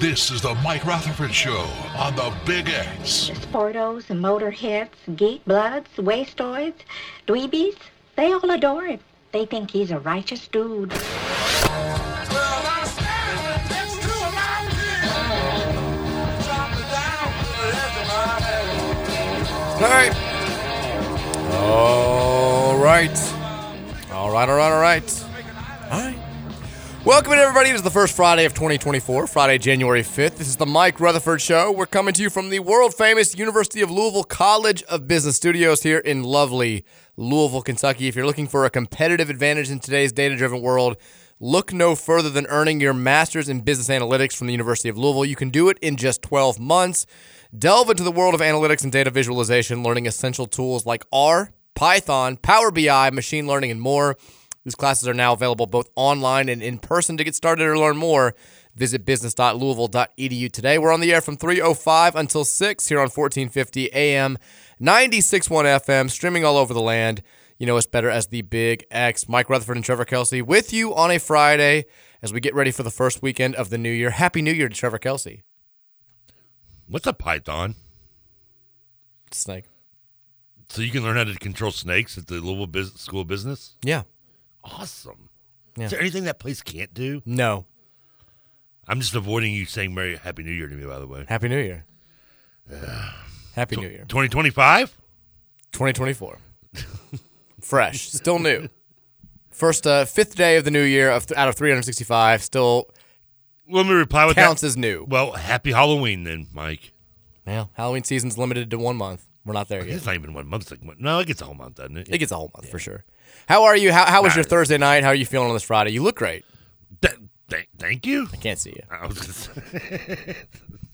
This is the Mike Rutherford Show on the Big X. Sportos, motorheads, geek bloods, wastoids, dweebies, they all adore him. They think he's a righteous dude. All right. All right. All right, all right, all right. All right. Welcome in, everybody. It is the first Friday of 2024, Friday, January 5th. This is the Mike Rutherford Show. We're coming to you from the world famous University of Louisville College of Business Studios here in lovely Louisville, Kentucky. If you're looking for a competitive advantage in today's data driven world, Look no further than earning your master's in business analytics from the University of Louisville. You can do it in just 12 months. Delve into the world of analytics and data visualization, learning essential tools like R, Python, Power BI, machine learning, and more. These classes are now available both online and in person. To get started or learn more, visit business.louisville.edu today. We're on the air from 3:05 until 6 here on 1450 AM, 96.1 FM, streaming all over the land. You know us better as the Big X. Mike Rutherford and Trevor Kelsey with you on a Friday as we get ready for the first weekend of the new year. Happy New Year to Trevor Kelsey. What's a python? Snake. So you can learn how to control snakes at the Louisville Bus- School of Business? Yeah. Awesome. Yeah. Is there anything that place can't do? No. I'm just avoiding you saying Merry Happy New Year to me, by the way. Happy New Year. Happy New Year. 2025? 2024. Fresh. Still new. First, uh, fifth day of the new year of th- out of 365. Still Let me reply with counts that. as new. Well, happy Halloween then, Mike. Well, Halloween season's limited to one month. We're not there yet. It's not even one month. It's like, one- no, it gets a whole month, doesn't it? It gets a whole month for sure. How are you? How, how was Nah. your Thursday night? How are you feeling on this Friday? You look great. Th- th- thank you. I can't see you. I was gonna say,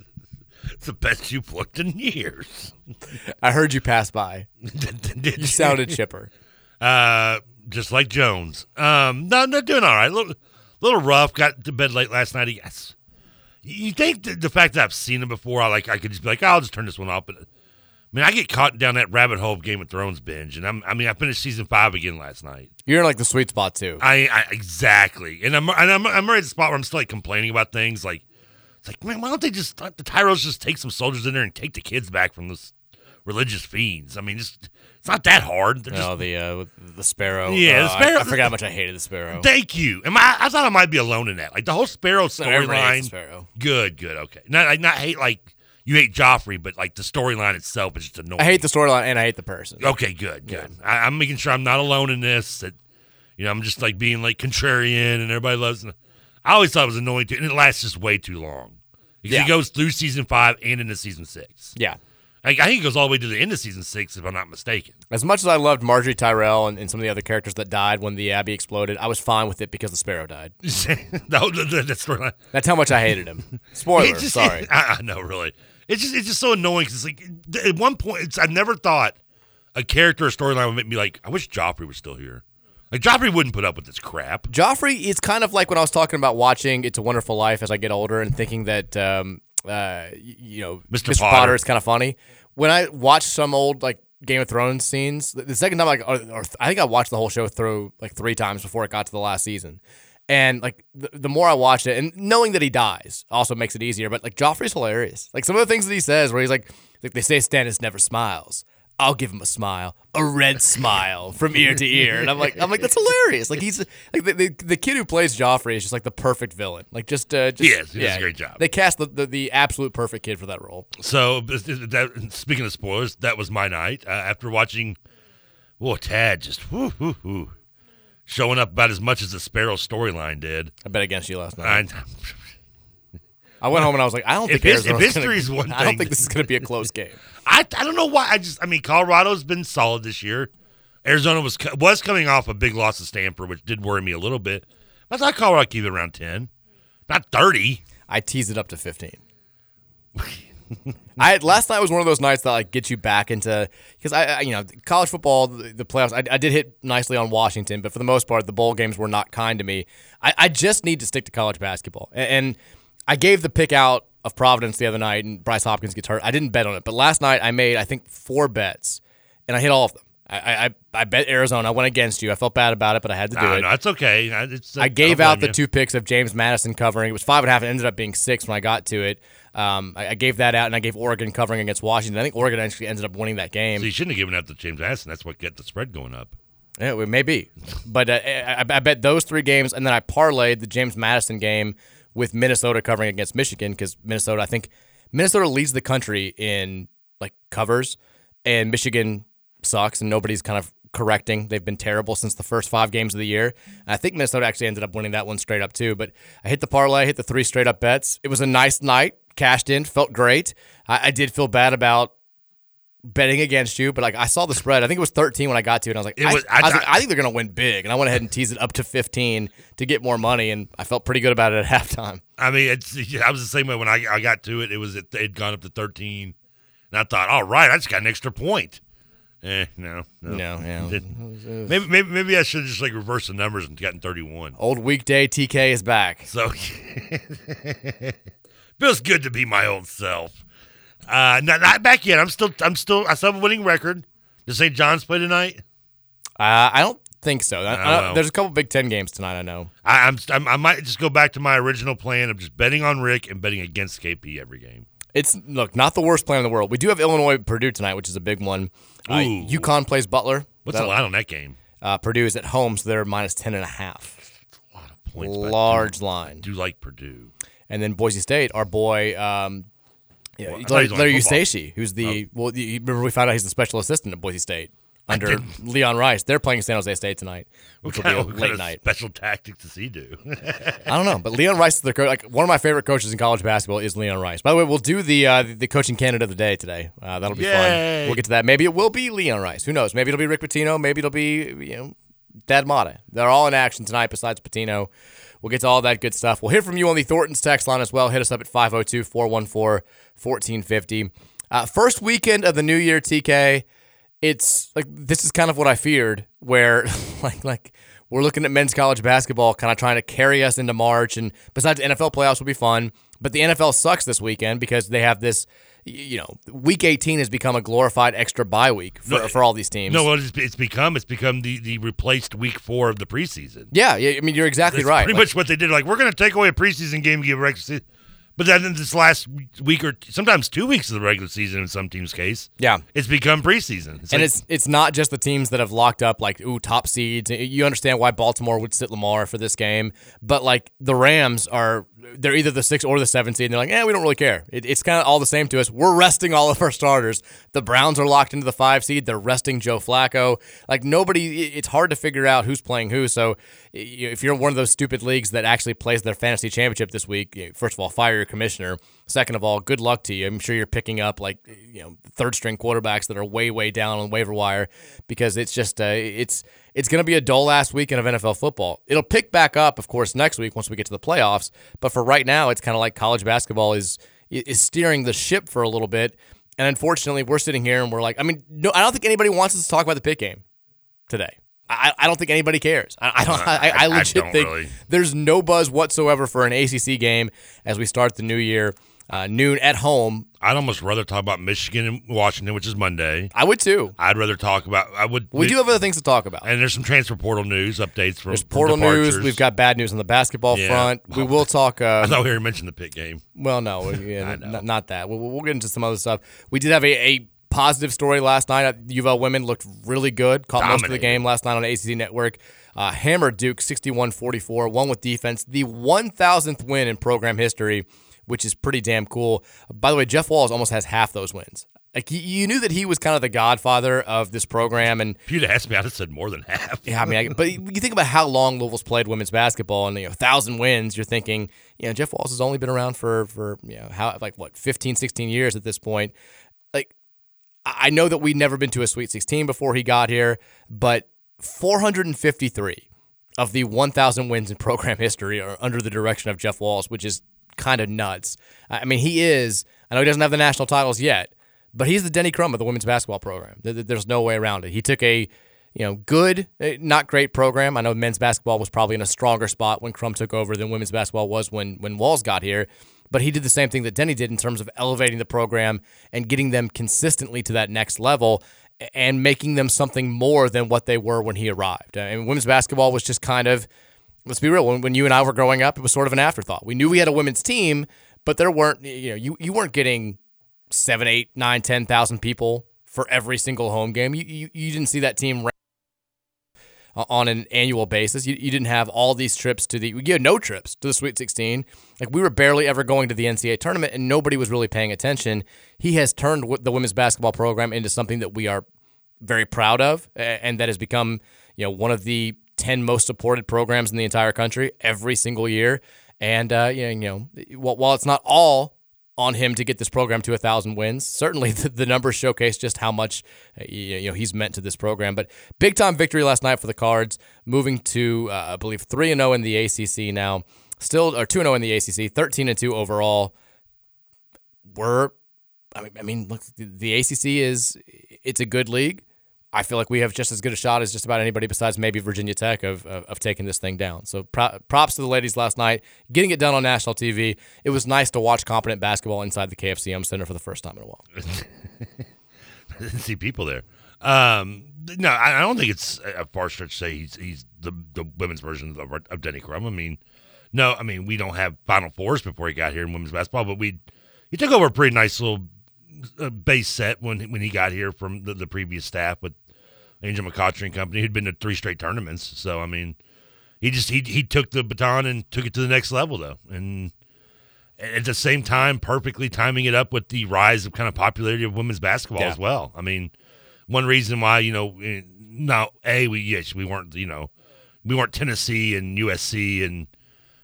it's the best you've looked in years. I heard you pass by. Did You sounded chipper. uh, just like Jones. Um, no, no, doing all right. little, little rough. Got to bed late last night. I guess. You think that the fact that I've seen him before, I like, I could just be like, "Oh, I'll just turn this one off. But I mean, I get caught down that rabbit hole of Game of Thrones binge, and I'm, I mean, I finished season five again last night. You're in like the sweet spot too. I, I exactly, and I'm and I'm I'm right at the spot where I'm still like complaining about things. Like it's like, man, why don't they just let the Tyros just take some soldiers in there and take the kids back from those religious fiends? I mean, just it's not that hard. They're just, No, the uh, the sparrow. Yeah, the Uh, I- sparrow- I, forgot how much I hated the sparrow. Oh. thank you. Am I? I thought I might be alone in that. Like the whole Sparrow No, everybody hates the storyline. sparrow. Good, good, okay. Not like not hate like you hate Joffrey, but like the storyline itself is just annoying. I hate the storyline and I hate the person. Okay, good, good. I, I'm making sure I'm not alone in this. That you know, I'm just like being like contrarian, and everybody loves. I always thought it was annoying too, and it lasts just way too long. Because Yeah. He goes through season five and into season six. Yeah. Like, I think he goes all the way to the end of season six, if I'm not mistaken. As much as I loved Marjorie Tyrell and, and some of the other characters that died when the Abbey exploded, I was fine with it because the sparrow died. the whole- the, the, the storyline. That's how much I hated him. Spoiler. It's just- sorry. I, I know, really. It's just it's just so annoying. 'cause it's like at one point, it's, I never thought a character or storyline would make me like, I wish Joffrey was still here. Like Joffrey wouldn't put up with this crap. Joffrey is kind of like when I was talking about watching It's a Wonderful Life as I get older and thinking that, um, uh, y- you know, Mr. Potter. Potter is kind of funny. When I watch some old like Game of Thrones scenes, the the second time, like, or, or I think I watched the whole show through like three times before it got to the last season. And like the, the more I watched it, and knowing that he dies also makes it easier. But like Joffrey's hilarious. Like some of the things that he says, where he's like, like they say Stannis never smiles. I'll give him a smile, a red smile from ear to ear. And I'm like, I'm like, that's hilarious. Like he's like the, the, the kid who plays Joffrey is just like the perfect villain. Like just, uh, just He is. He does a great job. They cast the, the, the absolute perfect kid for that role. So, this- this- that, speaking of spoilers, that was my night. Uh, after watching, whoa, Tad just whoo, whoo, whoo, showing up about as much as the Sparrow storyline did. I bet against you last night. I went home and I was like, I don't If think his- if Arizona's history's gonna, one I don't thing- think this is going to be a close game. I I don't know why. I just I mean Colorado's been solid this year. Arizona was co- was coming off a big loss to Stanford, which did worry me a little bit. But I thought Colorado would keep it around ten, not thirty. I teased it up to fifteen. I last night was one of those nights that like get you back into because I, I you know college football the, the playoffs I, I did hit nicely on Washington but for the most part the bowl games were not kind to me I, I just need to stick to college basketball A- and, I gave the pick out of Providence the other night and Bryce Hopkins gets hurt I didn't bet on it but last night I made I think four bets and I hit all of them I I, I- I bet Arizona I went against you I felt bad about it but I had to do I it don't know. It's okay. I, it's, I don't gave blame out the you. two picks of James Madison covering. It was five and a half. It ended up being six when I got to it. Um, I, I gave that out, and I gave Oregon covering against Washington. I think Oregon actually ended up winning that game. So you shouldn't have given out the James Madison. That's what get the spread going up. Yeah, well, maybe. But uh, I, I- I bet those three games, and then I parlayed the James Madison game with Minnesota covering against Michigan because Minnesota, I think Minnesota leads the country in like covers, and Michigan sucks, and nobody's kind of correcting. They've been terrible since the first five games of the year. And I think Minnesota actually ended up winning that one straight up too. But I hit the parlay, hit the three straight up bets. It was a nice night. Cashed in, felt great. I, I did feel bad about betting against you, but like I saw the spread. I think it was 13 when I got to it. And I was like, It I, was- I I- was like, I think they're going to win big. And I went ahead and teased it up to 15 to get more money. And I felt pretty good about it at halftime. I mean, it's I was the same way when I, I got to it. It was it had gone up to thirteen, and I thought, all right, I just got an extra point. Eh, no, no, No, yeah. Didn't. Maybe, maybe, maybe I should have just like reverse the numbers and gotten thirty-one. Old weekday TK is back. So feels good to be my old self. Uh, not, not back yet. I'm still, I'm still, I still have a winning record. Does St. John's play tonight? Uh, I don't think so. I- I Oh, don't- well. there's a couple Big Ten games tonight, I know. I, I'm, I'm, I might just go back to my original plan of just betting on Rick and betting against KP every game. It's look not the worst plan in the world. We do have Illinois Purdue tonight, which is a big one. Uh, Ooh. UConn plays Butler. What's the That'll- line on that game? Uh, Purdue is at home, so they're minus ten and a half. Points, but I do- Large line. Do like Purdue? and then Boise State, our boy, um, yeah, Well, I thought Larry, he was on Larry football. Eustace, who's the well, you, you remember we found out he's the special assistant at Boise State under didn't. Leon Rice. They're playing San Jose State tonight, which What will kind of- be a what late kind of night. Special tactics does he do? I don't know, but Leon Rice is the coach. Like one of my favorite coaches in college basketball is Leon Rice. By the way, we'll do the uh, the, the coaching candidate of the day today. Uh, that'll be Yay. fun. We'll get to that. Maybe it will be Leon Rice. Who knows? Maybe it'll be Rick Pitino. Maybe it'll be you know Dad Mata. They're all in action tonight. Besides Pitino, we'll get to all that good stuff. We'll hear from you on the Thornton's text line as well. Hit us up at 502-414-1450. Uh, first weekend of the new year, TK it's like this is kind of what I feared, where like like we're looking at men's college basketball kind of trying to carry us into March, and besides the NFL playoffs will be fun, but the NFL sucks this weekend because they have this, y- you know, Week 18 has become a glorified extra bye week for, No, for all these teams. no, well, it's, it's become it's become the, the replaced week four of the preseason. yeah, yeah, I mean you're exactly That's right. Pretty Like, much what they did. Like we're going to take away a preseason game, give regular season. But then in this last week or sometimes two weeks of the regular season in some teams' case, yeah. it's become preseason. and like- it's it's not just the teams that have locked up like ooh top seeds. You understand why Baltimore would sit Lamar for this game, but like the Rams are they're either the six or the seven seed. And they're like, eh, we don't really care. It, it's kind of all the same to us. We're resting all of our starters. The Browns are locked into the five seed. They're resting Joe Flacco. Like nobody, i- it's hard to figure out who's playing who. So i- if you're one of those stupid leagues that actually plays their fantasy championship this week, you know, first of all, fire your commissioner. Second of all, good luck to you. I'm sure you're picking up like you know third string quarterbacks that are way way down on the waiver wire because it's just uh, it's it's going to be a dull ass weekend of NFL football. It'll pick back up, of course, next week once we get to the playoffs. But for right now, it's kind of like college basketball is is steering the ship for a little bit. And unfortunately, we're sitting here and we're like, I mean, no, I don't think anybody wants us to talk about the pit game today. I, I don't think anybody cares. I, I don't. I, Uh, I- I I legit don't think really. there's no buzz whatsoever for an ACC game as we start the new year, uh, noon at home. I'd almost rather talk about Michigan and Washington, which is Monday. I would too. I'd rather talk about. I would. We do have other things to talk about. And there's some transfer portal news updates from There's portal news. departures. We've got bad news on the basketball Yeah. front. We will talk. Uh, I thought we already mentioned the pit game. Well, no, yeah, not, not that. We'll, we'll get into some other stuff. We did have a, a positive story last night. UVL women looked really good. Caught most of the Dominated. game last night on ACC Network. Uh, hammered Duke 61-44. Won with defense. The 1,000th win in program history, which is pretty damn cool. By the way, Jeff Walls almost has half those wins. Like you, you knew that he was kind of the godfather of this program, and if you'd asked me, I'd have said more than half. yeah, I mean, I, but you think about how long Louisville's played women's basketball, and you know, thousand wins. You're thinking, you know, Jeff Walls has only been around for for you know how like what 15, 16 years at this point. Like, I I know that we'd never been to a Sweet 16 before he got here, but 453 of the 1,000 wins in program history are under the direction of Jeff Walls, which is kind of nuts. I I mean, he is. I know he doesn't have the national titles yet, but he's the Denny Crum of the women's basketball program. Th- th- There's no way around it. He took a you know, good, eh, not great program. I know men's basketball was probably in a stronger spot when Crum took over than women's basketball was when when Walls got here. But he did the same thing that Denny did in terms of elevating the program and getting them consistently to that next level a- and making them something more than what they were when he arrived. And women's basketball was just kind of, let's be real, when, when you and I were growing up, it was sort of an afterthought. We knew we had a women's team, but there weren't, you know, you, you weren't getting seven, eight, nine, ten thousand people for every single home game. You, you, you didn't see that team uh, on an annual basis. You, you didn't have all these trips to the, you had no trips to the Sweet 16. Like we were barely ever going to the NCAA tournament and nobody was really paying attention. He has turned w- the women's basketball program into something that we are very proud of a- and that has become, you know, one of the 10 most supported programs in the entire country every single year. And, uh, you know, you know, while while it's not all on him to get this program to a thousand wins. Certainly, the, the numbers showcase just how much uh, y- you know he's meant to this program. But big time victory last night for the Cards, moving to uh, I believe three and zero in the ACC now. Still or two and zero in the ACC, thirteen and two overall. We're, I mean, I mean, look, the, the ACC is it's a good league. I feel like we have just as good a shot as just about anybody besides maybe Virginia Tech of, of, of taking this thing down. So pro- props to the ladies last night, getting it done on national TV. It was nice to watch competent basketball inside the KFCM Center for the first time in a while. I didn't see people there. Um, th- no, I, I don't think it's a a far stretch to say he's he's the, the women's version of, of Denny Crum. I mean, no, I mean we don't have Final Fours before he got here in women's basketball, but we he took over a pretty nice little uh, base set when when he got here from the, the previous staff with Angel McCautry and company, who'd been to three straight tournaments. So I mean, he just he he took the baton and took it to the next level though, and at the same time perfectly timing it up with the rise of kind of popularity of women's basketball Yeah. as well. I mean, one reason why you know eh, now a we yes we weren't you know we weren't Tennessee and USC and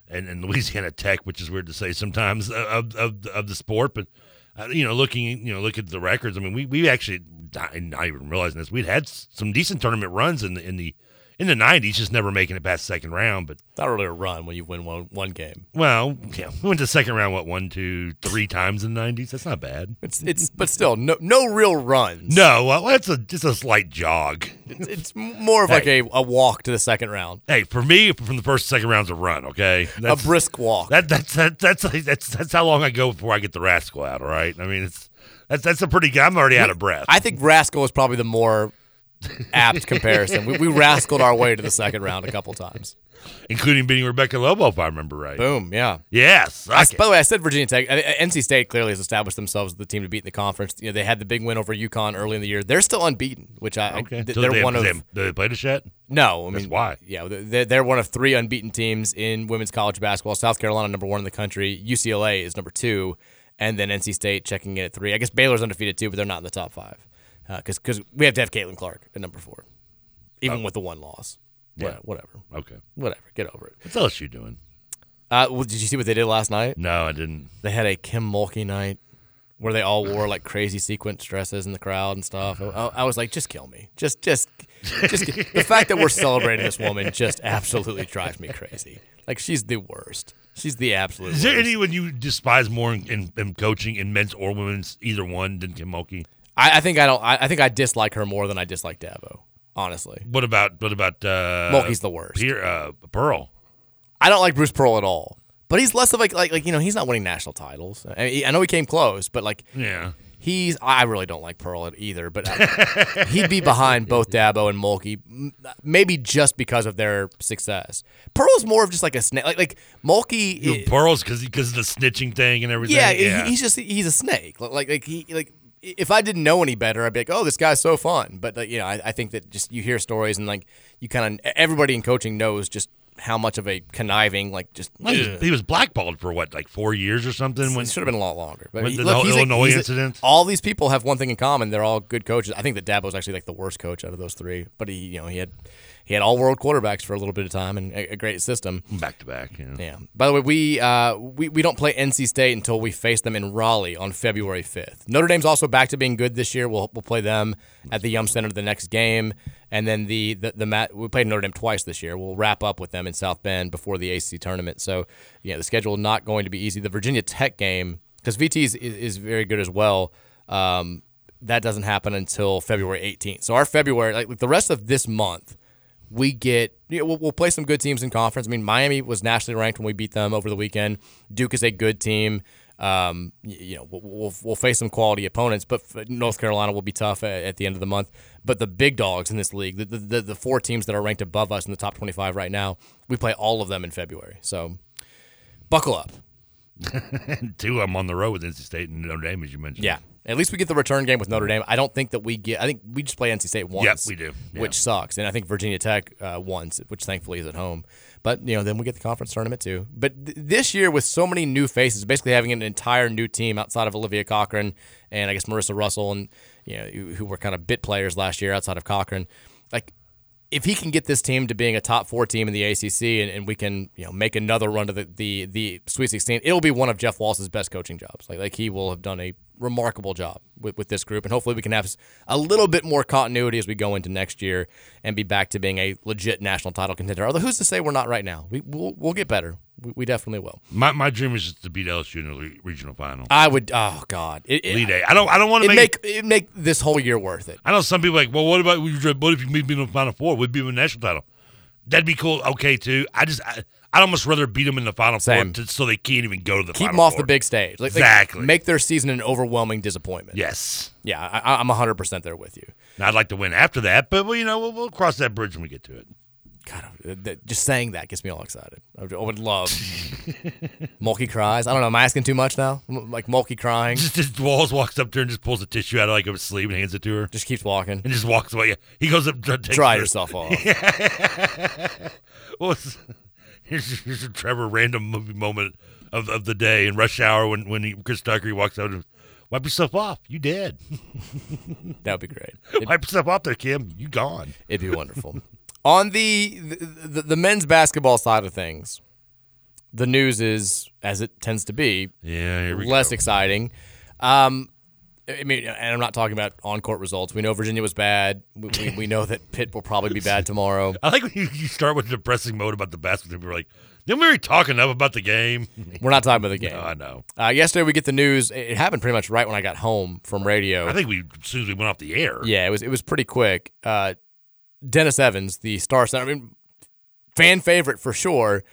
and, and Louisiana Tech, which is weird to say sometimes uh, of of, of the sport, but. Uh, you know, looking you know, look at the records. I mean, we we actually not not even realizing this. We'd had s- some decent tournament runs in the in the in the nineties, just never making it past second round. But not really a run when you win one one game. Well, yeah, we went to second round. What one, two, three times in the nineties? That's not bad. It's it's but still no no real runs. No, well, that's a just a slight jog. It's, it's more of like a, a walk to the second round. Hey, for me, from the first to second round's a run. Okay, a brisk walk. That that's that, that's like, that's that's how long I go before I get the rascal out. All right, I mean it's that's that's a pretty. good I'm already out of breath. I think Rascal is probably the more apt comparison. We, we rascaled our way to the second round a couple times. including beating Rebecca Lobo, if I remember right. Boom, yeah. Yes. I, by the way, I said Virginia Tech. I- I- NC State clearly has established themselves as the team to beat in the conference. You know, they had the big win over UConn early in the year. They're still unbeaten, which I Okay. th- So they're they- one of they haven't- they played us yet. No, I That's mean why. Yeah, they're, they're one of three unbeaten teams in women's college basketball. South Carolina number one in the country. UCLA is number two, and then NC State checking in at three. I guess Baylor's undefeated too, but they're not in the top five because because we have to have Caitlin Clark at number four, even with the one loss. Oh. Yeah. whatever. Okay. whatever. Get over it. What's LSU doing? Uh, well, did you see what they did last night? No, I didn't. They had a Kim Mulkey night where they all wore like crazy sequence dresses in the crowd and stuff. I, I- I was like, just kill me. Just, just, just the fact that we're celebrating this woman just absolutely drives me crazy. Like she's the worst. She's the absolute. Is there worst. anyone you despise more in, in, in coaching in men's or women's, either one, than Kim Mulkey? I, I think I don't. I, I think I dislike her more than I dislike Davo. Honestly, What about what about uh, Mulkey's the worst. Pier, uh, Pearl. I don't like Bruce Pearl at all. But he's less of like like like you know he's not winning national titles. I, mean, I know he came close, but like yeah, he's I really don't like Pearl at either. But I, he'd be behind both Dabo and Mulkey, m- maybe just because of their success. Pearl's more of just like a snake. Like like Mulkey, You know, Pearl's because because of the snitching thing and everything. yeah, he- he's just he's a snake. Like like, like he like if I didn't know any better, I'd be like, "Oh, this guy's so fun." But like, you know, I, I think that just you hear stories and like you kind of everybody in coaching knows just how much of a conniving, like just Well, he, was, he was blackballed for what, like four years or something? When should have been a lot longer. But when he- the look, whole he's a- Illinois he's a- incident. all these people have one thing in common: they're all good coaches. I think that Dabo's actually like the worst coach out of those three. But he, you know, he had he had all world quarterbacks for a little bit of time and a, a great system back to back. Yeah. By the way, we uh, we we don't play NC State until we face them in Raleigh on February fifth. Notre Dame's also back to being good this year. We'll we'll play them at the Yum Center the next game, and then the the, the mat, we played Notre Dame twice this year. We'll wrap up with them in South Bend before the ACC tournament. So yeah, the schedule not going to be easy. The Virginia Tech game because VT is, is very good as well. Um, that doesn't happen until February 18th. So our February, like the rest of this month, we get you know, we'll, we'll play some good teams in conference. I mean, Miami was nationally ranked when we beat them over the weekend. Duke is a good team. Um, y- you know, we'll, we'll, we'll face some quality opponents, but f- North Carolina will be tough at, at the end of the month. But the big dogs in this league, the, the, the, the four teams that are ranked above us in the top 25 right now, we play all of them in February. So buckle up. Two, I'm on the road with NC State and Notre Dame, as you mentioned. Yeah. At least we get the return game with Notre Dame. I don't think that we get. I think we just play NC State once. Yep, we do. Yeah. which sucks. And I think Virginia Tech uh, once, which thankfully is at home. But you know, then we get the conference tournament too. But th- this year with so many new faces, basically having an entire new team outside of Olivia Cochran and I guess Marissa Russell and you know who who were kind of bit players last year outside of Cochran, like. If he can get this team to being a top four team in the ACC, and, and we can, you know, make another run to the, the the Sweet 16, it'll be one of Jeff Walsh's best coaching jobs. Like like he will have done a remarkable job with, with this group, and hopefully we can have s- a little bit more continuity as we go into next year and be back to being a legit national title contender. Although who's to say we're not right now? We we'll, we'll get better. We, we definitely will. My, my dream is just to beat LSU in the re- regional final. I would. Oh God, it, Lead A. I don't. I don't want to it make, make it make this whole year worth it. I know some people are like, well, what about what if you meet me in the final four? We'd be in the national title. That'd be cool. Okay, too. I just I, I'd almost rather beat them in the final Same. four to, so they can't even go to the Keep final them off four. the big stage. Like, like, exactly. make their season an overwhelming disappointment. yes. Yeah, I, I'm 100 percent there with you. Now, I'd like to win after that, but well, you know, we'll, we'll cross that bridge when we get to it. God, uh, that- just saying that gets me all excited. I would, I would love Mulkey cries. I don't know. Am I asking too much now? M- Like Mulkey crying. Just, just Walls walks up to her and just pulls a tissue out of like of his sleeve and hands it to her. Just keeps walking and just walks away. He goes up. to take Dry her- yourself off. well, it's- here's, your- here's a Trevor random movie moment of, of the day in Rush Hour when when he, Chris Tucker he walks out and wipe yourself off. You dead. That would be great. wipe yourself off there, Kim. You gone. It'd be wonderful. On the the, the the men's basketball side of things, the news is as it tends to be. Yeah, here we less go. exciting. Um, I mean, and I'm not talking about on court results. We know Virginia was bad. We, we, we know that Pitt will probably be bad tomorrow. I like when you, you start with a depressing mode about the basketball. People are like, then we were talking up about the game. We're not talking about the game. No, I know. Uh, yesterday we get the news. It it happened pretty much right when I got home from radio. I think we as soon as we went off the air. Yeah, it was it was pretty quick. Uh, Dennis Evans, the star center, I mean, fan favorite for sure.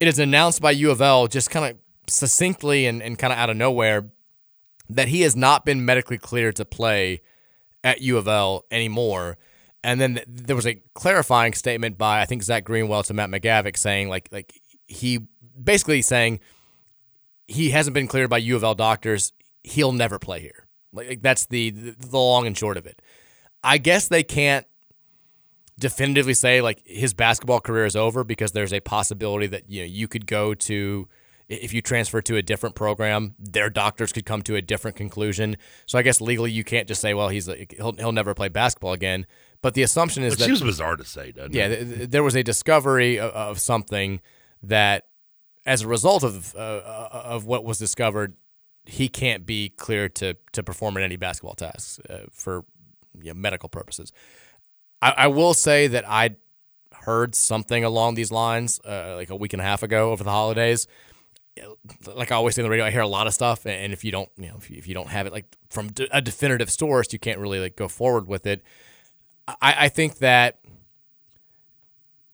It is announced by U of L just kind of succinctly and, and kind of out of nowhere that he has not been medically cleared to play at U of L anymore. And then th- there was a clarifying statement by I think Zach Greenwell to Matt McGavick saying like like he basically saying he hasn't been cleared by U of L doctors. He'll never play here. Like, like, that's the the long and short of it. I guess they can't definitively say like his basketball career is over because there's a possibility that you know you could go to if you transfer to a different program, their doctors could come to a different conclusion. So I guess legally you can't just say, well, he's like, he'll he'll never play basketball again. But the assumption is Which that seems bizarre to say, doesn't yeah, it? th- th- there was a discovery of, of something that, as a result of uh, uh, of what was discovered, he can't be cleared to to perform in any basketball tasks uh, for you know, medical purposes. I, I will say that I heard something along these lines uh, like a week and a half ago over the holidays. Like I always say on the radio, I hear a lot of stuff, and- and if you don't, you know, if you, if you don't have it like from d- a definitive source, you can't really like go forward with it. I, I think that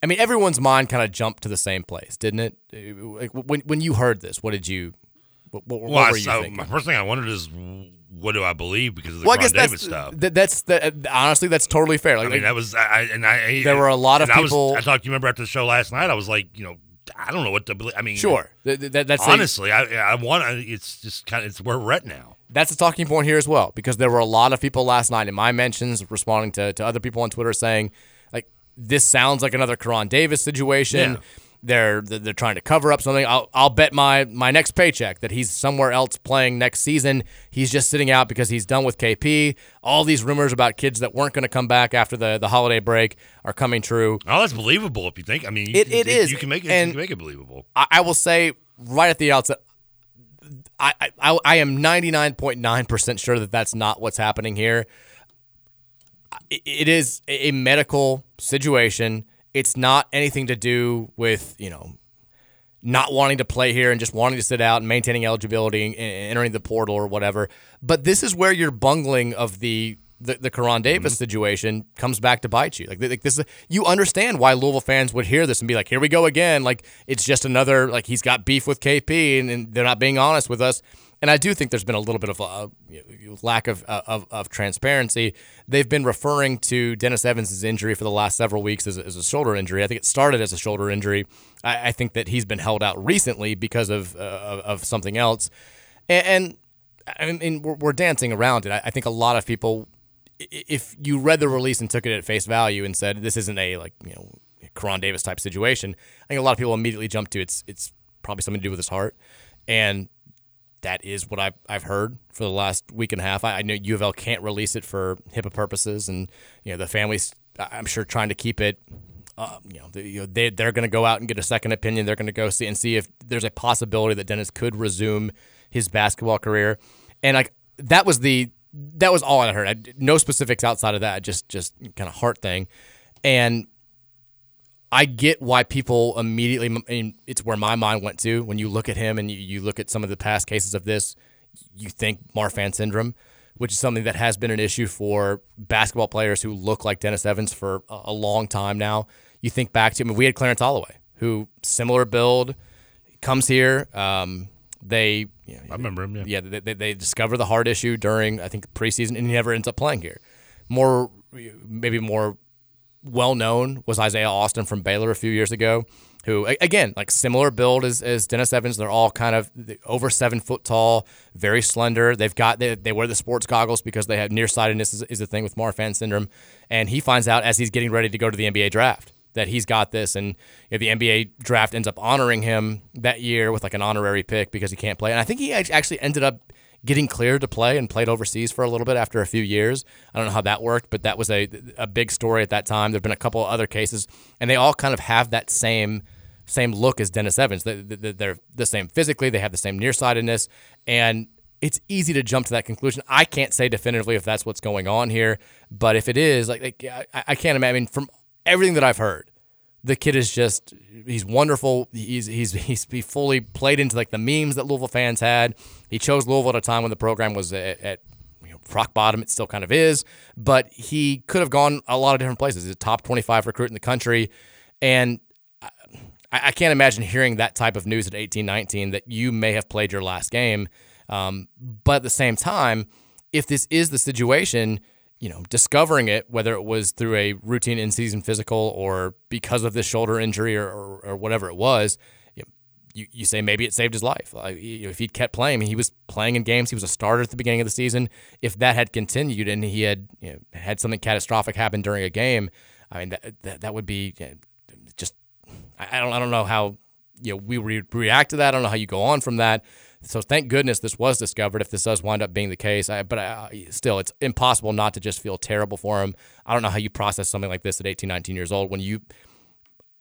I mean, everyone's mind kind of jumped to the same place, didn't it? Uh, Like when when you heard this, what did you? What, what, what Well, I- were you so thinking? my first thing I wondered is what do I believe because of the Well, I Ron guess Davis that's stuff. th- that's the, uh, honestly that's totally fair. Like, I mean, like, that was I, I- and I. There were a lot of and I was- people- I talked. You remember after the show last night? I was like, you know, I don't know what to believe. I mean, Sure. Th- th- that- that's a- honestly, I I want. It's just kind of it's where we're at now. That's a talking point here as well, because there were a lot of people last night in my mentions responding to, to other people on Twitter saying, like, this sounds like another Karan Davis situation. Yeah. They're they're they're trying to cover up something. I'll, I'll bet my my next paycheck that he's somewhere else playing next season. He's just sitting out because he's done with KP. All these rumors about kids that weren't going to come back after the, the holiday break are coming true. Oh, that's believable if you think. I mean, you It- can, it is. You can make it. And- you can make it believable. I, I will say right at the outset, I I- I, I am ninety nine point nine percent sure that that's not what's happening here. I- It is a a medical situation. It's not anything to do with you know not wanting to play here and just wanting to sit out and maintaining eligibility and entering the portal or whatever. But this is where your bungling of the the, the Karan Davis situation comes back to bite you. Like, th- like this, is, you understand why Louisville fans would hear this and be like, "Here we go again." Like it's just another like he's got beef with KP and, and they're not being honest with us. And I do think there's been a little bit of uh, you know, lack of, uh, of of transparency. They've been referring to Dennis Evans' injury for the last several weeks as, a- as a shoulder injury. I think it started as a shoulder injury. I, I think that he's been held out recently because of uh, of, of something else. And, and I mean, we're, we're dancing around it. I, I think a lot of people, i- if you read the release and took it at face value and said this isn't a like you know Karan Davis type situation, I think a lot of people immediately jump to it's it's probably something to do with his heart, and that is what I've I've heard for the last week and a half. I, I know U of L can't release it for HIPAA purposes, and you know the families I- I'm sure trying to keep it. Uh, you know, they, you know they they're going to go out and get a second opinion. They're going to go see and see if there's a possibility that Dennis could resume his basketball career, and like that was the that was all I heard. I, no specifics outside of that. Just just kind of heart thing, and I get why people immediately. I mean, it's where my mind went to when you look at him and you, you look at some of the past cases of this. You think Marfan syndrome, which is something that has been an issue for basketball players who look like Dennis Evans for a, a long time now. You think back to, I mean, we had Clarence Holloway, who similar build, comes here. Um, they, you know, I remember him. Yeah, yeah. They, they, they discover the heart issue during I think preseason, and he never ends up playing here. More, maybe more well known was Isaiah Austin from Baylor a few years ago, who a- again like similar build as, as Dennis Evans. They're all kind of the- over seven foot tall, very slender. They've got they, they wear the sports goggles because they have nearsightedness is, is a thing with Marfan syndrome, and he finds out as he's getting ready to go to the NBA draft that he's got this, and if the NBA draft ends up honoring him that year with like an honorary pick because he can't play, and I think he act- actually ended up getting cleared to play and played overseas for a little bit after a few years. I don't know how that worked, but that was a a big story at that time. There've been a couple other cases, and they all kind of have that same same look as Dennis Evans. They- they- They're the same physically. They have the same nearsightedness, and it's easy to jump to that conclusion. I can't say definitively if that's what's going on here, but if it is, like, like I, I can't imagine I mean, from everything that I've heard the kid is just he's wonderful. He's he's he's he fully played into like the memes that Louisville fans had. He chose Louisville at a time when the program was at, at you know, rock bottom. It still kind of is, but he could have gone a lot of different places. He's a top twenty-five recruit in the country, and I, I can't imagine hearing that type of news at eighteen, nineteen that you may have played your last game. Um, but at the same time, if this is the situation, you know, discovering it, whether it was through a routine in season physical or because of this shoulder injury or, or, or whatever it was, you, you, you say maybe it saved his life. Like, you know, if he'd kept playing, I mean, he was playing in games, he was a starter at the beginning of the season. If that had continued and he had you know, had something catastrophic happen during a game, I mean, that, that, that would be you know, just I I don't I don't know how you know we re- react to that. I don't know how you go on from that. So thank goodness this was discovered. If this does wind up being the case, I, but I, still, it's impossible not to just feel terrible for him. I don't know how you process something like this at 18, 19 years old when you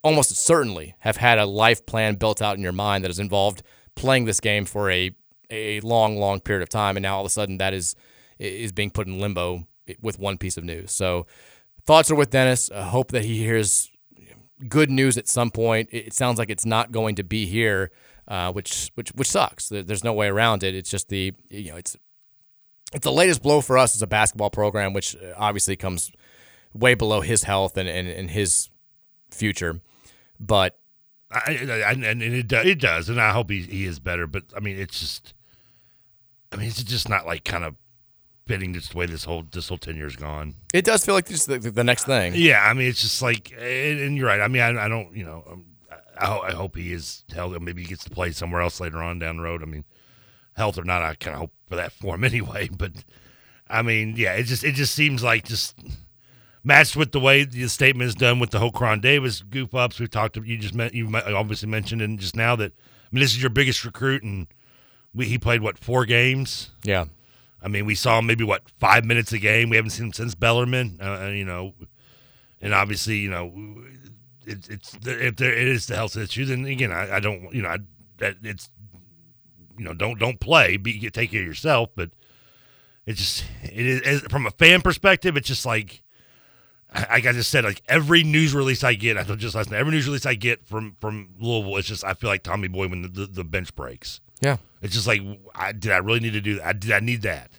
almost certainly have had a life plan built out in your mind that has involved playing this game for a a long, long period of time, and now all of a sudden that is is being put in limbo with one piece of news. So thoughts are with Dennis. I hope that he hears good news at some point. It it sounds like it's not going to be here, uh, which which which sucks. There- There's no way around it. It's just the you know it's it's the latest blow for us as a basketball program, which uh, obviously comes way below his health and and, and his future. But I, I, and and it do, it does, and I hope he, he is better. But I mean, it's just, I mean, it's just not like kind of fitting this way. This whole this whole ten years gone. it does feel like just the, the next thing. Yeah, I mean, it's just like, and, and you're right. I mean, I, I don't, you know, um, I- I, ho- I hope he is held. Maybe he gets to play somewhere else later on down the road. I mean, health or not, I kind of hope for that for him anyway. But I mean, yeah, it just it just seems like just matched with the way the statement is done with the whole Cron Davis goof ups. We talked. You just meant you me- obviously mentioned and just now that I mean this is your biggest recruit and we, he played what four games. Yeah. I mean, we saw him maybe what five minutes a game. We haven't seen him since Bellerman. Uh, you know, and obviously, you know, it, it's if there it is the health issue, then again, I, I don't, you know, I, that it's, you know, don't don't play, be take care of yourself. But it just it is as, from a fan perspective, it's just like I- like I just said, like every news release I get, I told you just last night, every news release I get from from Louisville, it's just I feel like Tommy Boy when the, the, the bench breaks. Yeah. it's just like I did. I really need to do that. I, did I need that?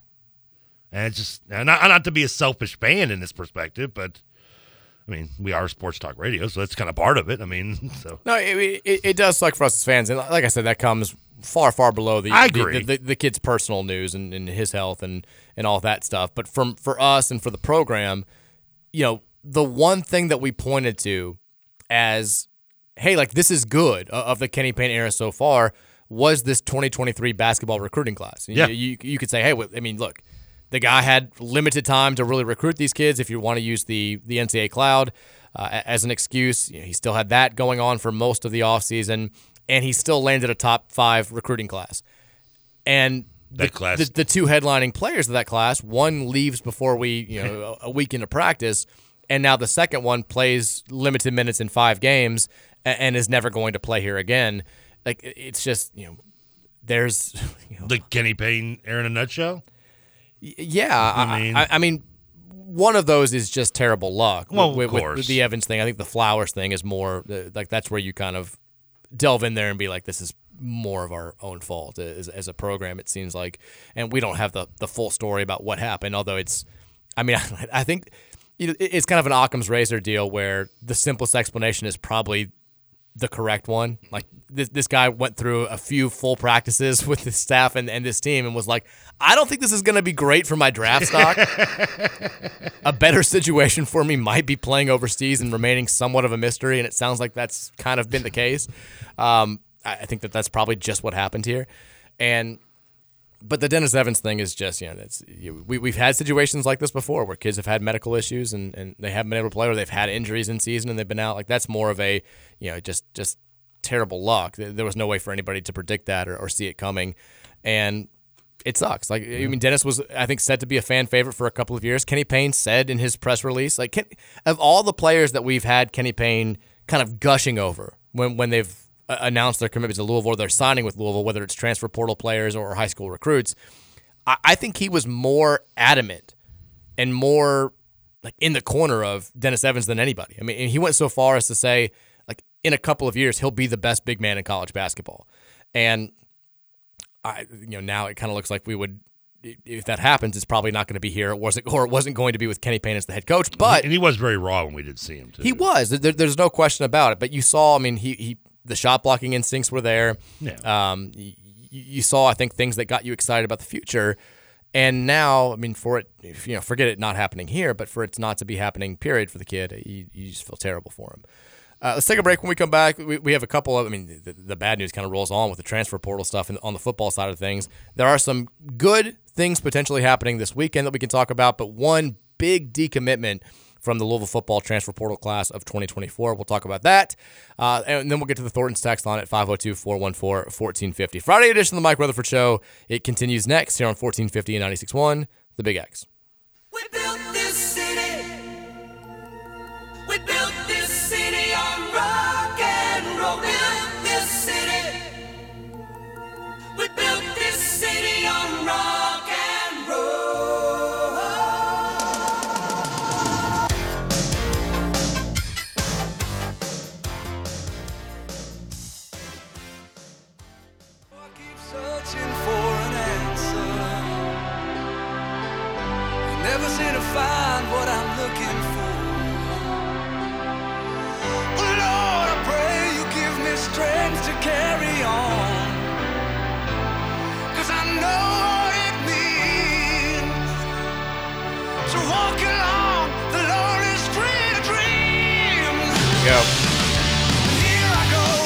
And it's just and not not to be a selfish fan in this perspective, but I mean we are sports talk radio, so that's kind of part of it. I mean, so No, it, it, it does suck for us as fans, and like I said, that comes far, far below the I the- agree. The, the, the kid's personal news and, and his health and and all that stuff. But from for us and for the program, you know, the one thing that we pointed to as hey, like this is good uh, of the Kenny Payne era so far was this 2023 basketball recruiting class. You- Yeah. you, you could say, hey, well, I mean, look, the guy had limited time to really recruit these kids. If you want to use the the NCAA cloud uh, a- as an excuse, you know, he still had that going on for most of the offseason, and he still landed a top five recruiting class. And the, That class- the, the two headlining players of that class, one leaves before we, you know, a a week into practice, and now the second one plays limited minutes in five games a- and is never going to play here again. Like it- it's just, you know, there's the Kenny Payne, Aaron, in a nutshell. yeah, I I mean, I, I mean, one of those is just terrible luck. Well, of with, with- with course. the Evans thing, I think the Flowers thing is more uh, like that's where you kind of delve in there and be like, this is more of our own fault as, as a program. It seems like, and we don't have the the full story about what happened. Although it's, I mean, I think you know, it- it's kind of an Occam's razor deal where the simplest explanation is probably the correct one. Like this, this guy went through a few full practices with his staff and, and this team and was like, I don't think this is going to be great for my draft stock. a better situation for me might be playing overseas and remaining somewhat of a mystery. And it sounds like that's kind of been the case. Um, I, I think that that's probably just what happened here. And but the Dennis Evans thing is just you know that's you, we we've had situations like this before where kids have had medical issues and, and they haven't been able to play or they've had injuries in season and they've been out like that's more of a you know just just terrible luck. There there was no way for anybody to predict that or, or see it coming, and it sucks. Like I mean, Dennis was I think said to be a fan favorite for a couple of years. Kenny Payne said in his press release like Ken, of all the players that we've had Kenny Payne kind of gushing over when when they've uh, announced their commitment to Louisville or they're signing with Louisville, whether it's transfer portal players or high school recruits. I, I think he was more adamant and more like in the corner of Dennis Evans than anybody. I mean, and he went so far as to say like in a couple of years he'll be the best big man in college basketball, and I you know now it kind of looks like we would. i- If that happens, it's probably not going to be here. It wasn't, or it wasn't going to be with Kenny Payne as the head coach. But and he was very raw when we did see him too. he was. There, there's no question about it. But you saw, I mean, he, he the shot blocking instincts were there. Yeah. Um, you, you saw, I think, things that got you excited about the future. And now, I mean, for it, if, you know, forget it not happening here, but for it not to be happening, period, for the kid, you, you just feel terrible for him. Uh, let's take a break. When we come back, we, we have a couple of. I mean, the, the bad news kind of rolls on with the transfer portal stuff and on the football side of things. There are some good things potentially happening this weekend that we can talk about, but one big decommitment from the Louisville football transfer portal class of 2024. We'll talk about that. Uh, and then we'll get to the Thornton's text line at 502 414 1450. Friday edition of the Mike Rutherford Show. It continues next here on 1450 and 96.1, The Big X. We built this city. We built this city on rock and roll. We built this city. We built this city on rock and roll. Searching for an answer. Never seem to find what I'm looking for. Lord, I pray you give me strength to carry on. Cause I know what it means to walk along the lonely street of dreams. Go. Here I go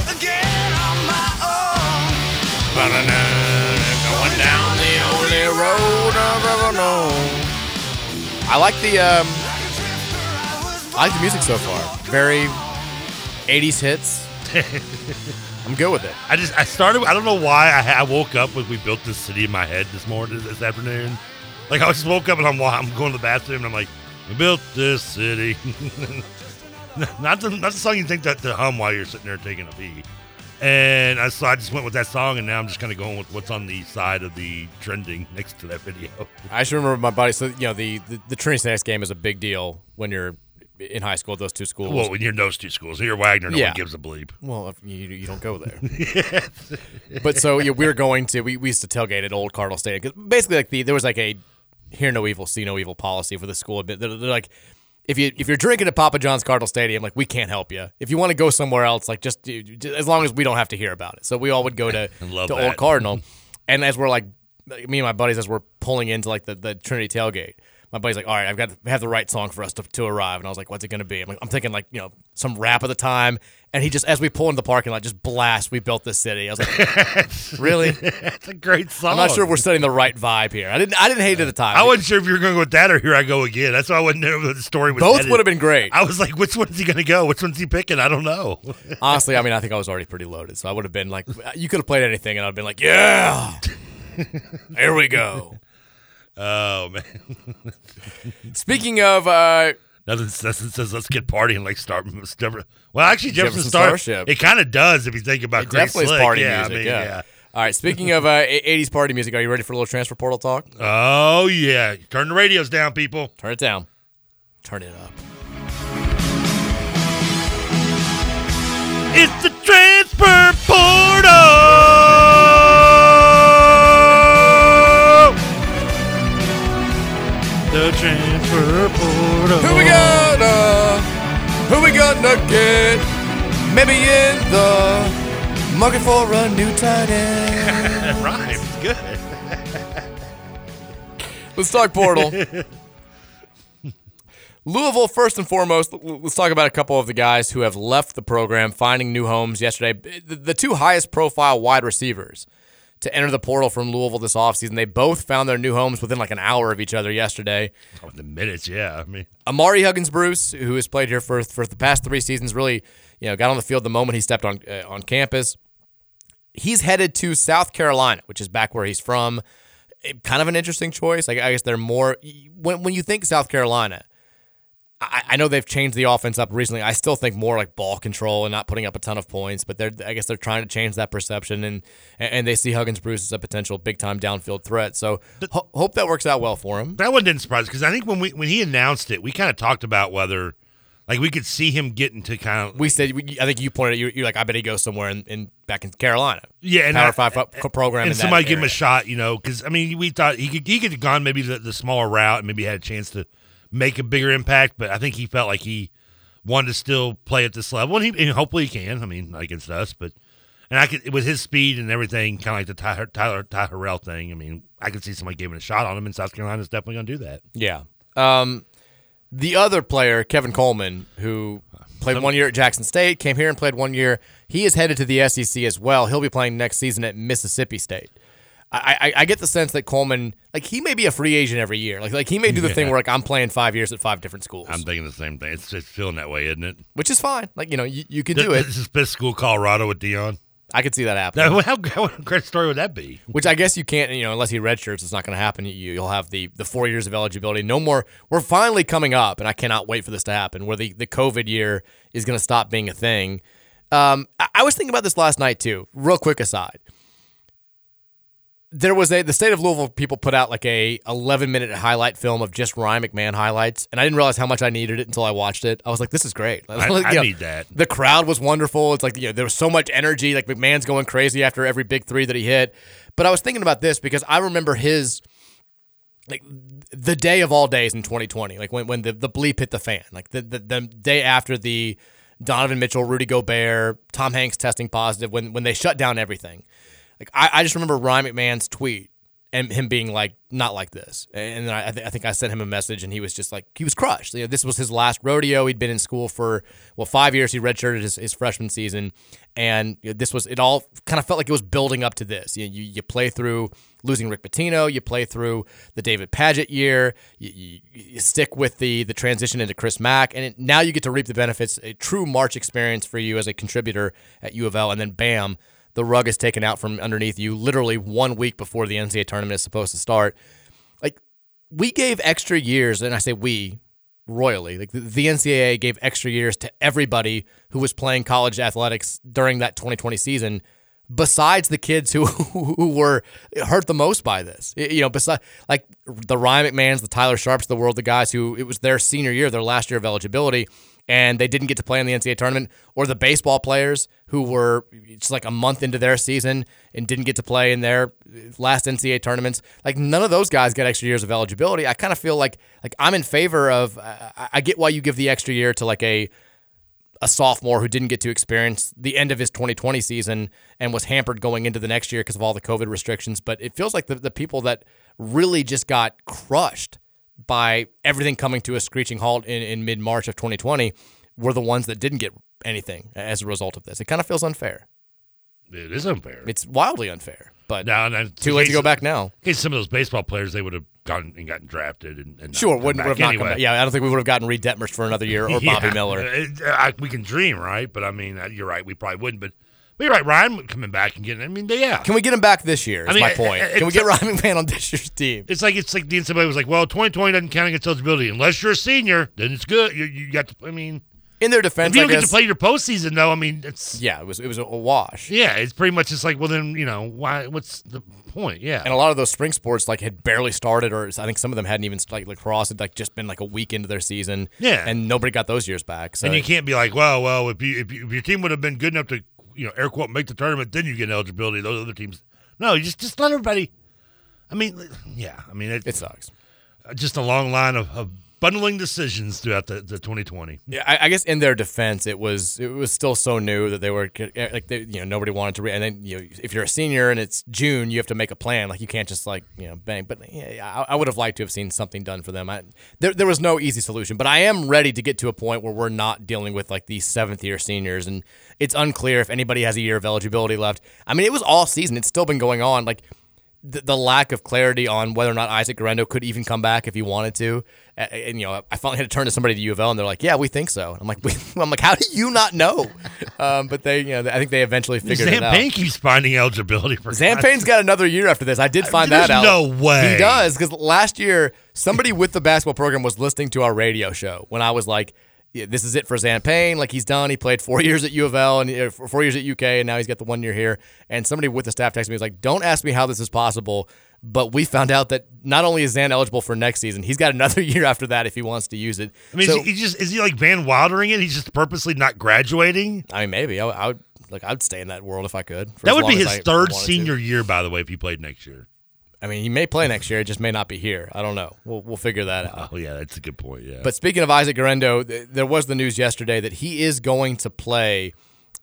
Going down the only road I've ever known. I like the um, I like the music so far. Very 80s hits. I'm good with it. I just I started. I don't know why I, ha- I woke up when we built this city in my head this morning, this afternoon. Like I just woke up and I'm wa- I'm going to the bathroom and I'm like, we built this city. not the not the song you think that to hum while you're sitting there taking a pee. And I, so I just went with that song, and now I'm just kind of going with what's on the side of the trending next to that video. I just remember my buddy. So you know, the the, the Trinity Snacks game is a big deal when you're in high school. Those two schools. Well, when you're in those two schools, you're Wagner, no Yeah. one gives a bleep. Well, if you, you don't go there. but so yeah, we were going to we, we used to tailgate at Old Cardinal Stadium 'cause basically like the there was like a hear no evil, see no evil policy for the school. But They're, they're like if you if you're drinking at Papa John's Cardinal Stadium, like we can't help you. If you want to go somewhere else, like just, do- ju- as long as we don't have to hear about it. So we all would go to love to Old that. Cardinal, and as we're like me and my buddies as we're pulling into like the, the Trinity tailgate. My buddy's like, all right, I've got to have the right song for us to, to arrive. And I was like, what's it going to be? I'm, like, I'm thinking, like, you know, some rap of the time. And he just, as we pull into the parking lot, just blast, we built this city. I was like, really? That's a great song. I'm not sure we're setting the right vibe here. I didn't. I didn't hate it at the time. I wasn't sure if you were going to go with that or here I go again. That's why I wasn't know the story was. Both headed. would have been great. I was like, which one's he going to go? Which one's he picking? I don't know. Honestly, I mean, I think I was already pretty loaded, so I would have been like, you could have played anything, and I'd have been like, yeah, here we go. Oh man. Speaking of, uh, nothing, nothing says let's get partying like start. Start- Well, actually, Jefferson, Jefferson Star. Starship. It kind of does if you think about. It Great definitely Slick. is party yeah, music. I mean, yeah. All right. Speaking of uh, e- '80s party music, are you ready for a little transfer portal talk? Oh yeah. Turn the radios down, people. Turn it down. Turn it up. It's the transfer portal. The transfer portal. Who we gonna? Who we gonna get? Maybe in the market for a new tight end. That rhymes good. Let's talk portal. Louisville, first and foremost, l- let's talk about a couple of the guys who have left the program, finding new homes yesterday. The, the two highest profile wide receivers to enter the portal from Louisville this offseason, they both found their new homes within like an hour of each other yesterday. Oh, the minutes, yeah. I mean, Amari Huggins Bruce, who has played here for for the past three seasons, really you know got on the field the moment he stepped on uh, on campus. He's headed to South Carolina, which is back where he's from. Eh, kind of an interesting choice. I, I guess they're more when when you think South Carolina. I, I know they've changed the offense up recently. I still think more like ball control and not putting up a ton of points, but they're I guess they're trying to change that perception and and they see Huggins Bruce as a potential big time downfield threat. So ho- hope that works out well for him. That one didn't surprise because I think when we when he announced it, we kind of talked about whether, like, we could see him getting to kind of we said we, I think you pointed out you, you're like I bet he goes somewhere in, in back in Carolina. yeah, and Power I- Five pro- program. and in that somebody give him a area. shot, you know, because I mean, we thought he could he could have gone maybe the, the smaller route and maybe had a chance to make a bigger impact, but I think he felt like he wanted to still play at this level, and he and hopefully he can. I mean, like against us, but and I could with his speed and everything, kind of like the Tyler Tyler Ty Harrell thing. I mean, I could see somebody giving a shot on him, and South Carolina's definitely going to do that. Yeah. Um, the other player, Kevin Coleman, who played one year at Jackson State, came here and played one year. He is headed to the SEC as well. He'll be playing next season at Mississippi State. I, I, I get the sense that Coleman, like he may be a free agent every year. Like like he may do the thing Yeah. where like I'm playing five years at five different schools, I'm thinking the same thing. It's just feeling that way, isn't it? which is fine. Like you know you, you can Th- do it. This is best school Colorado with Dion. I could see that happening. That, how, how great a story would that be? Which I guess you can't, you know, unless he redshirts, it's not going to happen. You, you'll have the the four years of eligibility. No more. We're finally coming up, and I cannot wait for this to happen, where the, the COVID year is going to stop being a thing. Um, I, I was thinking about this last night too. Real quick aside, there was a the state of Louisville people put out like a 11 minute highlight film of just Ryan McMahon highlights, and I didn't realize how much I needed it until I watched it. I was like, this is great. I- Like, I you know, need that. The crowd was wonderful. It's like you know there was so much energy. Like McMahon's going crazy after every big three that he hit. But I was thinking about this because I remember his like the day of all days in 2020, like when, when the, the bleep hit the fan, like the, the, the day after the Donovan Mitchell, Rudy Gobert, Tom Hanks testing positive, when, when they shut down everything. Like I, I just remember Ryan McMahon's tweet and him being like not like this and then I, I thi- I think i sent him a message and he was just like he was crushed you know, this was his last rodeo he'd been in school for well five years he redshirted his, his freshman season and you know, this was it all kind of felt like it was building up to this you, you, you play through losing rick Pitino, you play through the david paget year you, you, you stick with the the transition into chris mack and it, now you get to reap the benefits a true march experience for you as a contributor at u of l and then bam the rug is taken out from underneath you literally one week before the NCAA tournament is supposed to start. Like, we gave extra years, and I say we royally, like the, the NCAA gave extra years to everybody who was playing college athletics during that 2020 season, besides the kids who, who were hurt the most by this. Y- You know, besides like the Ryan McMahons, the Tyler Sharps, of the world, the guys who it was their senior year, their last year of eligibility and they didn't get to play in the NCAA tournament, or the baseball players who were just like a month into their season and didn't get to play in their last NCAA tournaments. Like none of those guys got extra years of eligibility. I kind of feel like like I'm in favor of. I, I get why you give the extra year to like a a sophomore who didn't get to experience the end of his 2020 season and was hampered going into the next year because of all the COVID restrictions. But it feels like the, the people that really just got crushed by everything coming to a screeching halt in, in mid March of 2020 were the ones that didn't get anything as a result of this. It kind of feels unfair. It is unfair. It's wildly unfair. But now, now, too late to go back now. In case some of those baseball players, they would have gone and gotten drafted. And, and not Sure, come wouldn't back would have not anyway. come back. Yeah, I don't think we would have gotten Reed Detmers for another year or Bobby Yeah. Miller. It- I- we can dream, right? But I mean, uh, you're right. We probably wouldn't. But, but you're right. Ryan coming back and getting. I mean, yeah. Can we get him back this year? Is I mean, my point. it- it- Can we get Ryan McMahon on this year's team? It's like it's like the NCAA was like, well, 2020 doesn't count against eligibility unless you're a senior. Then it's good. You, you got to. I mean, in their defense, if you I don't get to guess- play your postseason though. I mean, it's Yeah, it was it was a wash. yeah, it's pretty much just like, well, then you know why? What's the point? Yeah. And a lot of those spring sports like had barely started, or I think some of them hadn't even like lacrosse had like just been like a week into their season. Yeah. and nobody got those years back. So And you can't be like, well, well, if you, if, you, if your team would have been good enough to, you know, air quote, make the tournament, then you get eligibility. Those other teams, no, you just just let everybody. I mean, yeah, I mean, it, it sucks. Just a long line of, of bundling decisions throughout the, the 2020. Yeah, I, I guess in their defense, it was it was still so new that they were eh, like they, you know nobody wanted to. Re- and then you know, if you're a senior and it's June, you have to make a plan. Like you can't just like you know bang. But yeah, I, I would have liked to have seen something done for them. I, there there was no easy solution, but I am ready to get to a point where we're not dealing with like these seventh year seniors, and it's unclear if anybody has a year of eligibility left. I mean, it was all season; it's still been going on. Like the, the lack of clarity on whether or not Isaac Garendo could even come back if he wanted to. A- And, you know, I finally had to turn to somebody at U of L, and they're like, "Yeah, we think so." And I'm like, we, "I'm like, how do you not know?" Um, but they, you know, I think they eventually figured it out. Zampane keeps finding eligibility for Zampane's got another year after this. I did find There's that out. no way. He does, because last year, somebody with the basketball program was listening to our radio show when I was like, yeah, this is it for Zampane. Like, he's done. He played four years at U of L and uh, four years at UK, and now he's got the one year here. And somebody with the staff texted me, was like, don't ask me how this is possible. But we found out that not only is Zan eligible for next season, he's got another year after that if he wants to use it. I mean, So- is, he, he just is he like Van Wildering it? He's just purposely not graduating. I mean, maybe I, I would like I'd stay in that world if I could. for That as would be long as his I third wanted to. senior year, by the way, if he played next year. I mean, he may play next year. It just may not be here. I don't know. We'll we'll figure that out. Oh yeah, that's a good point. Yeah, But speaking of Isaac Garendo, th- there was the news yesterday that he is going to play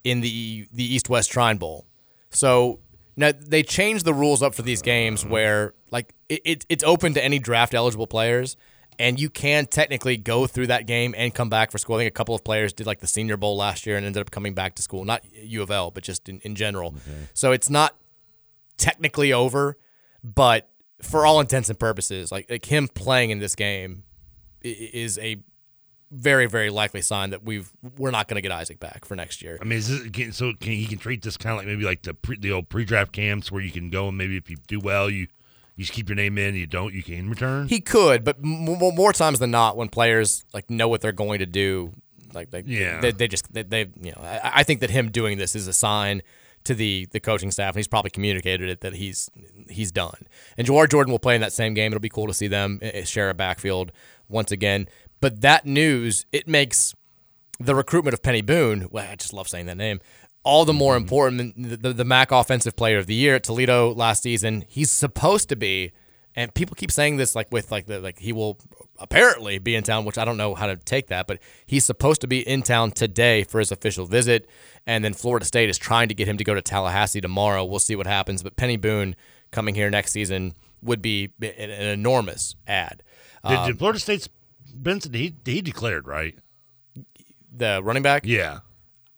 in the E, the East West Shrine Bowl. So now they changed the rules up for these games where like it, it, it's open to any draft eligible players, and you can technically go through that game and come back for school. I think a couple of players did like the Senior Bowl last year and ended up coming back to school, not U of L, but just in, in general. So it's not technically over, but for all intents and purposes, like like him playing in this game i- i- is a very very likely sign that we've we're not going to get Isaac back for next year. I mean, is this, can, so can he can treat this kind of like maybe like the pre, the old pre-draft camps where you can go and maybe if you do well, you you just keep your name in. You don't, you can return. He could, but m- m- more times than not, when players like know what they're going to do, like they Yeah. they, they just they, they you know I, I think that him doing this is a sign to the the coaching staff, and he's probably communicated it that he's he's done. And Jawar Jordan will play in that same game. It'll be cool to see them eh, eh, share a backfield once again. But that news it makes the recruitment of Penny Boone, well, I just love saying that name, all the more important. The, the, the MAC Offensive Player of the Year at Toledo last season, he's supposed to be, and people keep saying this like with like the like he will apparently be in town, which I don't know how to take that, but he's supposed to be in town today for his official visit, and then Florida State is trying to get him to go to Tallahassee tomorrow. We'll see what happens, but Penny Boone coming here next season would be an, an enormous ad. Did, Um, did Florida State's Benson? He he declared right. The running back. Yeah.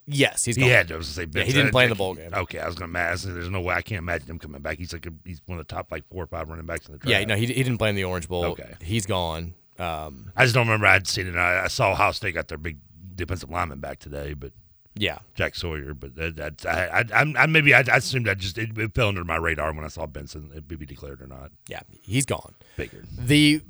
Yes, he's He gone. had to I was gonna say Yeah, he Benson. didn't play in the I- bowl game. Okay, I was gonna ask. There's no way I can't imagine him coming back. He's like a, he's one of the top like four or five running backs in the draft. Yeah, no, he, he didn't play in the Orange Bowl. Okay. He's gone. Um, I just don't remember I'd seen it. I, I saw how State got their big defensive lineman back today, but Yeah. Jack Sawyer. But that, that's I, I, I'm- I maybe I, I assumed that just it, it fell under my radar when I saw Benson if he declared or not. Yeah, he's gone. Figured. The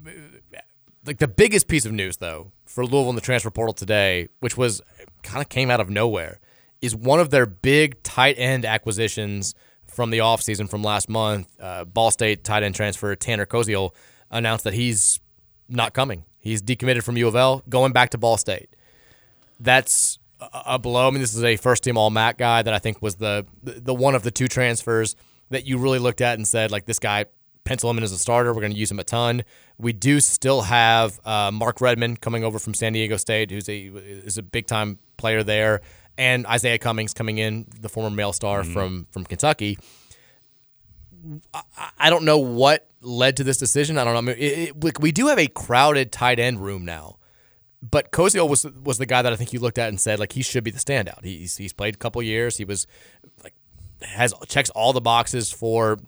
like the biggest piece of news though for Louisville in the transfer portal today, which was kind of came out of nowhere, is one of their big tight end acquisitions from the offseason from last month. Uh, Ball State tight end transfer Tanner Koziel announced that he's not coming. He's decommitted from U of L, going back to Ball State. That's a a blow. I mean, this is a first team All Mac guy that I think was the the one of the two transfers that you really looked at and said like this guy pencil him in as a starter. We're going to use him a ton. We do still have uh, Mark Redmond coming over from San Diego State, who's a is a big time player there, and Isaiah Cummings coming in, the former male star Mhm. from from Kentucky. I- I don't know what led to this decision. I don't know. I mean, it, it, like, we do have a crowded tight end room now, but Koziel was was the guy that I think you looked at and said like he should be the standout. He's he's played a couple years. He was like has checks all the boxes for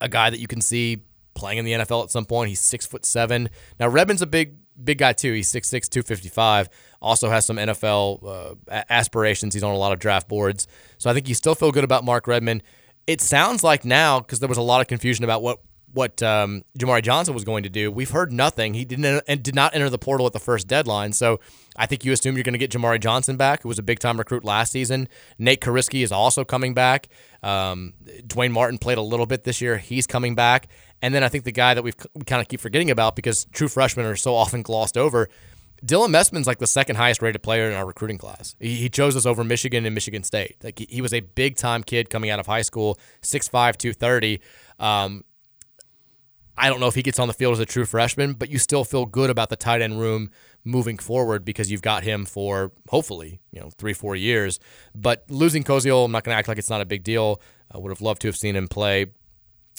a guy that you can see playing in the NFL at some point. He's six foot seven. Now Redmond's a big big guy too. He's 6'6", 255. Also has some NFL uh, a- aspirations. He's on a lot of draft boards. So I think you still feel good about Mark Redmond. It sounds like now because there was a lot of confusion about what what um, Jamari Johnson was going to do. We've heard nothing. He didn't en- and did not enter the portal at the first deadline. So I think you assume you're going to get Jamari Johnson back, who was a big time recruit last season. Nate Kariski is also coming back. Um, Dwayne Martin played a little bit this year. He's coming back. And then I think the guy that we've c- we kind of keep forgetting about because true freshmen are so often glossed over. Dylan Messman's like the second highest rated player in our recruiting class. He, he chose us over Michigan and Michigan State. Like he, he was a big time kid coming out of high school, 6'5", 230. Um, I don't know if he gets on the field as a true freshman, but you still feel good about the tight end room moving forward because you've got him for hopefully you know three four years. But losing Koziel, I'm not going to act like it's not a big deal. I would have loved to have seen him play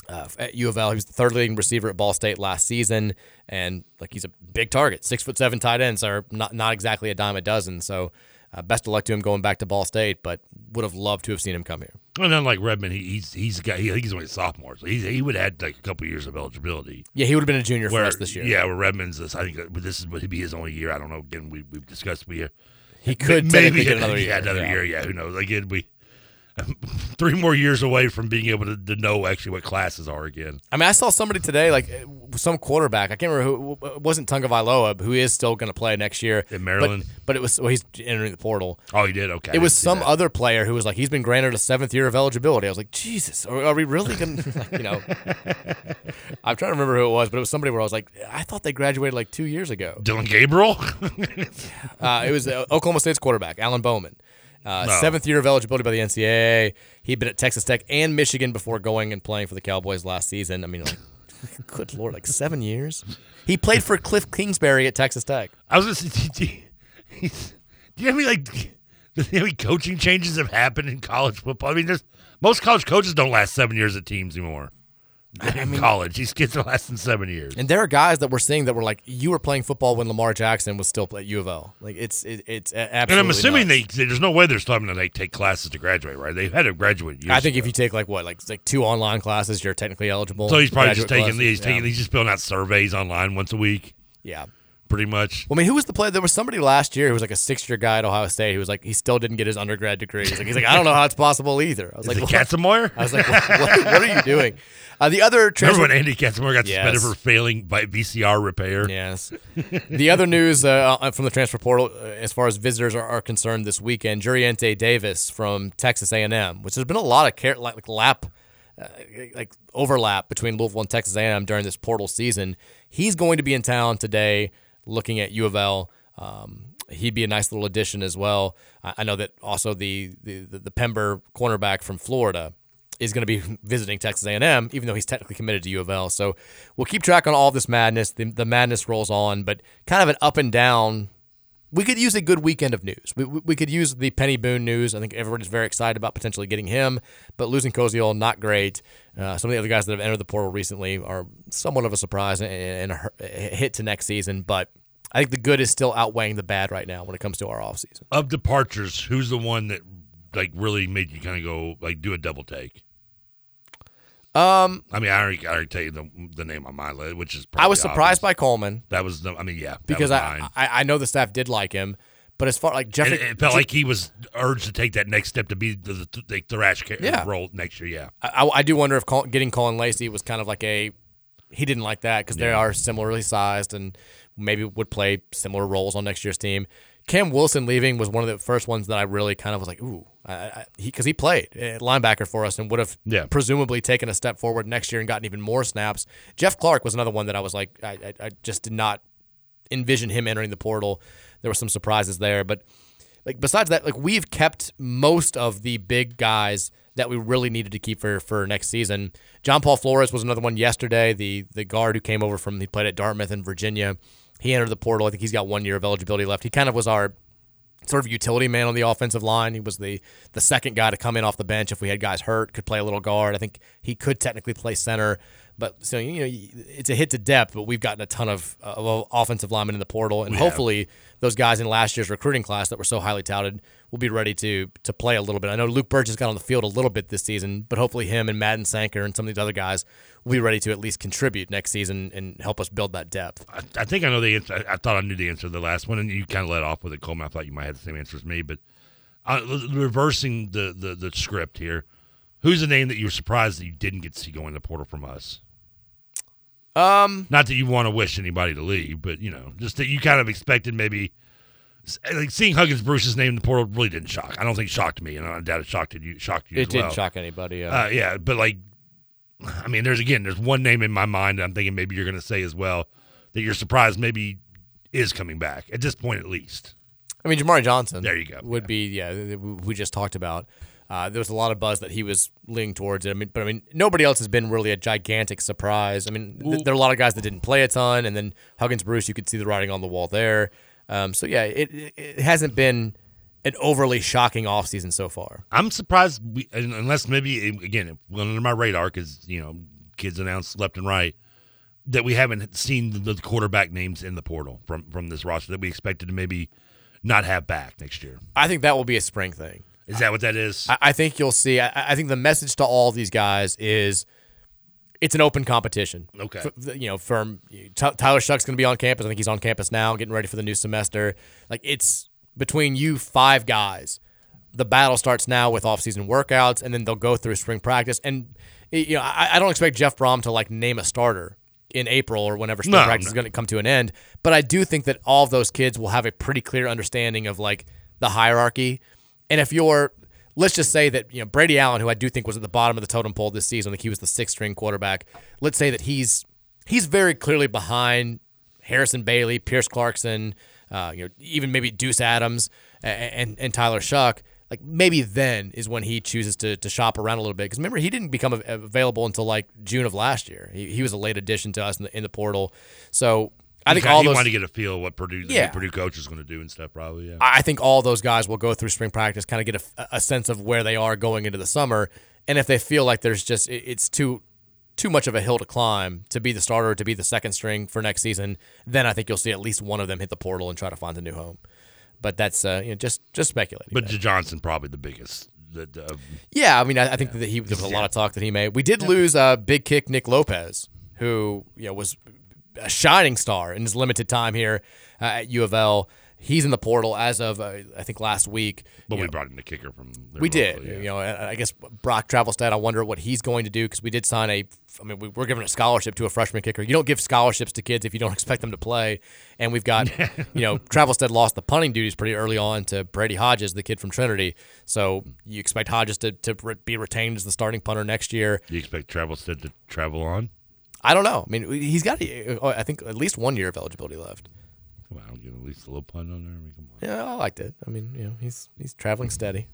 uh, at U of L. He was the third leading receiver at Ball State last season, and like he's a big target. Six foot seven tight ends are not not exactly a dime a dozen. So uh, best of luck to him going back to Ball State, but would have loved to have seen him come here. And then like Redmond, he, he's he's a guy. He, I think he's only a sophomore, so he's, he would have had like a couple years of eligibility. Yeah, he would have been a junior for Where- us this year. Yeah, where Redmond's this, I think, uh, but this is would be his only year. I don't know. Again, we we've discussed we. Uh, He could technically get another year, Yeah, another yeah. year. Yeah, who knows? Again, we three more years away from being able to, to know actually what classes are again. I mean, I saw somebody today, like uh, some quarterback. I can't remember who it wasn't Tunga Vailoa, who is still going to play next year in Maryland? But, but it was well, he's entering the portal. Oh, he did. Okay, I it was didn't see some that. other player who was like, he's been granted a seventh year of eligibility. I was like, Jesus, are, are we really going? to, like, You know, I'm trying to remember who it was, but it was somebody where I was like, I thought they graduated like two years ago. Dylan Gabriel. uh, it was uh, Oklahoma State's quarterback, Alan Bowman. Uh, No. Seventh year of eligibility by the NCAA. He'd been at Texas Tech and Michigan before going and playing for the Cowboys last season. I mean, like, good lord, like seven years. He played for Cliff Kingsbury at Texas Tech. I was just do you- do you have any like do you have any coaching changes have happened in college football? I mean, there's most college coaches don't last seven years at teams anymore. In college, these kids are lasting seven years. And there are guys that we're seeing that were like, you were playing football when Lamar Jackson was still at U of L. Like it's it, it's a- absolutely. and I'm assuming nuts. they, there's no way they're still having to like, take classes to graduate, right? They had to graduate. Years I think if you take like what like like two online classes, you're technically eligible. so he's probably just Graduate taking classes, he's yeah. taking he's just filling out surveys online once a week. Yeah, pretty much. Well, I mean, who was the player? There was somebody last year who was like a six-year guy at Ohio State who was like he still didn't get his undergrad degree. He's like, he's like I don't know how it's possible either. I was like, Is it what? Katzenmoyer? I was like, what, what- what are you doing? Uh, the other transfer- Remember when Andy Katzenmoyer got Yes. suspended for failing by VCR repair? Yes. the other news uh, from the transfer portal, uh, as far as visitors are, are concerned this weekend, Juriente Davis from Texas A&M, which there's been a lot of care, like, like lap, uh, like overlap between Louisville and Texas A&M during this portal season. He's going to be in town today, looking at U of L. Um, he'd be a nice little addition as well. I, I know that also the the the, the Pember cornerback from Florida is going to be visiting Texas A&M, even though he's technically committed to U of L. So we'll keep track on all this madness. The, the madness rolls on, but kind of an up and down we could use a good weekend of news. We, we, we could use the Penny Boone news. I think everybody's very excited about potentially getting him, but losing Koziol, not great. Uh, some of the other guys that have entered the portal recently are somewhat of a surprise and, and a hurt- a hit to next season, but I think the good is still outweighing the bad right now when it comes to our offseason. Of departures, who's the one that like really made you kind of go like do a double take? Um, I mean, I already, I already tell you the, the name on my list, which is I was probably surprised by Coleman. obvious. That was the, I mean, yeah, that because was mine. I, I I know the staff did like him, but as far like And Jeffrey, it, felt like he was urged to take that next step to be the, the, the thrash ca- Yeah. role next year. Yeah, I, I do wonder if Col- getting Colin Lacey was kind of like a he didn't like that because they Yeah. are similarly sized and maybe would play similar roles on next year's team. Cam Wilson leaving was one of the first ones that I really kind of was like, ooh, because I, he, 'cause he played at linebacker for us and would have Yeah. presumably taken a step forward next year and gotten even more snaps. Jeff Clark was another one that I was like, I, I, I just did not envision him entering the portal. There were some surprises there, but like besides that, like we've kept most of the big guys that we really needed to keep for for next season. John Paul Flores was another one yesterday. The the guard who came over from he played at Dartmouth in Virginia. He entered the portal. I think he's got one year of eligibility left. He kind of was our sort of utility man on the offensive line. He was the the second guy to come in off the bench if we had guys hurt, could play a little guard. I think he could technically play center, but so you know it's a hit to depth. But we've gotten a ton of, of offensive linemen in the portal, and We have. hopefully those guys in last year's recruiting class that were so highly touted will be ready to to play a little bit. I know Luke Burgess got on the field a little bit this season, but hopefully him and Madden Sanker and some of these other guys will be ready to at least contribute next season and help us build that depth. I, I think I know the answer. I, I thought I knew the answer to the last one, and you kind of let off with it, Coleman. I thought you might have the same answer as me, but uh, l- reversing the, the the script here, who's the name that you were surprised that you didn't get to see going to the portal from us? Um, Not that you want to wish anybody to leave, but you know, just that you kind of expected maybe. s- Like seeing Huggins Bruce's name in the portal really didn't shock. I don't think it shocked me, and I doubt it shocked you. Shocked you. It as didn't well. shock anybody, yeah. Uh, yeah, but like, I mean, there's again, there's one name in my mind that I'm thinking maybe you're going to say as well that you're surprised maybe is coming back at this point at least. I mean, Jamari Johnson. There you go. Would be yeah. th- th- We just talked about. Uh, there was a lot of buzz that he was leaning towards it. I mean, but I mean, nobody else has been really a gigantic surprise. I mean, th- Well- there are a lot of guys that didn't play a ton, and then Huggins Bruce, you could see the writing on the wall there. Um, so yeah, it, it it hasn't been an overly shocking offseason so far. I'm surprised, we, un- unless maybe um, again it went under my radar because you know kids announced left and right that we haven't seen the quarterback names in the portal from from this roster that we expected to maybe not have back next year. I think that will be a spring thing. Is that what that is? I, I think you'll see. I, I think the message to all of these guys is it's an open competition. Okay. F- th- you know, from T- Tyler Shuck's going to be on campus. I think he's on campus now, getting ready for the new semester. Like it's between you five guys. The battle starts now with off-season workouts, and then they'll go through spring practice. And you know, I, I don't expect Jeff Brom to like name a starter in April or whenever spring No, practice is no. going to come to an end. But I do think that all of those kids will have a pretty clear understanding of like the hierarchy. And if you're, let's just say that you know Brady Allen, who I do think was at the bottom of the totem pole this season, like he was the sixth string quarterback. Let's say that he's he's very clearly behind Harrison Bailey, Pierce Clarkson, uh, you know, even maybe Deuce Adams a- a- and and Tyler Shuck. Like maybe then is when he chooses to, to shop around a little bit because remember he didn't become av- available until like June of last year. He, he was a late addition to us in the, in the portal. So I think He kinda- all he those wanted to get a feel of what Purdue the new Yeah. Purdue coach is going to do and stuff probably. Yeah. I I think all those guys will go through spring practice, kind of get a, a sense of where they are going into the summer, and if they feel like there's just it- it's too too much of a hill to climb to be the starter, to be the second string for next season, then I think you'll see at least one of them hit the portal and try to find a new home. But that's uh, you know just just speculating. but Johnson probably the biggest. The, the, um, Yeah, I mean, I, I think that he there was a lot of talk that he made. We did lose uh, big kick Nick Lopez, who you know was a shining star in his limited time here uh, at U of L. He's in the portal as of uh, I think last week. but You we know, brought in the kicker from. their we local, did. yeah. You know, I I guess Brock Travelstead. I wonder what he's going to do because we did sign a. I mean, we, we're giving a scholarship to a freshman kicker. You don't give scholarships to kids if you don't expect them to play. And we've got, you know, Travelstead lost the punting duties pretty early on to Brady Hodges, the kid from Trinity. So you expect Hodges to, to re- be retained as the starting punter next year. Do you expect Travelstead to travel on? I don't know. I mean, he's got, a- oh, I think, at least one year of eligibility left. Well, I'll get at least a little pun on there. I mean, come on. Yeah, I liked it. I mean, you know, he's he's traveling steady.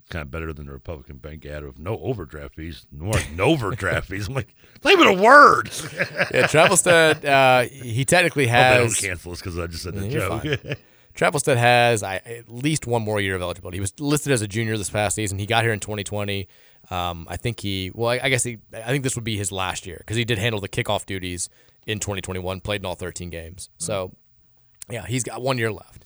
It's kind of better than the Republican bank ad of no overdraft fees, nor no overdraft fees. I'm like, not even a word. Yeah, Travelstead, uh, he technically Hope they has. don't cancel us because I just said Yeah, that you're joke. fine. Travelstead has I, at least one more year of eligibility. He was listed as a junior this past season. He got here in 2020. Um, I think he, well, I, I guess he, I think this would be his last year because he did handle the kickoff duties in 2021, played in all 13 games. Mm-hmm. So, yeah, he's got one year left.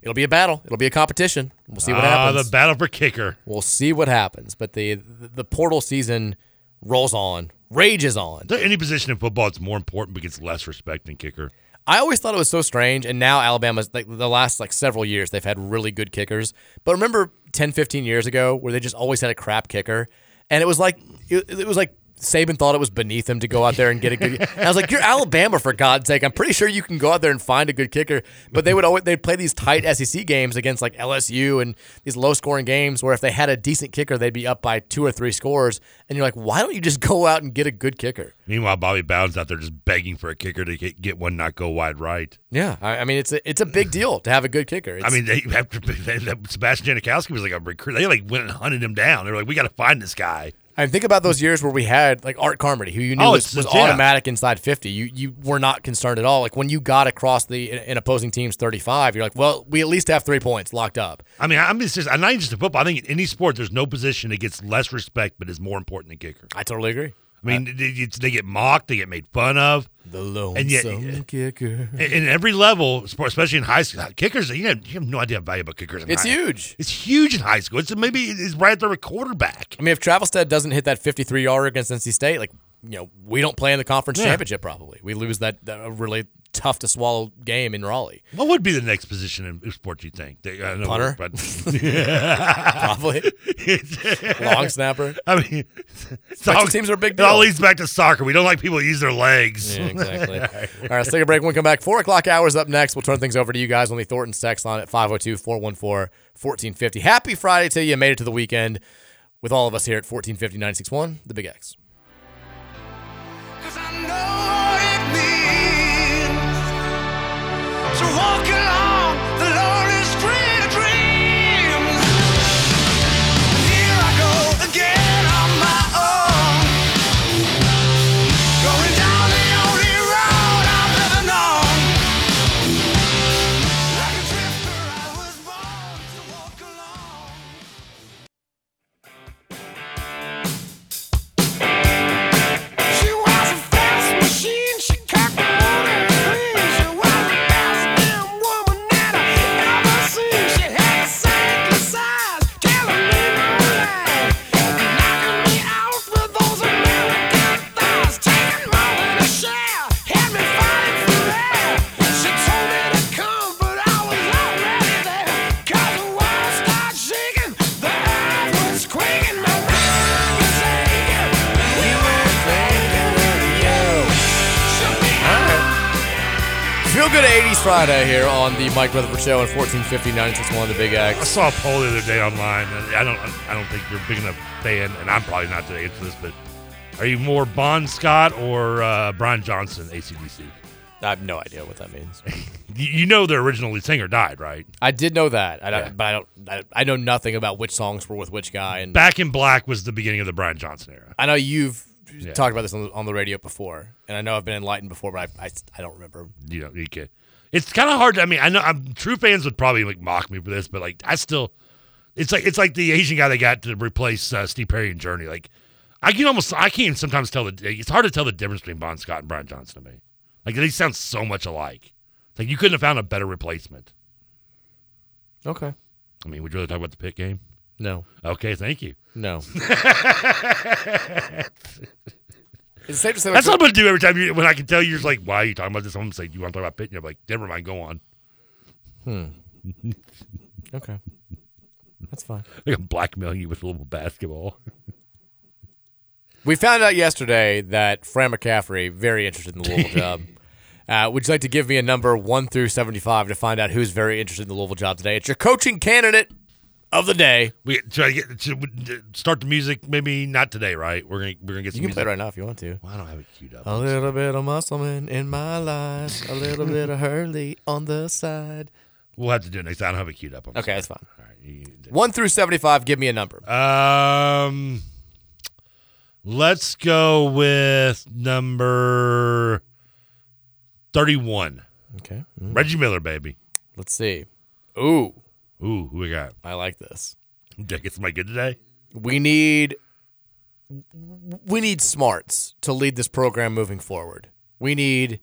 It'll be a battle. It'll be a competition. We'll see what Ah, happens. the battle for kicker. We'll see what happens. But the the portal season rolls on, rages on. Any position in football it's more important but gets less respect than kicker. I always thought it was so strange, and now Alabama's like the last like several years they've had really good kickers. But remember 10, 15 years ago where they just always had a crap kicker, and it was like it, it was like Saban thought it was beneath him to go out there and get a good. and I was like, you're Alabama for God's sake! I'm pretty sure you can go out there and find a good kicker. But they would always they'd play these tight SEC games against like LSU and these low scoring games where if they had a decent kicker they'd be up by two or three scores, and you're like, why don't you just go out and get a good kicker? Meanwhile, Bobby Bowden's out there just begging for a kicker to get, get one not go wide right. Yeah, I, I mean it's a, it's a big deal to have a good kicker. I It's- mean, they, after they, Sebastian Janikowski was like a recruit. They like went and hunted him down. They were like, "We got to find this guy." I think about those years where we had like Art Carmody, who you knew Oh, was, it's- was yeah. automatic inside fifty. You you were not concerned at all. Like when you got across the an opposing team's thirty five, you're like, well, we at least have three points locked up. I mean, I'm just, I'm not just in football. I think in any sport, there's no position that gets less respect but is more important than kicker. I totally agree. I mean, they, it's- they get mocked, they get made fun of. The lonesome and yet, kicker. in, in every level, sp- especially in high school, kickers. You have, you have no idea how valuable kickers. are in It's high- huge. It's huge in high school. It's maybe it's right up there with quarterback. I mean, if Travelstead doesn't hit that fifty three yarder against NC State, like you know, we don't play in the conference Yeah. championship. Probably we lose that, that really tough to swallow game in Raleigh. What would be the next position in sports? You think? They, I know Punter? but Probably. Long snapper. I mean, it's Special teams are a big It all deal. leads back to soccer. We don't like people that use their legs. Yeah, exactly. All right, let's take a break. When we come back, 4 o'clock hours up next. We'll turn things over to you guys on the Thornton text line at 502 414 1450. Happy Friday to you. Made it to the weekend with all of us here at 1450 961, The Big X. So walk along the lonely street of dreams. Here I go again on my own. Going down the only road I've ever known. Like a drifter, I was born to walk along. She was a fast machine. She kept me running free. She was the best damn woman that I ever seen. She had a sickly size, killing me alive, knocking me out with those American thighs, taking more than a share, had me fighting for air. She told me to come, but I was already there. 'Cause the world started shaking, the earth was quaking, my mind was aching. We were thinking of you. Feel good 80s Friday here on the Mike Rutherford Show on 1450 961, The Big I X. saw a poll the other day online. And I don't. I don't think you're a big enough fan, and I'm probably not to answer this. But are you more Bon Scott or uh, Brian Johnson, ACDC? I have no idea what that means. you, you know their original lead singer died, right? I did know that, I don't, but I don't. I, I know nothing about which songs were with which guy. And Back in Black was the beginning of the Brian Johnson era. I know you've Yeah. talked about this on the, on the radio before, and I know I've been enlightened before, but I, I, I don't remember. You know, you can. It's kind of hard. To, I mean, I know I'm, true fans would probably like mock me for this, but like I still, it's like it's like the Asian guy they got to replace uh, Steve Perry and Journey. Like I can almost I can't even sometimes tell the it's hard to tell the difference between Bon Scott and Brian Johnson to me. Like they sound so much alike. It's like you couldn't have found a better replacement. Okay. I mean, would you rather talk about the pit game? No. Okay, thank you. No. It's safe to say That's like- what I'm gonna do every time you, when I can tell you're just like, why are you talking about this? I'm gonna say, you want to talk about pit? And you're like, never mind, go on. Hmm. Okay. That's fine. Like I'm blackmailing you with a little basketball. We found out yesterday that Fran McCaffrey very interested in the Louisville job. Uh, would you like to give me a number one through seventy-five to find out who's very interested in the Louisville job today? It's your coaching candidate of the day. We try to get should we, uh, start the music. Maybe not today, right? We're gonna we're gonna get. You Some can play music. it right now Oh, if you want to. Well, I don't have it queued up. A little bit of muscleman in my life, a little bit of Hurley on the side. We'll have to do it next. time. I don't have it queued up. I'm Okay, that's fine. sorry. You- One through seventy-five. Give me a number. Um, let's go with number thirty-one. Okay, Mm. Reggie Miller, baby. Let's see. Ooh. Ooh, who we got? I like this. Did I get somebody good today? We need we need smarts to lead this program moving forward. We need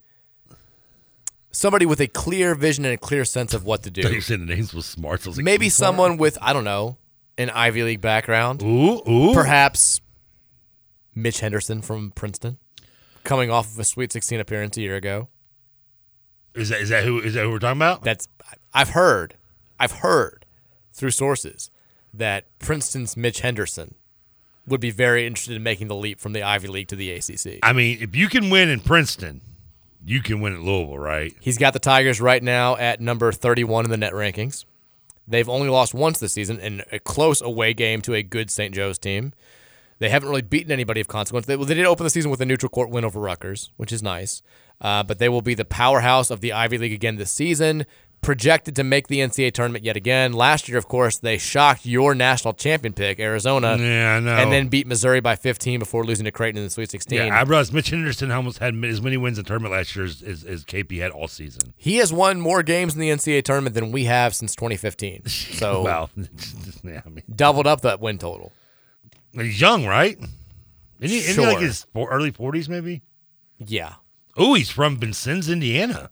somebody with a clear vision and a clear sense of what to do. Thought you said the names was smarts. I was like, Maybe "Who's someone with I don't know an Ivy League background. Ooh, ooh. Perhaps Mitch Henderson from Princeton, coming off of a Sweet 16 appearance a year ago. Is that is that who is that who we're talking about? That's I've heard, I've heard through sources that Princeton's Mitch Henderson would be very interested in making the leap from the Ivy League to the ACC. I mean, if you can win in Princeton, you can win at Louisville, right? He's got the Tigers right now at number 31 in the net rankings. They've only lost once this season in a close away game to a good St. Joe's team. They haven't really beaten anybody of consequence. They, well, they did open the season with a neutral court win over Rutgers, which is nice. Uh, but they will be the powerhouse of the Ivy League again this season, projected to make the NCAA tournament yet again. Last year, of course, they shocked your national champion pick, Arizona. Yeah, I know. Uh, And then beat Missouri by 15 before losing to Creighton in the Sweet 16. Yeah, I realized Mitch Henderson almost had as many wins in tournament last year as, as, as KP had all season. He has won more games in the NCAA tournament than we have since 2015. So Wow. yeah, I mean, doubled up that win total. he's young, right? Isn't he, isn't he like Sure. his four, early 40s, maybe? Yeah. Oh, he's from Vincennes, Indiana.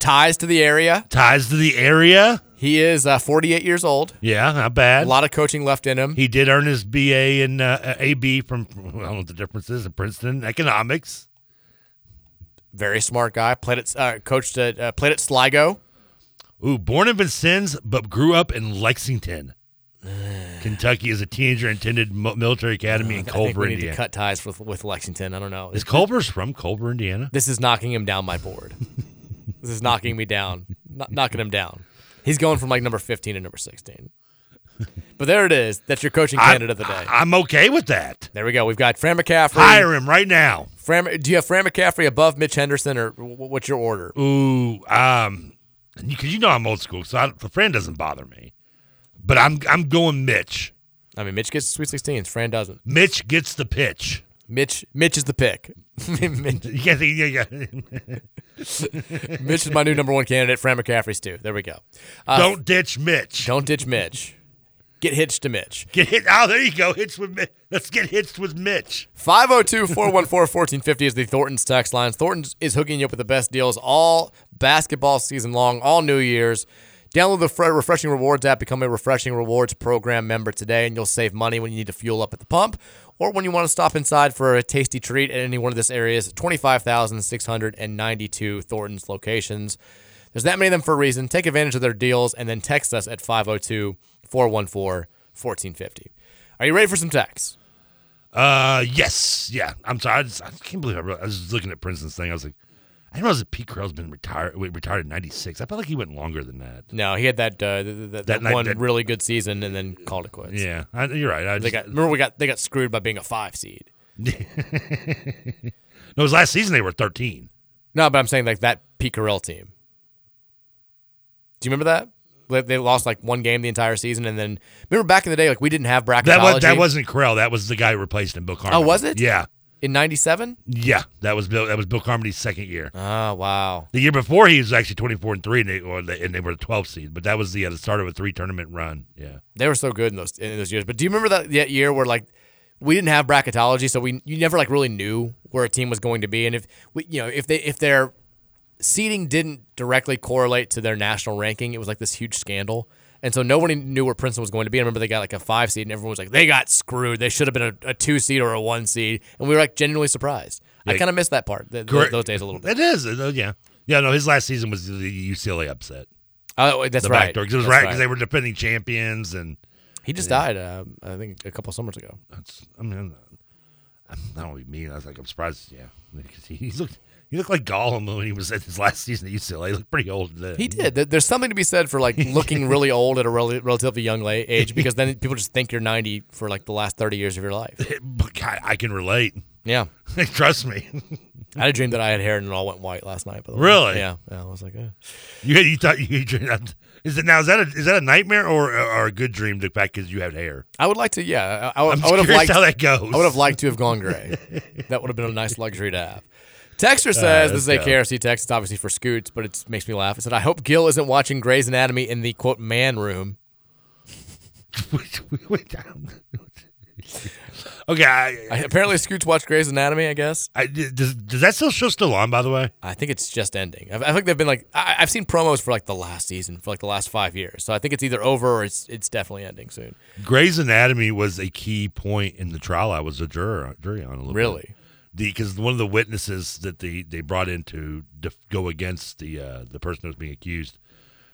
Ties to the area. Ties to the area. He is uh, 48 years old. Yeah, not bad. A lot of coaching left in him. He did earn his BA and uh, AB from, I don't know what the difference is, in Princeton economics. Very smart guy. Played at uh, coached at uh, played at Sligo. Ooh, born in Vincennes, but grew up in Lexington, Kentucky. As a teenager, attended mo- military academy in I think Culver, we need to Indiana. cut ties with with Lexington. I don't know. Is Culver's from Culver, Indiana? This is knocking him down my board. this is knocking me down. Kno- knocking him down. He's going from like number 15 to number 16. But there it is. That's your coaching I- candidate of the day. I- I'm okay with that. there we go. We've got Fran McCaffrey. Hire him right now. Fran, do you have Fran McCaffrey above Mitch Henderson, or wh- what's your order? Ooh, um, because you know I'm old school, so I, the friend doesn't bother me. But I'm I'm going Mitch. I mean, Mitch gets the Sweet 16s. Fran doesn't. Mitch gets the pitch. Mitch, Mitch is the pick. Mitch, Yeah, yeah, yeah. Mitch is my new number one candidate. Fran McCaffrey's too. There we go. Uh, Don't ditch Mitch. don't ditch Mitch. Get hitched to Mitch. Get hit. Oh, there you go. Hits with Mitch. Let's get hits with Mitch. 502-414-1450 is the Thornton's text line. Thornton's is hooking you up with the best deals all basketball season long, all New Year's. Download the Fre- Refreshing Rewards app, become a Refreshing Rewards program member today, and you'll save money when you need to fuel up at the pump or when you want to stop inside for a tasty treat at any one of this area's 25,692 Thornton's locations. There's that many of them for a reason. Take advantage of their deals and then text us at 502 414 1450. Are you ready for some texts? Uh, yes, yeah. I'm sorry. I, just, I can't believe I, really, I was just looking at Princeton's thing. I was like, I didn't realize that Pete Carroll's been retired. Wait, retired in '96. I felt like he went longer than that. No, he had that uh, th- th- that, That that night- one that- really good season and then called it quits. Yeah, I, you're right. I they just, got remember we got they got screwed by being a five seed. no, his last season they were 13. No, but I'm saying like that Pete Carroll team. Do you remember that? Like, They lost like one game the entire season, and then remember back in the day, like we didn't have bracketology. That was that wasn't Carroll. That was the guy who replaced him, Bill Carmody. Oh, was it? Yeah, in '97. yeah. That was Bill. That was Bill Carmody's second year. Oh wow, The year before he was actually 24 and three, and they, well, they, and they were the 12 seed. But that was the, uh, the start of a three tournament run. Yeah. they were so good in those in those years. But do you remember that, that year where like we didn't have bracketology, so we you never like really knew where a team was going to be, and if we, you know if they if their seeding didn't directly correlate to their national ranking, it was like this huge scandal. And so nobody knew where Princeton was going to be. I remember they got like a five seed, and everyone was like, "They got screwed. They should have been a, a two seed or a one seed." And we were like genuinely surprised. I Like- kind of missed that part, th- th- Correct. those days a little bit. It is. uh, yeah. Yeah. No, his last season was the UCLA upset. Oh, that's the right. back door because it was That's right because they were defending champions and He just died, um, I think, a couple summers ago. that's I mean I'm not only mean I was like I'm surprised yeah because he, he looked he looked like Gollum when he was at his last season at UCLA he looked pretty old then. He did. There- There's something to be said for like looking really old at a rel- relatively young la- age because then people just think you're 90 for like the last 30 years of your life. But God, I can relate Yeah. trust me I had a dream that I had hair and it all went white last night. By the way. Really? Yeah. yeah. I was like, eh. you you thought you, you dreamed- is it now is that a, is that a nightmare or, or a good dream the fact because you have hair I would like to, yeah. I, I, would- I'm I would have curious liked how that goes I would have liked to have gone gray. that would have been a nice luxury to have. Texter All right, says, this is a let's go. KRC text. It's obviously for Scoots, but it makes me laugh. It said, I hope Gil isn't watching Grey's Anatomy in the, quote, man room. Okay. I, apparently, Scoots watched Grey's Anatomy, I guess. I, does, does that still show still on, by the way? I think it's just ending. I, I think they've been like, I, I've seen promos for like the last season, for like the last five years. So I think it's either over or it's, it's definitely ending soon. Grey's Anatomy was a key point in the trial. I was a juror, jury on a little Really? Because one of the witnesses that they, they brought in to def- go against the uh, the person who was being accused,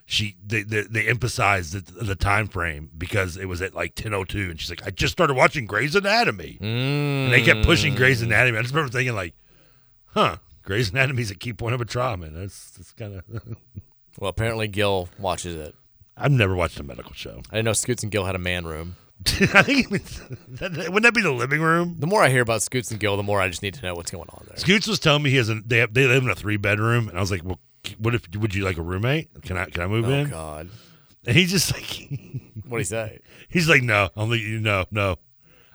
she they they, they emphasized the, the time frame because it was at like ten oh two, and she's like, I just started watching Grey's Anatomy, and they kept pushing Grey's Anatomy. I just remember thinking like, huh, Grey's Anatomy is a key point of a trial, man. That's that's kind of. Well, apparently, Gil watches it. I've never watched a medical show. I didn't know Scoots and Gil had a man room. I think that, wouldn't that be the living room? The more I hear about Scoots and Gil, the more I just need to know what's going on there. Scoots was telling me he has a they have, they live in a three bedroom, and I was like, well, what if would you like a roommate? Can I can I move Oh, in? God. And he's just like, what do you say? He's like, no, I'm like, no, no.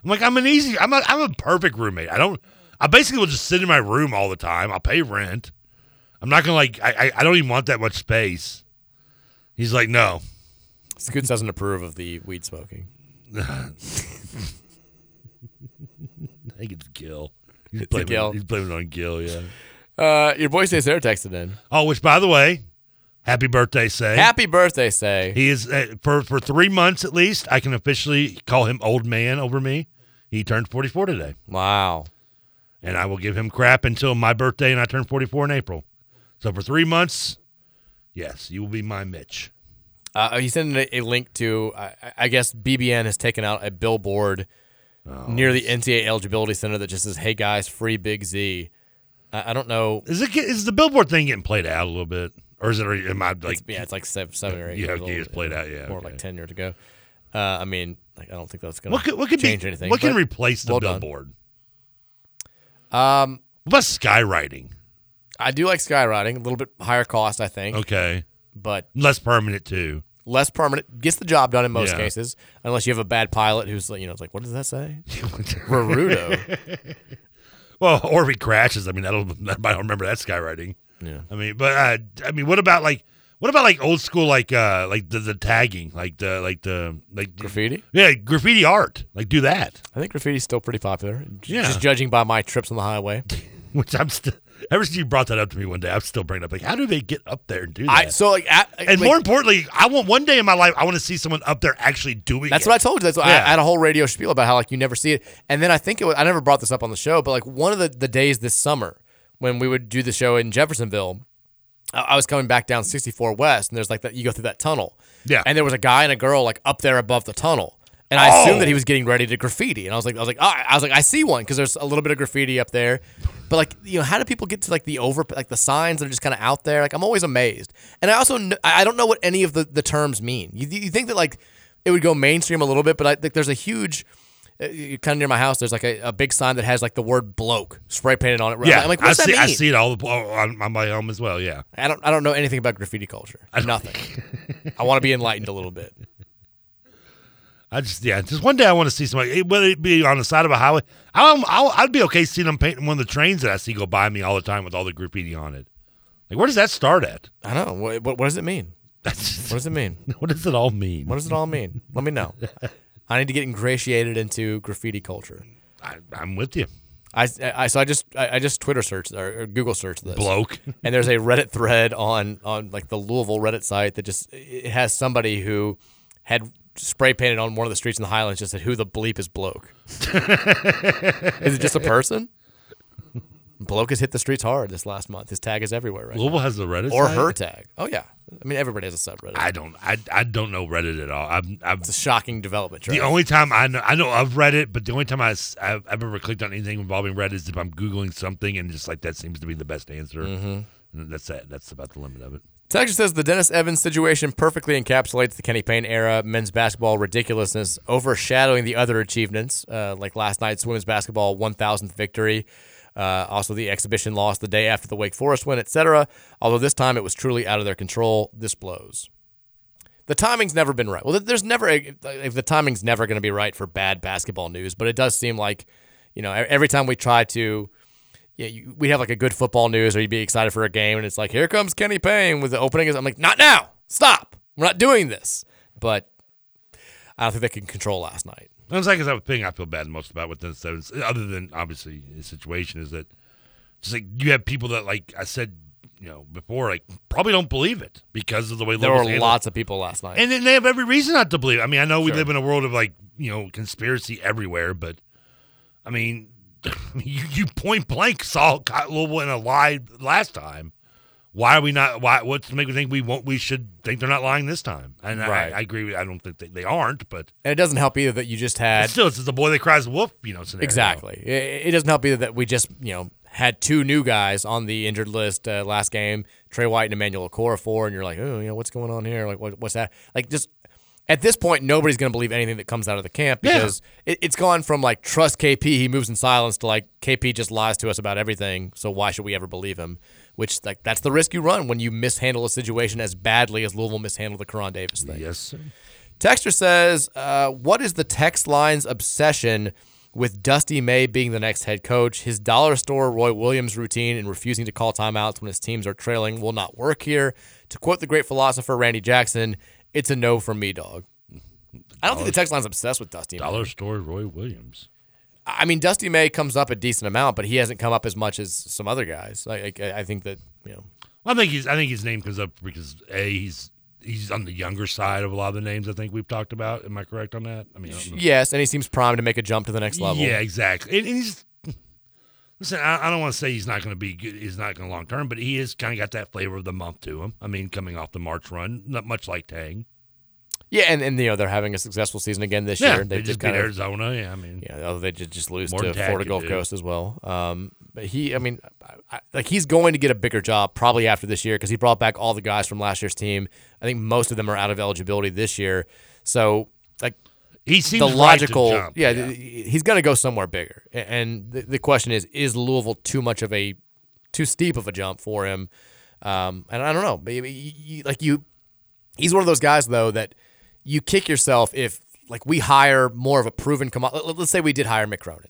I'm like, I'm an easy, I'm a, I'm a perfect roommate. I don't, I basically will just sit in my room all the time. I'll pay rent. I'm not gonna like, I, I, I don't even want that much space. He's like, no. Scoots doesn't approve of the weed smoking. I think it's Gil. He's It's blaming, Gil. he's blaming it on Gil. Yeah. Uh, your boy stays there texted in. Oh, which by the way, happy birthday, say. Happy birthday, say. He is uh, for for three months at least. I can officially call him old man over me. He turned forty four today. Wow. And I will give him crap until my birthday, and I turn forty four in April. So for three months, yes, you will be my Mitch. Uh, he sent a, a link to, I, I- I guess BBN has taken out a billboard Oh, near the NCAA eligibility center that just says, "Hey guys, free Big Z." I, I don't know. Is it get- is the billboard thing getting played out a little bit, or is it? Or am I like? yeah, it's like seven, seven or eight. Yeah, years okay, old, it's played out, yeah, more okay. like ten years ago. Uh, I mean, like, I don't think that's gonna What could- what could be- change anything. what can but replace the well done. billboard? Um, what about skywriting? I do like skywriting. A little bit higher cost, I think. Okay, but less permanent too. less permanent. Gets the job done in most Yeah. cases, unless you have a bad pilot who's like, you know, it's like, what does that say? Rarudo. Well, or if he crashes, I mean, I don't, I don't remember that skywriting. Yeah. I mean, but uh, I mean, what about like, what about like old school, like, uh, like the, the tagging, like the, like the, like Graffiti? Yeah, graffiti art. Like, do that. I think graffiti's still pretty popular. J- Yeah. Just judging by my trips on the highway. Which I'm still, ever since you brought that up to me one day, I'm still bringing it up. Like, how do they get up there and do that? I so like at, and like- more importantly, I want one day in my life, I want to see someone up there actually doing That's it. what I told you. That's what Yeah. I had a whole radio spiel about how like you never see it. And then I think it was, I never brought this up on the show, but like one of the, the days this summer when we would do the show in Jeffersonville, I, I was coming back down 64 West, and there's like that you go through that tunnel. Yeah. And there was a guy and a girl like up there above the tunnel. And I Oh. assumed that he was getting ready to graffiti, and I was like, I was like, ah, I was like, I see one because there's a little bit of graffiti up there, but like, you know, how do people get to like the over, like the signs that are just kind of out there? Like, I'm always amazed, and I also, kn- I I don't know what any of the the terms mean. You, you think that like it would go mainstream a little bit, but I think there's a huge. uh, you- Kind of near my house, there's like a, a big sign that has like the word "bloke" spray painted on it. Yeah, I'm like, what's I that see, I mean? see it all the, oh, on, on my home as well. Yeah. I don't. I don't know anything about graffiti culture. Nothing. I want to be enlightened a little bit. I just yeah, just one day I want to see somebody, it- whether it be on the side of a highway. I'll, I'll, I'd be okay seeing them painting one of the trains that I see go by me all the time with all the graffiti on it. Like, where does that start at? I don't know. What, what, what does it mean? what does it mean? What does it all mean? What does it all mean? Let me know. I need to get ingratiated into graffiti culture. I, I'm with you. I, I so I just I, I just Twitter searched or, or Google searched this Bloke. and there's a Reddit thread on on like the Louisville Reddit site that just it has somebody who had spray painted on one of the streets in the Highlands just said who the bleep is bloke. is it just a person? Bloke has hit the streets hard this last month. His tag is everywhere right Louisville now. has the Reddit or site? her tag. Oh yeah, I mean everybody has a subreddit. I don't. I, I don't know Reddit at all. I'm. I'm it's a shocking development. the Travis. only time I know I know of Reddit, but the only time I, s- I've, I've ever clicked on anything involving Reddit is if I'm googling something and just like that seems to be the best answer. Mhm. And that's it. That's about the limit of it. Texas says the Dennis Evans situation perfectly encapsulates the Kenny Payne era men's basketball ridiculousness, overshadowing the other achievements uh, like last night's women's basketball 1,000th victory, uh, also the exhibition loss the day after the Wake Forest win, etc. Although this time it was truly out of their control. This blows. The timing's never been right. Well, th- there's never a, like, the timing's never going to be right for bad basketball news, but it does seem like you know e- every time we try to yeah, you, we'd have like a good football news, or you'd be excited for a game, and it's like, here comes Kenny Payne with the opening. I'm like, not now, stop, we're not doing this. But I don't think they can control last night. The second thing I feel bad most about with the sevens, other than obviously his situation, is that just like you have people that, like I said, you know, before, like probably don't believe it because of the way There Lobos were handled lots it. of people last night. and then they have every reason not to believe. it. I mean, I know we Sure. live in a world of like you know conspiracy everywhere, but I mean, you, you point blank saw Kyle Louisville in a lie last time. Why are we not? Why? What's to make me think we won't? We should think they're not lying this time. And I- Right. I, I agree. With, I don't think they, they aren't, but And it doesn't help either that you just had But still, it's just the boy that cries wolf, you know, scenario. Exactly. It, it doesn't help either that we just, you know, had two new guys on the injured list uh, last game, Trey White and Emmanuel Okorafor, and you're like, oh, you know, what's going on here? Like, what, what's that? Like, just at this point, nobody's going to believe anything that comes out of the camp Yeah. because it, it's gone from like trust KP, he moves in silence, to like KP just lies to us about everything. So why should we ever believe him? Which like that's the risk you run when you mishandle a situation as badly as Louisville mishandled the Karan Davis thing. Yes, sir. Texter says, uh, "What is the text line's obsession with Dusty May being the next head coach? His dollar store Roy Williams routine and refusing to call timeouts when his teams are trailing will not work here." To quote the great philosopher Randy Jackson, "It's a no for me, dog." I don't think the text line's obsessed with Dusty. May. Dollar store Roy Williams. I mean, Dusty May comes up a decent amount, but he hasn't come up as much as some other guys. I, I, I think that you know. Well, I think he's. I think his name comes up because a he's he's on the younger side of a lot of the names I think we've talked about. Am I correct on that? I mean, I don't know. Yes, and he seems primed to make a jump to the next level. Yeah, exactly. And, and he's listen. I, I don't want to say he's not going to be good. He's not going to long term, but he has kind of got that flavor of the month to him. I mean, coming off the March run, not much like Tang. Yeah, and, and you know they're having a successful season again this Yeah, year. they They've just beat kind of- Arizona. Yeah, I mean, yeah, although they did just lose More to attack Florida you Gulf do. Coast as well. Um, but he, I mean, I, I, like he's going to get a bigger job probably after this year because he brought back all the guys from last year's team. I think most of them are out of eligibility this year, so like he seems the right to logical. jump, yeah, yeah. th- he's going to go somewhere bigger. A- And the, the question is, is Louisville too much of a too steep of a jump for him? Um, and I don't know. Maybe you- you- like you, he's one of those guys though that you kick yourself if like we hire more of a proven commodity. Let's say we did hire Mick Cronin,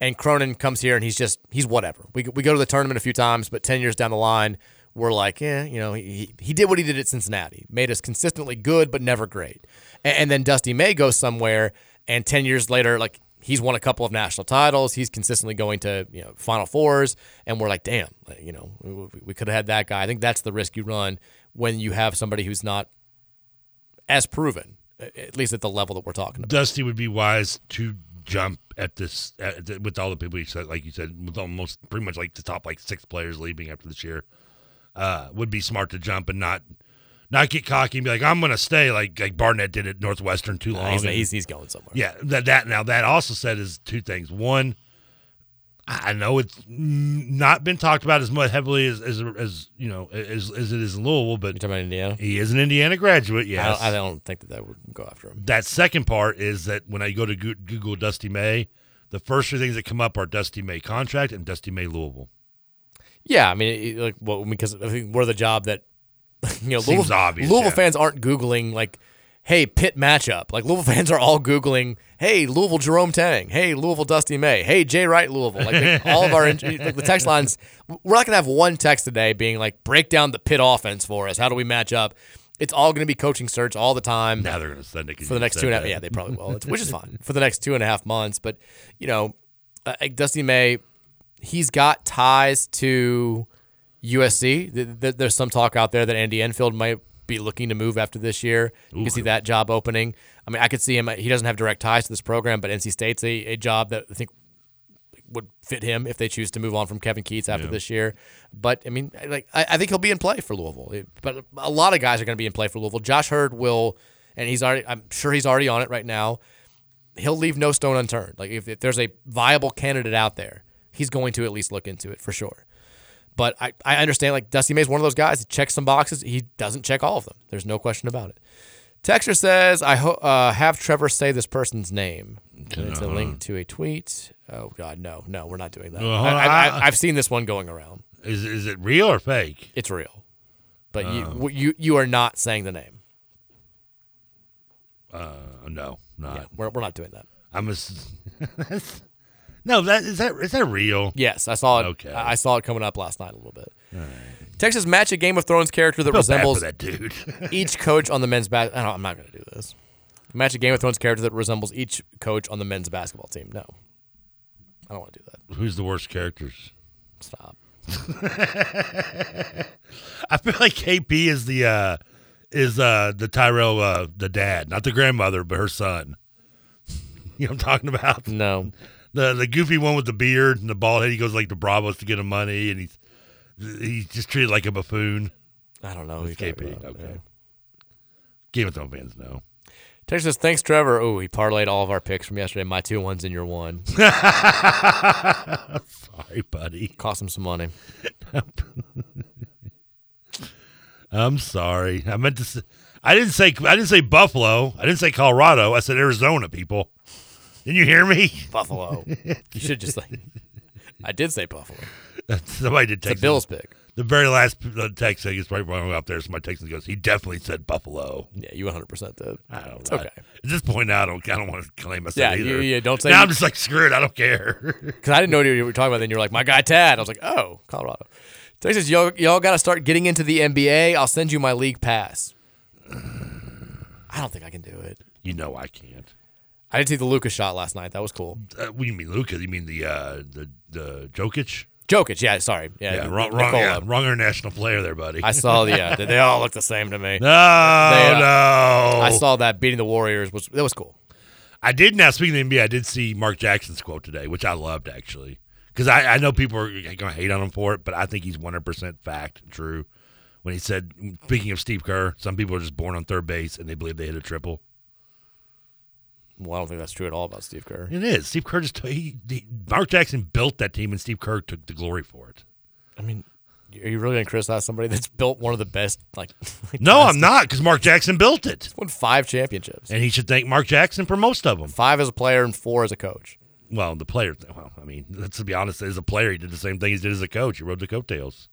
and Cronin comes here and he's just he's whatever. We we go to the tournament a few times, but ten years down the line. We're like, yeah, you know, he, he- he did what he did at Cincinnati, made us consistently good but never great. A- and then Dusty May goes somewhere, and ten years later, like he's won a couple of national titles. He's consistently going to you know Final Fours, and we're like, damn, like, you know, we, we- we could have had that guy. I think that's the risk you run when you have somebody who's not as proven, a- at least at the level that we're talking about. Dusty would be wise to jump at this at, the- with all the people you said, like you said, with almost pretty much like the top like six players leaving after this year. Uh, would be smart to jump and not not get cocky and be like, I'm gonna stay like like Barnett did at Northwestern too Nah, long. he's- and- he's- he's going somewhere. Yeah, that that now that also said is two things. One, I I know it's mm, not been talked about as much heavily as as, as you know as, as it is in Louisville, but You're talking about Indiana. he is an Indiana graduate. I Yes, don't, I don't think that that would go after him. that second part is that when I go to Goo- Google Dusty May, the first three things that come up are Dusty May contract and Dusty May Louisville. Yeah, I mean, it- like, well, because I think we're the job that you know, Seems Louisville, obvious, Louisville yeah. fans aren't googling like, "Hey, pit matchup." Like Louisville fans are all googling, "Hey, Louisville Jerome Tang." Hey, Louisville Dusty May. Hey, Jay Wright Louisville. Like they- all of our in- like, the text lines, we're not gonna have one text today being like, "Break down the pit offense for us. How do we match up?" It's all gonna be coaching search all the time Now they're going to send it 'cause for the you next said two and a half. that. Yeah, they probably will, It's- which is fine for the next two and a half months. But you know, uh, like Dusty May, he's got ties to USC. Th- th- There's some talk out there that Andy Enfield might be looking to move after this year. You can see that job opening. I mean, I could see him. uh, He doesn't have direct ties to this program, but NC State's a, a job that I think would fit him if they choose to move on from Kevin Keats after Yeah. this year. But I mean, like I, I think he'll be in play for Louisville. It- but a lot of guys are going to be in play for Louisville. Josh Hurd will, and he's already. I'm sure he's already on it right now. He'll leave no stone unturned. Like if, if there's a viable candidate out there, he's going to at least look into it for sure. But I, I understand like Dusty May's one of those guys. He checks some boxes. He doesn't check all of them. There's no question about it. Texture says, "I ho- uh, have Trevor say this person's name." And It's a link to a tweet. Oh God, no, no, we're not doing that. Well, I, hold I, on. I, I've seen this one going around. Is is it real or fake? It's real, but you w- you you are not saying the name. Uh, no, not. Uh, We're, we're not doing that. I'm just No, that is that is that real? Yes, I saw it. Okay. I I saw it coming up last night a little bit. All right. Texas match a Game of Thrones character that Feel bad for resembles that dude. each coach on the men's bas. I don't, I'm not going to do this. Match a Game of Thrones character that resembles each coach on the men's basketball team. No, I don't want to do that. Who's the worst characters? Stop. I feel like KP is the uh is uh the Tyrell uh the dad, not the grandmother, but her son. You know what I'm talking about? No. The the goofy one with the beard and the bald head, he goes like to Bravos to get him money and he's he's just treated like a buffoon. I don't know. who It's you're KP. talking about, okay. yeah. Game of Thrones fans know. Texas says, thanks, Trevor. Oh, he parlayed all of our picks from yesterday. My two ones and your one. Sorry, buddy. Cost him some money. I'm sorry. I meant to. Say, I didn't say. I didn't say Buffalo. I didn't say Colorado. I said Arizona. People, didn't you hear me? Buffalo. you should just like. I did say Buffalo. Somebody did It's a text Bills me. pick. The very last uh, text I guess right wrong up there. Somebody texts and goes, "He definitely said Buffalo." Yeah, you 100 percent did. I don't. It's know. okay. At this point now, I don't. I don't want to claim myself Yeah, either. you- yeah, don't say Now you- I'm just like screw it. I don't care. Because I didn't know what you were talking about. Then you were like, my guy Tad. I was like, oh, Colorado. Texas, y'all, y'all got to start getting into the NBA. I'll send you my league pass. I don't think I can do it. you know I can't. I did see the Lucas shot last night. That was cool. Uh, what do you mean, Luca? You mean the uh, the the Jokic? Jokic, yeah, sorry. Yeah, Yeah, wrong, wrong, Nikola. yeah, wrong international player there, buddy. I saw the, uh, they all look the same to me. No, They, uh, no. I saw that beating the Warriors was that was cool. I did now. Speaking of the NBA, I did see Mark Jackson's quote today, which I loved actually, because I, I know people are going to hate on him for it, but I think he's one hundred percent fact and true. When he said, speaking of Steve Kerr, some people are just born on third base and they believe they hit a triple. Well, I don't think that's true at all about Steve Kerr. It is Steve Kerr just he, he Mark Jackson built that team and Steve Kerr took the glory for it. I mean, are you really gonna criticize somebody that's built one of the best? Like, No, I'm not, because Mark Jackson built it, Won five championships, and he should thank Mark Jackson for most of them. five as a player and four as a coach. Well, the player. thing- Well, I mean, let's be honest. As a player, he did the same thing he did as a coach. He rode the coattails.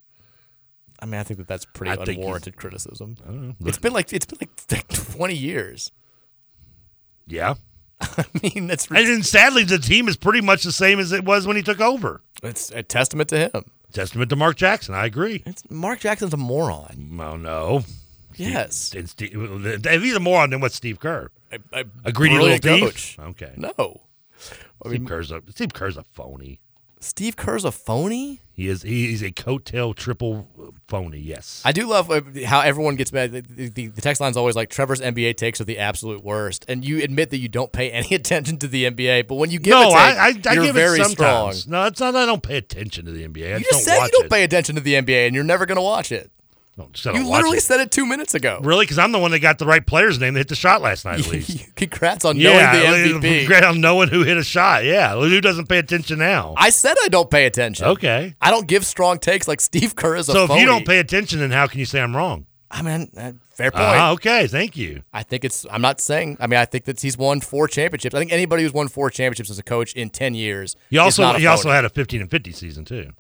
I mean, I think that that's pretty I think he's- unwarranted criticism. I don't know. It's been like it's been like 20 years. Yeah. I mean, that's And then sadly, the team is pretty much the same as it was when he took over. it's a testament to him. Testament to Mark Jackson. I agree. It's Mark Jackson's a moron. Well, no. Yes, And Steve, if he's a moron, then what's Steve Kerr? a, a A greedy brilliant little thief? coach. Okay. No, I Steve mean, Kerr's a Steve Kerr's a phony. Steve Kerr's a phony. He is he is a coattail triple phony. Yes. I do love uh, how everyone gets mad. The, the, the text line's always like Trevor's NBA takes are the absolute worst, and you admit that you don't pay any attention to the NBA. But when you give a no, take, I, I, I you're give very it sometimes. strong. No, it's not. that I don't pay attention to the NBA. I You just just don't said watch you don't it. pay attention to the NBA, and you're never going to watch it. No, just I don't You watch literally it. said it two minutes ago. Really? Because I'm the one that got the right player's name that hit the shot last night, at least. Congrats on well, knowing the MVP. Great on knowing who hit a shot. Yeah. Who doesn't pay attention now? I said I don't pay attention. okay. I don't give strong takes like Steve Kerr is a So if phony. you don't pay attention, then how can you say I'm wrong? I mean, uh, fair point. Ah, okay. Thank you. I think it's. I'm not saying. I mean, I think that he's won four championships. I think anybody who's won four championships as a coach in ten years. He is also not a he also phony. had a 15 and 50 season too.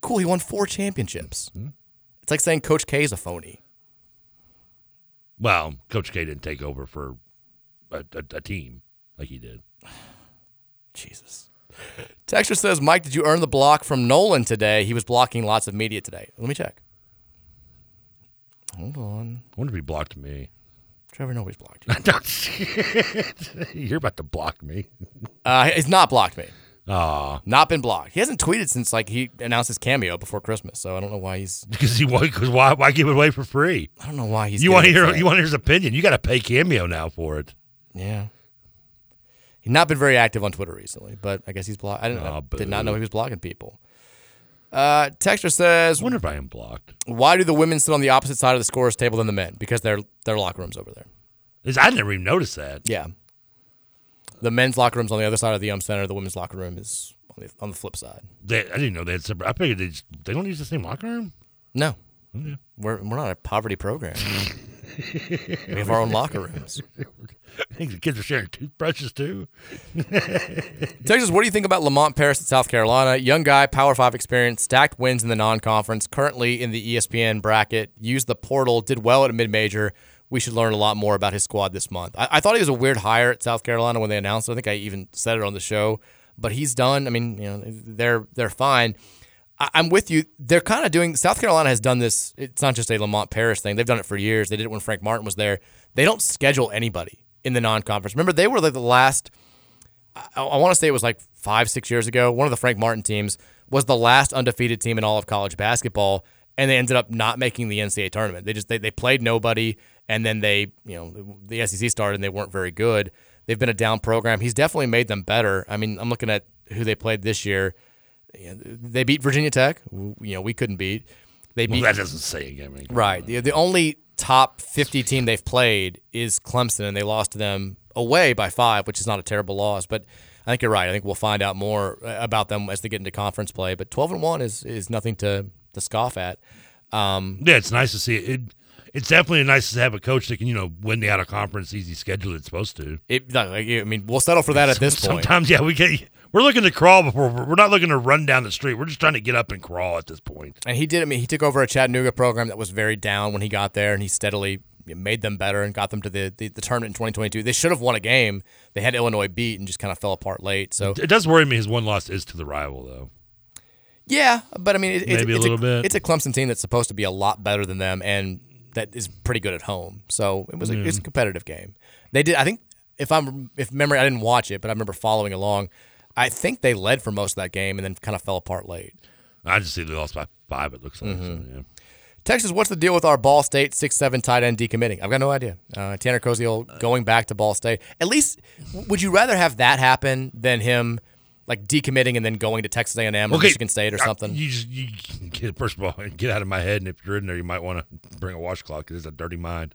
cool. He won four championships. Mm-hmm. It's like saying Coach K is a phony. Well, Coach K didn't take over for a, a, a team like he did. Jesus. Texture says, Mike, did you earn the block from Nolan today? He was blocking lots of media today. Let me check. Hold on. I wonder if he blocked me. Trevor, nobody's blocked you. You're about to block me. Uh, he's not blocked me. Ah, Not been blocked. He hasn't tweeted since like he announced his cameo before Christmas. So I don't know why he's. because he because why why give it away for free? I don't know why he's. you want to getting hear upset. you want to hear his opinion. You got to pay Cameo now for it. Yeah. He's not been very active on Twitter recently, but I guess he's blocked. I didn't. Aw, I did not boo. know he was blocking people. Uh, Texture says, I wonder if I am blocked. "Why do the women sit on the opposite side of the scorer's table than the men? Because their their locker rooms over there. Is I never even noticed that. Yeah. The men's locker room's on the other side of the um center. The women's locker room is on the on the flip side. They, I didn't know they had separate. I figured they just, they don't use the same locker room. No, we're we're not a poverty program. we have our own locker rooms. I think the kids are sharing toothbrushes too. Texas, what do you think about Lamont Paris at South Carolina? Young guy, Power Five experience, stacked wins in the non-conference, currently in the E ESPN bracket. Used the portal, did well at a mid-major. We should learn a lot more about his squad this month. I, I thought he was a weird hire at South Carolina when they announced. it. I think I even said it on the show, but he's done. I mean, you know, they're they're fine. I, I'm with you. They're kind of doing. South Carolina has done this. It's not just a Lamont Paris thing. They've done it for years. They did it when Frank Martin was there. They don't schedule anybody in the non-conference. Remember, they were like the last. I, I want to say it was like five, six years ago. One of the Frank Martin teams was the last undefeated team in all of college basketball, and they ended up not making the NCAA tournament. They just they, they played nobody, and then they you know the SEC started and they weren't very good. They've been a down program. He's definitely made them better. I mean, I'm looking at who they played this year. You know, They beat Virginia Tech. w- You know, we couldn't beat. They Well, beat. that doesn't say again. right? Right. The, the only top 50 team they've played is Clemson, and they lost to them away by five, which is not a terrible loss. But I think you're right. I think we'll find out more uh, about them as they get into conference play. But 12 and 1 is, is nothing to, to scoff at. Um, Yeah, it's nice to see it. it. It's definitely nice to have a coach that can, you know, win the out of conference easy schedule it's supposed to. It, like, I mean, we'll settle for that at this point. Sometimes, yeah, we get we're looking to crawl before we're not looking to run down the street. We're just trying to get up and crawl at this point. And he did. I mean, he took over a Chattanooga program that was very down when he got there, and he steadily made them better and got them to the, the, the tournament in 2022. They should have won a game. They had Illinois beat and just kind of fell apart late. So It does worry me his one loss is to the rival though. Yeah, but I mean, it, it's, Maybe a it's little bit. It's a Clemson team that's supposed to be a lot better than them, and that is pretty good at home. So it was a, Yeah. it's a competitive game. They did. I think if I'm if memory, I didn't watch it, but I remember following along. I think they led for most of that game and then kind of fell apart late. I just see they lost by five. It looks like. Mm-hmm. So, yeah. Texas, what's the deal with our Ball State six seven tight end decommitting? I've got no idea. Uh, Tanner Koziel going back to Ball State. At least, w- would you rather have that happen than him like decommitting and then going to Texas A and M or Michigan State or I- something? you just you get first of all get out of my head, and if you're in there, you might want to bring a washcloth because it's a dirty mind.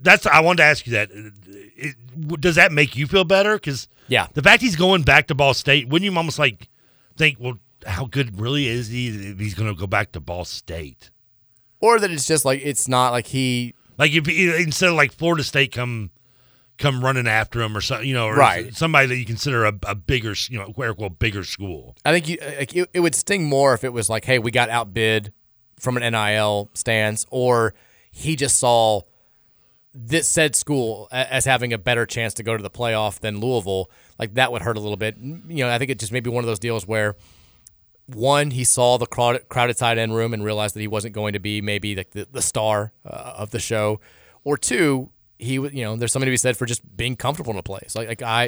That's I wanted to ask you that. It, w- does that make you feel better? Because Yeah. the fact he's going back to Ball State, wouldn't you almost like think, well, how good really is he? That he's going to go back to Ball State, or that it's just like it's not like he like if he, instead of like Florida State come come running after him or something, you know, or Right. Somebody that you consider a, a bigger, s- you know, quote unquote, bigger school. I think you like it, it would sting more if it was like, hey, we got outbid from an NIL stance, or he just saw this said school a- as having a better chance to go to the playoff than Louisville. Like that would hurt a little bit. You know, I think it just may be one of those deals where one, he saw the crowded, crowded tight end room and realized that he wasn't going to be maybe like the, the star uh, of the show, or two, he w- you know there's something to be said for just being comfortable in a place. Like like I,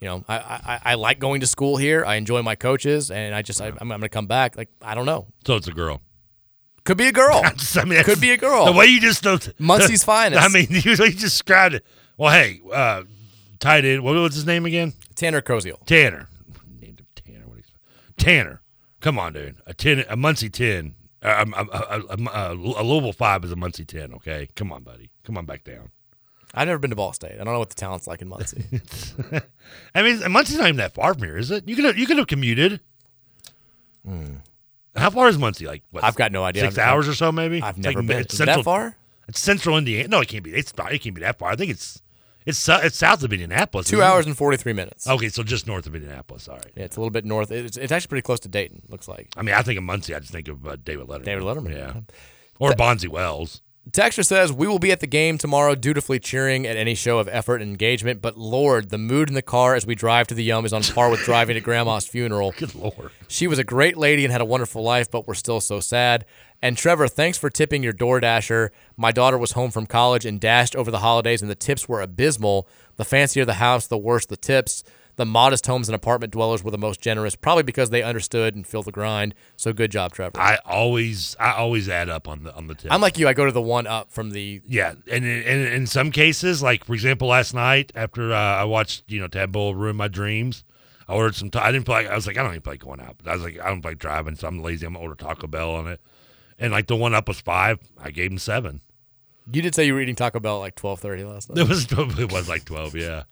you know, I I, I like going to school here. I enjoy my coaches, and I just I, I'm, I'm going to come back. Like I don't know, So it's a girl. could be a girl, I mean, could be a girl. The way you just know, Muncie's finest. I mean, you you just described it. Well, hey, uh, tight end. What was his name again? Tanner Croziel. Tanner. Named him Tanner. What do you expect? Tanner. Come on, dude. A ten, a Muncie ten, uh, um, um, a, a, a, a Louisville five is a Muncie ten. Okay, come on, buddy. Come on back down. I've never been to Ball State. I don't know what the talent's like in Muncie. I mean, and Muncie's not even that far from here, is it? You could have, you could have commuted. How far is Muncie? Like what, Hmm. I've got no idea. 6 I've- hours or so, maybe. I've It's never like, been. It's Is it that central, far? It's central Indiana. No, it can't be. It's not. It can't be that far. I think it's it's so- it's south of Indianapolis. Two isn't it? hours and forty three minutes. Okay, so just north of Indianapolis. All right. Yeah, it's a little bit north. It's, it's actually pretty close to Dayton. Looks like. I mean, I think of Muncie. I just think of uh, David Letterman. David Letterman. Yeah. Or Bonzi Wells. Texture says, We will be at the game tomorrow, dutifully cheering at any show of effort and engagement. But Lord, the mood in the car as we drive to the Yum is on par with driving to Grandma's funeral. Good Lord. She was a great lady and had a wonderful life, but we're still so sad. And Trevor, thanks for tipping your door dasher. My daughter was home from college and dashed over the holidays, and the tips were abysmal. The fancier the house, the worse the tips. The modest homes and apartment dwellers were the most generous, probably because they understood and feel the grind. So good job, Trevor. I always I always add up on the on the tip. I'm like you, I go to the one up from the yeah, and in, and in some cases, like for example, last night after uh, I watched you know Ted Bull ruin my dreams, I ordered some. I I didn't play. I was like, I don't even play going out. But I was like, I don't play driving, so I'm lazy. I'm gonna order Taco Bell on it. And like the one up was five. I gave him seven. You did say you were eating Taco Bell at like twelve thirty last night. It was it was like twelve. Yeah.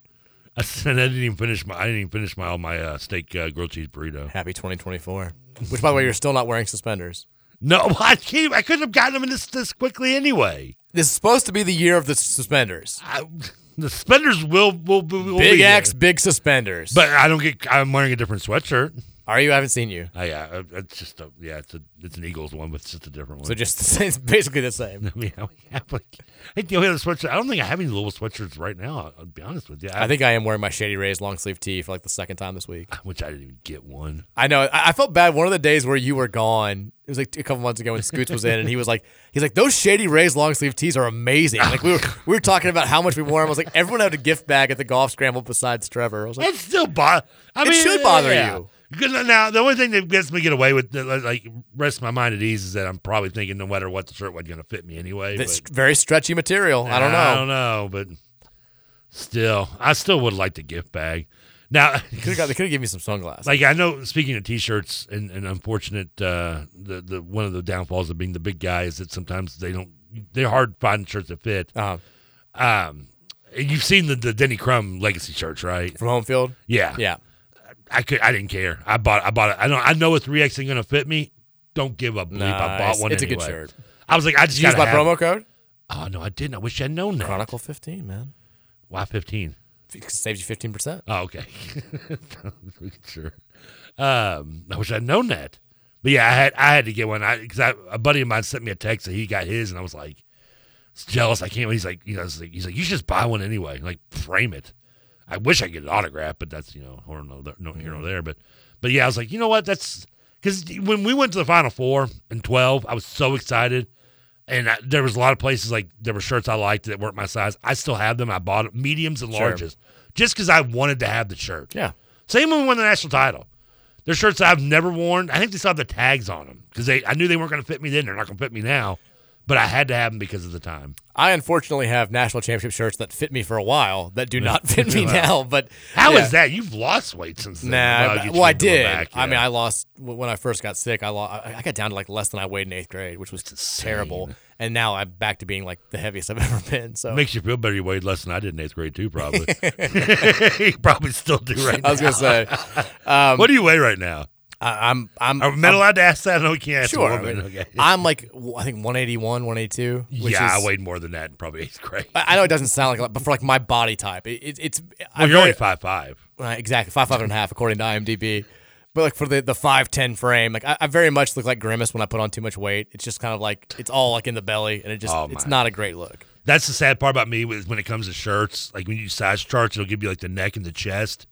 I said I didn't even finish my I didn't even finish my all my uh, steak uh, grilled cheese burrito. Happy 2024. Which, by the way, you're still not wearing suspenders. No, I can't. I couldn't have gotten them in this this quickly anyway. This is supposed to be the year of the suspenders. I, the suspenders will will, will will big be X, there. big suspenders. but I don't get. I'm wearing a different sweatshirt. Are you? I haven't seen you. Oh, yeah, uh, it's just a yeah, it's a it's an Eagles one, but it's just a different one. So just the same, it's basically the same. yeah, we have like I think the only other sweatshirt. I don't think I have any little sweatshirts right now. I'll, I'll be honest with you. I think I am wearing my Shady Rays long sleeve tee for like the second time this week. Which I didn't even get one. I know. I, I felt bad. One of the days where you were gone, it was like a couple months ago when Scoots was in, and he was like, he's like, those Shady Rays long sleeve tees are amazing. Like we were we were talking about how much we wore them. I was like, everyone had a gift bag at the golf scramble besides Trevor. I was like, It still bother. I It mean, should bother you. Because now the only thing that gets me get away with, that, like, rest my mind at ease, is that I'm probably thinking no matter what, the shirt wasn't going to fit me anyway. that's but- very stretchy material. I don't know. I don't know, but still, I still would like the gift bag. Now, Could have got. They could have given me some sunglasses. like I know, speaking of t-shirts, and, and unfortunate, uh, the the one of the downfalls of being the big guy is that sometimes they don't, they're hard finding shirts that fit. Uh-huh. Um, and you've seen the, the Denny Crum legacy shirts, right? from home field. Yeah, Yeah. I could, I didn't care. I bought, I bought it. I don't, I know a three X ain't gonna fit me. Don't give a bleep. I Nice. bought one. It's a good anyway. shirt. I was like, I just Did you use gotta my have it. promo code? Oh no, I didn't. I wish I'd known that. Chronicle fifteen, man. Why fifteen? It saves you fifteen percent. Oh, okay. sure. Um, I wish I'd known that. But yeah, I had I had to get one. I because a buddy of mine sent me a text that he got his, and I was like, it's jealous. I can't. He's like, you know, it's like- he's like, you should just buy one anyway. Like frame it. I wish I could autograph, but that's you know, or no, no here nor there. But but yeah, I was like, you know what? That's because when we went to the final four in twelve, I was so excited. And I, there was a lot of places like there were shirts I liked that weren't my size. I still have them. I bought mediums and Sure. larges just because I wanted to have the shirt. Yeah. Same when we won the national title. They're shirts that I've never worn. I think they still have the tags on them because they. I knew they weren't going to fit me then. They're not going to fit me now, but I had to have them because of the time. I unfortunately have national championship shirts that fit me for a while that do not fit me Wow. now. But How is yeah. that? You've lost weight since then. Nah. Well, I- you well, I should go did. back, I mean, yeah. I lost w- when I first got sick. I lost. I I got down to like less than I weighed in eighth grade, which was terrible. And now I'm back to being like the heaviest I've ever been. So makes you feel better. You weighed less than I did in eighth grade too. Probably. you probably still do right now. I was gonna say, um, what do you weigh right now? I, I'm I'm Are men I'm- allowed to ask that? No, we can't ask a Sure. I woman. mean, okay. I'm like w- I think 181, 182. Which yeah, is, I weighed more than that in probably eighth grade. I I know it doesn't sound like a lot, but for like my body type, it, it, it's Well, I'm you're very- only five five. Right, exactly five five and a half according to IMDb. But like for the the five ten frame, like I, I very much look like grimace when I put on too much weight. It's just kind of like it's all like in the belly, and it just Oh, it's my. not a great look. That's the sad part about me is when it comes to shirts. Like when you do size charts, it'll give you like the neck and the chest.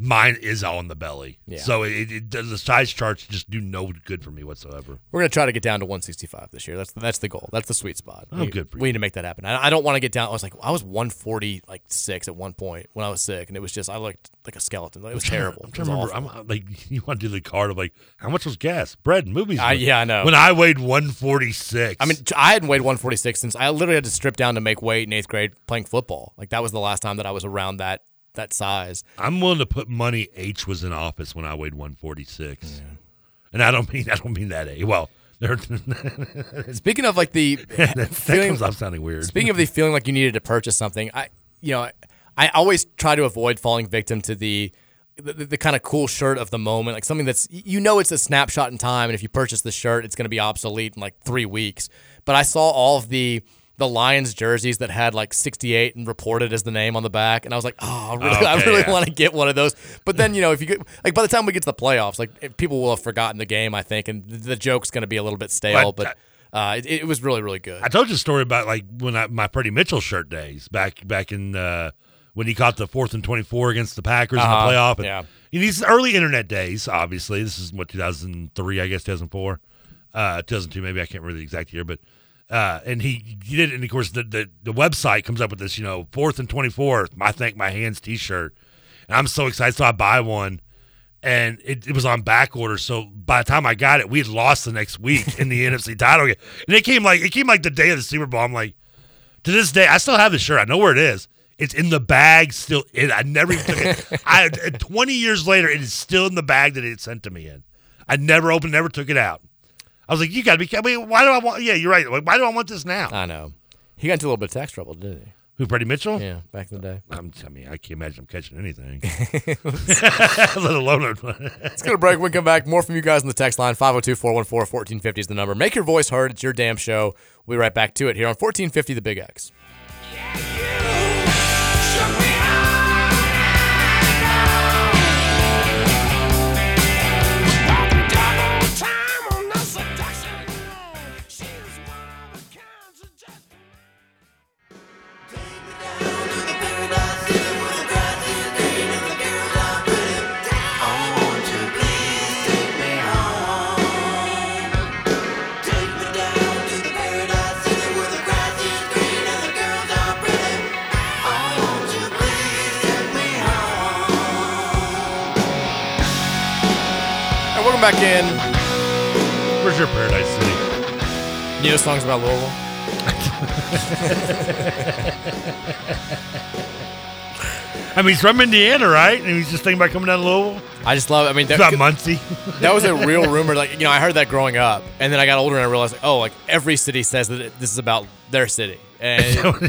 Mine is all in the belly. Yeah. So it, it, the size charts just do no good for me whatsoever. We're gonna try to get down to 165 this year. That's the, that's the goal. That's the sweet spot. Oh, we, good for we need to make that happen. I, I don't want to get down. I was like I was 140 like six at one point when I was sick, and it was just I looked like a skeleton. Like, it was terrible. I'm It trying was to remember. awful. I'm, like you want to do the card of like how much was gas, bread, and movies. I- yeah, I know. When I weighed 146, I mean, t- I hadn't weighed 146 since I literally had to strip down to make weight in eighth grade playing football. Like that was the last time that I was around that that size. I'm willing to put money H was in office when I weighed 146, and I don't mean I don't mean that A. Well, there, that, Speaking of like the that feeling- comes off sounding weird. Speaking of the feeling like you needed to purchase something, I you know I always try to avoid falling victim to the the, the kind of cool shirt of the moment, like something that's you know it's a snapshot in time, and if you purchase the shirt, it's going to be obsolete in like three weeks. But I saw all of the the Lions jerseys that had like 68 and reported as the name on the back, and I was like, oh, I really, I Ah, Okay, really yeah. want to get one of those. But then you know if you get like by the time we get to the playoffs, like it- people will have forgotten the game, I think, and the, the joke's going to be a little bit stale. But, But uh, it, it was really really good. I told you a story about like when I my Freddie Mitchell shirt days back back in uh, when he caught the fourth and twenty four against the Packers Uh-huh, in the playoff. And, yeah. in these early internet days, obviously this is what two thousand three, I guess two thousand four, uh, two thousand two, maybe I can't remember the exact year, but. Uh, and he, he did it, and of course the, the, the website comes up with this, you know, fourth and twenty fourth. I thank my hands T-shirt, and I'm so excited, so I buy one, and it, it was on back order. So by the time I got it, we had lost the next week in the NFC title game. And it came like it came like the day of the Super Bowl. I'm like, to this day, I still have the shirt. I know where it is. It's in the bag still. It, I never even took it. I, 20 years later, it is still in the bag that it sent to me in. I never opened, never took it out. I was like, you got to be kidding me. Why do I want? Yeah, you're right. Like, Why do I want this now? I know. He got into a little bit of tax trouble, didn't he? Who, Freddie Mitchell? Yeah, back in the day. I'm, I mean, I can't imagine I'm catching anything, let alone. a- Let's go to break. When we come back, more from you guys on the text line 502 414 1450 is the number. Make your voice heard. It's your damn show. We'll be right back to it here on 1450 The Big X. Shook me all night long. Welcome back in. Where's your Paradise City? You know songs about Louisville? I mean, he's from Indiana, right? And he's just thinking about coming down to Louisville. I just love. I mean, that, it's not Muncie. that was a real rumor. Like you know, I heard that growing up, and then I got older and I realized, like, oh, like every city says that it- this is about their city, and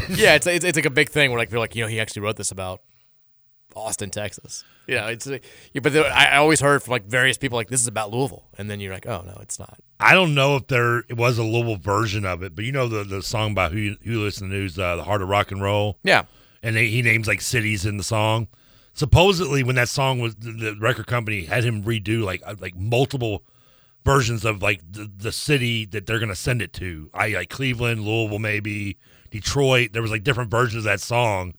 yeah, it's, it's it's like a big thing where like they're like, you know, he actually wrote this about Austin, Texas. You know, it's like- yeah, but there- I I always heard from like various people like this is about Louisville, and then you're like, oh no, it's not. I don't know if there it was a Louisville version of it, but you know the the song by who who listened to the news, uh, the heart of rock and roll. Yeah, and they, he names like cities in the song. Supposedly, when that song was the, the record company had him redo like uh, like multiple versions of like the, the city that they're gonna send it to. I e, like Cleveland, Louisville, maybe Detroit. There was like different versions of that song,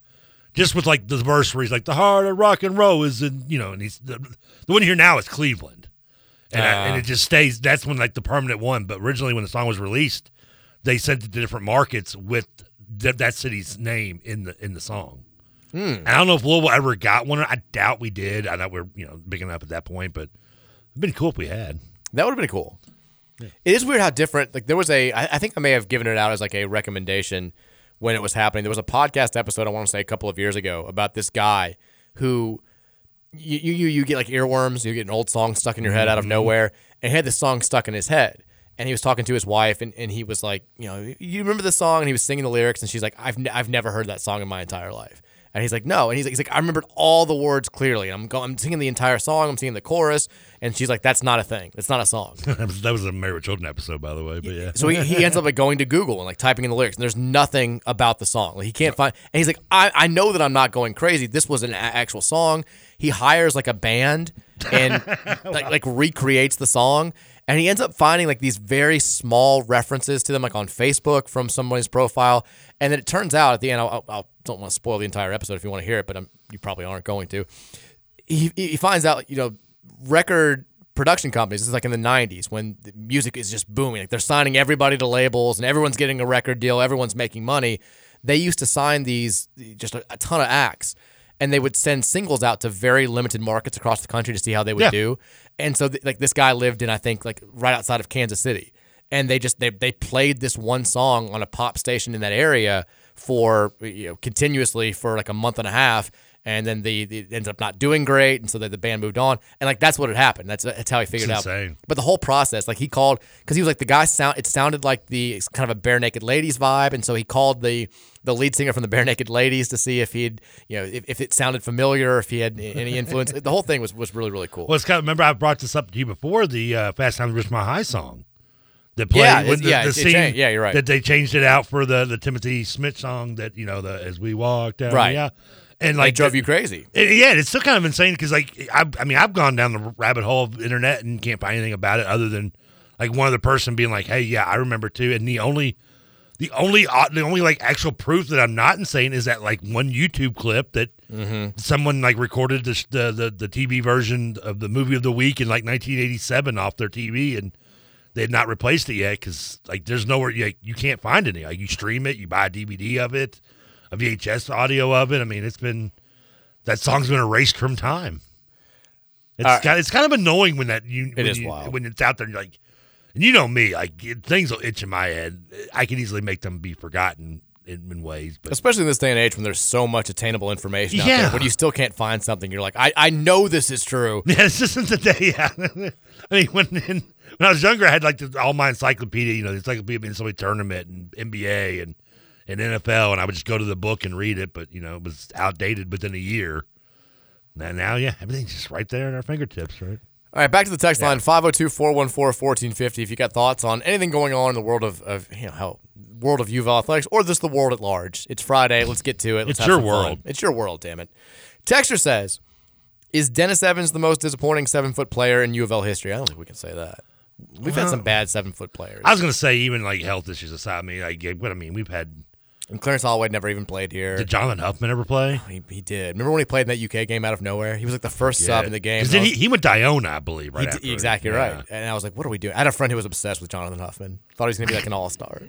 just with like the verse where he's like the heart of rock and roll is in you know, and he's the, the one here now is Cleveland and, I, Ah. and it just stays. That's when like the permanent one. But originally, when the song was released, they sent it to different markets with th- that city's name in the in the song. And I don't know if Louisville ever got one. I doubt we did. I doubt we're you know big enough at that point. But it'd been cool if we had. That would have been cool. It is weird how different. Like there was a, I, I think I may have given it out as like a recommendation when it was happening. There was a podcast episode I want to say a couple of years ago about this guy who you you you, you get like earworms, you get an old song stuck in your head out of Mhm. nowhere, and he had this song stuck in his head. And he was talking to his wife, and, and he was like, you know, you remember this song? And he was singing the lyrics, and she's like, I've, n- I've never heard that song in my entire life. And he's like, no. And he's like, he's like I remembered all the words clearly. And I'm, go- I'm singing the entire song, I'm singing the chorus. And she's like, that's not a thing. That's not a song. that was- that was a Married with Children episode, by the way. But yeah, So he, he ends up like going to Google and like typing in the lyrics, and there's nothing about the song. Like he can't find, and he's like, I, I know that I'm not going crazy. This was an a- actual song. He hires like a band and like, like recreates the song, and he ends up finding like these very small references to them, like on Facebook from somebody's profile. And then it turns out at the end, I I'll, I'll, don't want to spoil the entire episode if you want to hear it, but I'm, you probably aren't going to he, he finds out, you know, record production companies, this is like in the 90s when the music is just booming. Like they're signing everybody to labels and everyone's getting a record deal, everyone's making money. They used to sign these just a, a ton of acts and they would send singles out to very limited markets across the country to see how they would Yeah. do. And so th- like this guy lived in I think like right outside of Kansas City. And they just they they played this one song on a pop station in that area for you know continuously for like a month and a half and then the, the it ends up not doing great, and so that the band moved on, and like that's what had happened. That's that's how he figured it out. insane. But the whole process, like he called because he was like the guy sound. It sounded like the it's kind of a bare naked ladies vibe, and so he called the the lead singer from the bare naked ladies to see if he'd you know if, if it sounded familiar, if he had any influence. the whole thing was was really really cool. well, it's kind of, remember I brought this up to you before the uh, Fast Times at Ridgemont High song. That played Yeah, when it- the, yeah, the it- it scene changed. Yeah, you're right. That they changed it out for the the Timothy Smith song that you know the as we walk down Right. yeah, And and like it drove you crazy. It- yeah, it's still kind of insane because like I, I mean I've gone down the rabbit hole of internet and can't find anything about it other than like one other person being like, hey, yeah, I remember too, and the only. The only uh, the only like actual proof that I'm not insane is that like one YouTube clip that Mm-hmm. someone like recorded the, sh- the the the TV version of the movie of the week in like 1987 off their TV and they had not replaced it yet because like there's nowhere like, you can't find any like you stream it you buy a DVD of it a VHS audio of it I mean it's been that song's been erased from time. It's All right. kind it's kind of annoying when that you when, is you- wild. when it's out there and you're like and you know me like it, things will itch in my head I can easily make them be forgotten in, in ways but Especially in this day and age when there's so much attainable information out there, Yeah. when you still can't find something, you're like, I, I know this is true. Yeah, this isn't the day. Yeah, I mean, when when I was younger, I had like the, all my encyclopedia. You know, the encyclopedia being somebody tournament and NBA and and NFL, and I would just go to the book and read it. But you know, it was outdated within a year. Now, now, yeah, everything's just right there at our fingertips, right? All right, back to the text line 502 414 1450. If you got thoughts on anything going on in the world of, of you know, how, world of UVA athletics or just the world at large, it's Friday. Let's get to it. Let's It's have your some fun. world. It's your world, damn it. Texture says, Is Dennis Evans the most disappointing seven foot player in U of L history? I don't think we can say that. We've had Well- some bad seven foot players. I was gonna say even like health issues aside, I mean, like what I mean, we've had. And Clarence Holloway never even played here. Did Jonathan Huffman ever play? He, he did. Remember when he played in that UK game out of nowhere? He was like the first sub in the game. 'Cause and I then he, was- he went to Iona, I believe, right? He after d- exactly Yeah. right. And I was like, what are we doing? I had a friend who was obsessed with Jonathan Huffman. Thought he was going to be like an all star.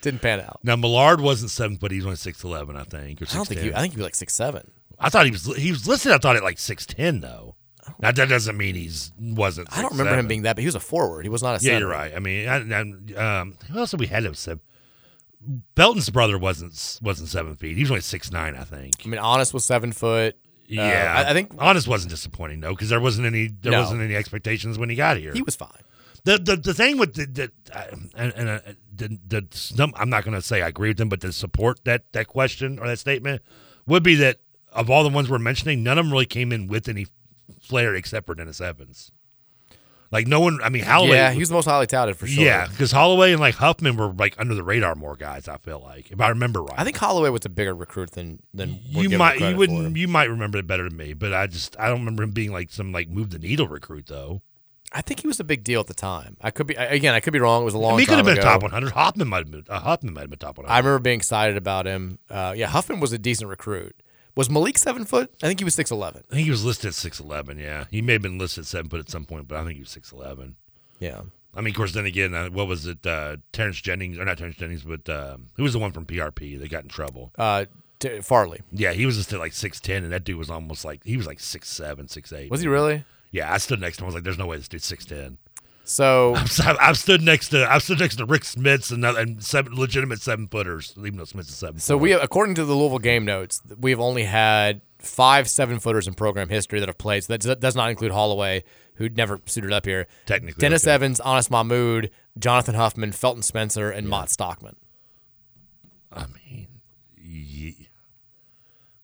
Didn't pan out. Now Millard wasn't seven foot; he was only six eleven, I think. Or I don't think 6'10". he, I think he was like six seven. I thought he was he was listed. I thought at like six ten though. Now that doesn't mean he's wasn't. Oh. I don't remember 6'7". him being that, but he was a forward. He was not a. Yeah, center. you're right. I mean, I, I, um, who else did we had him? Seven? Belton's brother wasn't wasn't seven feet. He was only six nine, I think. I mean, Honest was seven foot. Uh, Yeah, I, I think Honest wasn't disappointing though, because there wasn't any there No. wasn't any expectations when he got here. he was fine. the the, the thing with the, the uh, and, and uh, the, the snub- I'm not going to say I agree with them, but to support that that question or that statement would be that of all the ones we're mentioning, none of them really came in with any flair except for Dennis Evans. Like no one, I mean Holloway. Yeah, he was the most highly touted for sure. Yeah, because Holloway and like Huffman were like under the radar more guys. I feel like if I remember right, I think Holloway was a bigger recruit than than we're you giving might credit you for. wouldn't you might remember it better than me, but I just I don't remember him being like some like move the needle recruit though. I think he was a big deal at the time. I could be I- again. I could be wrong. It was a I long. mean, he could time have been a ago. top 100. Hoffman might have been uh, Hoffman might have been top 100. I remember being excited about him. Uh, yeah, Huffman was a decent recruit. Was Malik seven foot? I think he was six eleven. I think he was listed at six eleven. Yeah, he may have been listed at seven foot at some point, but I think he was six eleven. Yeah. I mean, of course, then again, uh, what was it? Uh, Terrence Jennings, or not Terrence Jennings, but um, who was the one from PRP that got in trouble? Uh, t- Farley. Yeah, he was listed at like six ten, and that dude was almost like he was like six seven, six eight. Was he really? Yeah, I stood next to him. I was like, "There's no way this dude's six ten. So I've, I've- I've stood next to I've stood next to Rick Smiths and, other- and seven legitimate seven footers, even though Smith's a seven. so we according to the Louisville game notes, we have only had five seven footers in program history that have played. So that does- does not include Holloway, who never suited up here. Technically, Dennis okay. Evans, Honest Mahmood, Jonathan Huffman, Felton Spencer, and Mott Stockman. I mean, ye-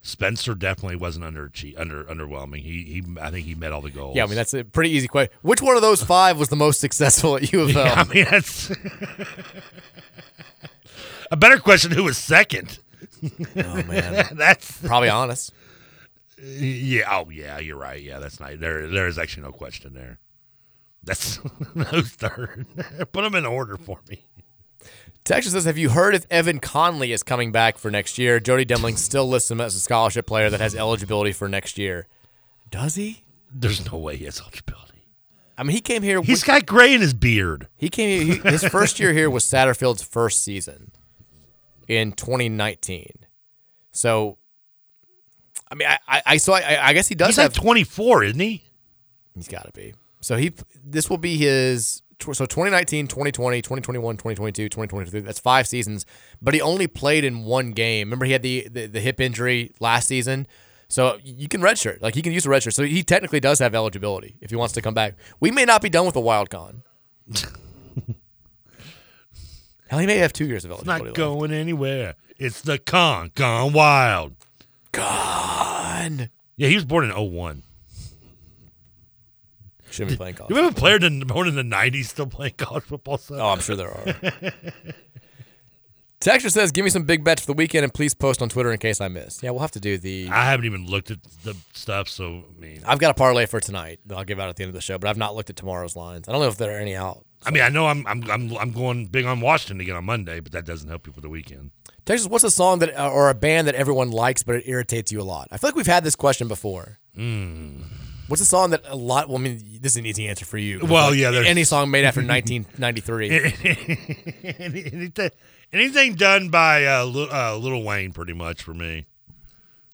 Spencer definitely wasn't under under underwhelming. He he, I think he met all the goals. Yeah, I mean that's a pretty easy question. Which one of those five was the most successful at U of L? Yeah, I mean that's a better question. Who was second? oh man, that's probably honest. Yeah. Oh yeah, you're right. Yeah, that's not there. There is actually no question there. That's who's third. Put them in order for me. Texas says, "Have you heard if Evan Conley is coming back for next year? Jody Demling still lists him as a scholarship player that has eligibility for next year. Does he? There's no way he has eligibility. I mean, he came here. He's with- got gray in his beard. he came. He, his first year here was Satterfield's first season in 2019. So, I mean, I, I, I so I, I guess he does He's have like 24, isn't he? He's got to be. So he this will be his tw- so 2019, 2020, 2021, 2022, 2023. That's five seasons, but he only played in one game. Remember he had the the, the hip injury last season. So you can redshirt. Like he can use a redshirt. So he technically does have eligibility if he wants to come back. We may not be done with a wild con. Hell, he may have two years of It's eligibility. left. not going anywhere. It's the con gone wild. Gone. Yeah, he was born in 01. Shouldn't be playing college. Do we have a player that- born in the 90s still playing college football? Son? Oh, I'm sure there are. Texture says, "Give me some big bets for the weekend, and please post on Twitter in case I missed." Yeah, we'll have to do the. I haven't even looked at the stuff, so I mean, I've got a parlay for tonight that I'll give out at the end of the show, but I've not looked at tomorrow's lines. I don't know if there are any out. I mean, I know I'm I'm I'm I'm going big on Washington again on Monday, but that doesn't help you for the weekend. Texas, what's a song that uh, or a band that everyone likes but it irritates you a lot? I feel like we've had this question before. Mm. What's a song that a lot? Well, I mean, this is an easy answer for you. Well, Like, yeah, there's- any song made after 1993. anything, anything done by uh, Lil, uh, Little Wayne, pretty much for me.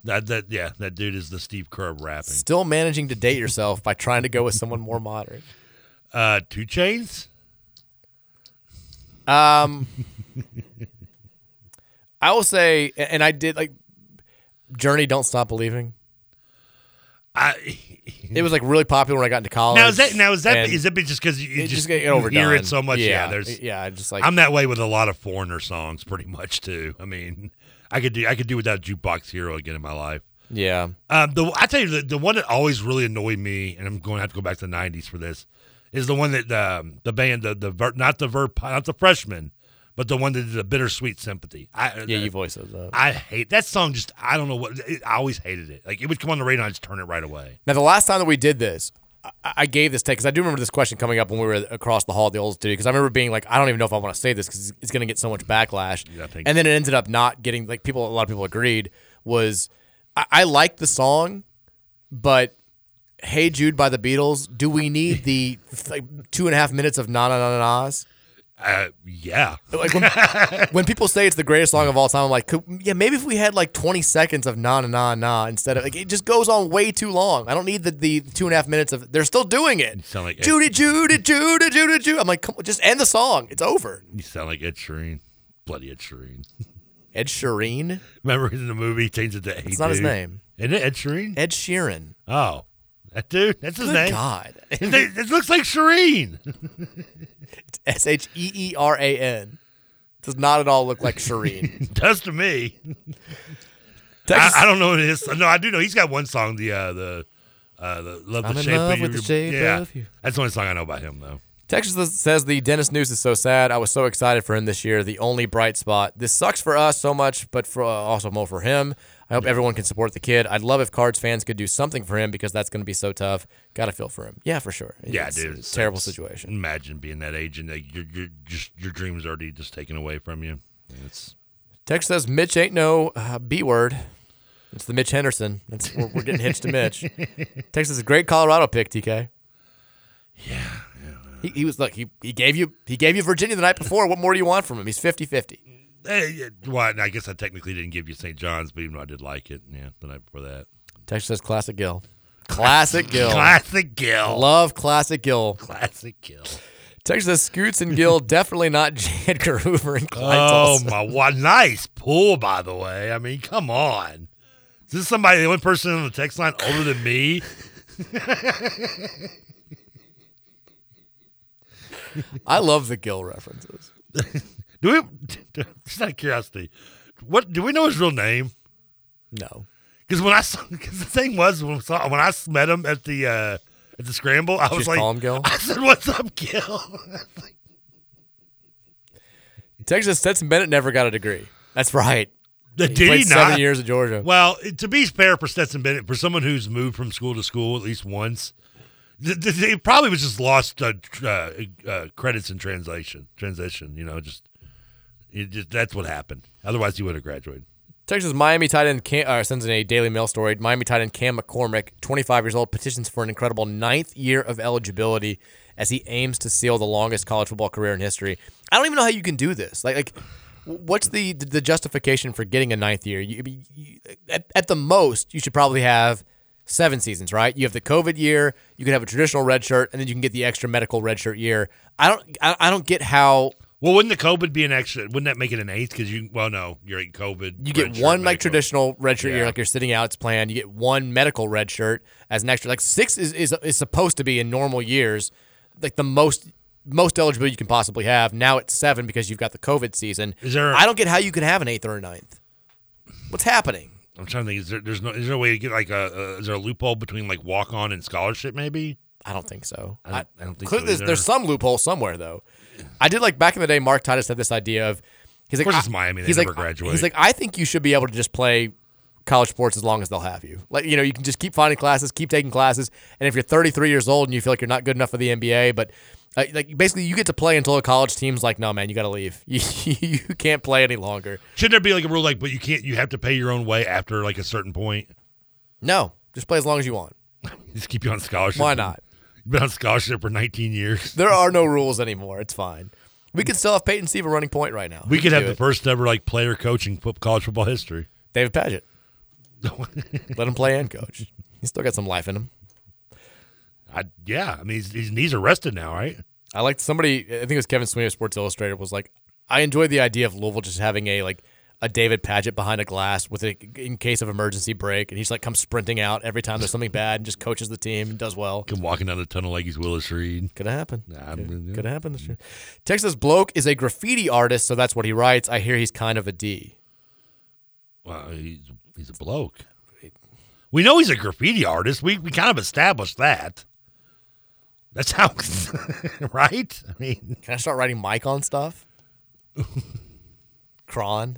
That that yeah, that dude is the Steve Kerr rapping. Still managing to date yourself by trying to go with someone more modern. Uh, two Chains. Um, I will say, and I did like Journey. Don't stop believing. I It was like really popular when I got into college. now is that now is that and is that just because you it just, get you hear overdone. it so much? Yeah, there's yeah. I Just like I'm that way with a lot of foreigner songs, pretty much too. I mean, I could do I could do without jukebox hero again in my life. Yeah, Um, the I tell you the, the one that always really annoyed me, and I'm going to have to go back to the '90s for this, is the one that um, the band the the ver, not the ver, not the freshman, but the one that did the bittersweet sympathy. I, uh, yeah. You voice those up. I hate that song. Just I don't know what it, I always hated it. Like it would come on the radio, and I would just turn it right away. Now, the last time that we did this, I, I gave this take because I do remember this question coming up when we were across the hall at the old studio. Because I remember being like, I don't even know if I want to say this because it's going to get so much backlash. Yeah, I think- and then it ended up not getting like people. A lot of people agreed was I, I liked the song, but Hey Jude by the Beatles. Do we need the like, two and a half minutes of na na na na nas? Uh, yeah. Like when, when people say it's the greatest song of all time, I'm like, could, yeah, maybe if we had like 20 seconds of na na na na instead of like it just goes on way too long. I don't need the, the two and a half minutes of they're still doing it. You sound like Ed- Judy, Judy, Judy, Judy, Judy. I'm like, come on, just end the song. It's over. You sound like Ed Sheeran. Bloody Ed Sheeran. Ed Sheeran? Remember in the movie, he changed it to Hey It's not his Dude. name. Isn't it Ed Sheeran? Ed Sheeran. Oh. That dude? That's his Good name? God. it, it looks like Shireen. It's S H E E R A N. Does not at all look like Shireen. Does to me. Texas- I, I don't know what it is. No, I do know. He's got one song, the uh, the uh, the love I'm the in shape love of with your, the shape yeah. of you. That's the only song I know by him though. Texas says the Dennis news is so sad. I was so excited for him this year. The only bright spot. This sucks for us so much, but for, uh, also more for him. I hope everyone can support the kid. I'd love if Cards fans could do something for him because that's going to be so tough. Got to feel for him. Yeah, for sure. Yeah, It's dude, a it terrible sucks. situation. Imagine being that age and like, your your just your dreams already just taken away from you. It's Texas says Mitch ain't no uh, B word. It's the Mitch Henderson. That's, we're, we're getting hitched to Mitch. Texas is a great Colorado pick, TK. Yeah. He, he was look. He, he gave you he gave you Virginia the night before. What more do you want from him? He's 50-50. eh, yeah, well, I guess I technically didn't give you St. John's, but even though I did like it, yeah, the night before that. Mm-hmm. Texas says classic Gill. Classic Gill. Classic Gill. Love classic Gill. Classic Gill. Texas says Scoots and Gill definitely not Jadker Hoover and Oh Klein's. my! What nice pull, by the way. I mean, come on. Is this somebody, the only person on the text line older than me? I love the Gill references. Do we? Just out of curiosity, what do we know his real name? No. Because when I saw, cause the thing was when I, saw, when I met him at the uh, at the scramble, I Did you was just like, call him Gil? I said, "What's up, Gil?" Texas Stetson Bennett never got a degree. That's right. Did he he played seven not? years at Georgia. Well, it- to be fair for Stetson Bennett, for someone who's moved from school to school at least once, th- th- they probably was just lost uh, tr- uh, uh, credits in translation. Transition, you know, just, it just that's what happened. Otherwise, he would have graduated. Texas Miami tight end Cam, uh, sends in a Daily Mail story. Miami tight end Cam McCormick, 25 years old, petitions for an incredible ninth year of eligibility as he aims to seal the longest college football career in history. I don't even know how you can do this. Like, like, what's the the justification for getting a ninth year? You, you, at, at the most, you should probably have seven seasons, right? You have the COVID year, you can have a traditional red shirt, and then you can get the extra medical red shirt year. I don't, I, I don't get how Well, wouldn't the COVID be an extra? Wouldn't that make it an eighth? Because you, well, no, you're in COVID. You get redshirt, one like medical. traditional red shirt year, Yeah. like you're sitting out, it's planned. You get one medical red shirt as an extra. Like six is, is is supposed to be in normal years, like the most most eligible you can possibly have. Now it's seven because you've got the COVID season. Is there- I don't get how you can have an eighth or a ninth. What's happening? I'm trying to think. Is there, there's no, is there a way to get like a, a is there a loophole between like walk on and scholarship? Maybe I don't think so. I don't- I don't think clear- so there's, either. there's some loophole somewhere though. I did like back in the day. Mark Titus had this idea of he's like course I- it's Miami, they he's never like I- graduate. He's like I think you should be able to just play college sports as long as they'll have you. Like you know you can just keep finding classes, keep taking classes, and if you're 33 years old and you feel like you're not good enough for the NBA, but uh, like basically you get to play until a college team's like, no man, you got to leave. You, you can't play any longer. shouldn't there be like a rule like, but you can't, you have to pay your own way after like a certain point. No, just play as long as you want. Just keep you on scholarship. Why not? You've been on scholarship for 19 years. There are no rules anymore. It's fine. We could still have Peyton Sieve a running point right now. We could have do the it. first ever like player coaching fo- college football history. David Paget. Let him play and coach. He's still got some life in him. I, yeah, I mean his, his knees are rested now, right? I liked somebody. I think it was Kevin Sweeney of Sports Illustrated was like, I enjoy the idea of Louisville just having a like a David Paget behind a glass with a in case of emergency break, and he's like comes sprinting out every time there's something bad and just coaches the team and does well. Come walking down the tunnel like he's Willis Reed. Could happen. Nah, Could, yeah. could happen this year. Texas Bloke is a graffiti artist, so that's what he writes. I hear he's kind of a D. Well, he's he's a bloke. We know he's a graffiti artist. We we kind of established that. That's how, right? I mean, Can I start writing Mike on stuff? Cron.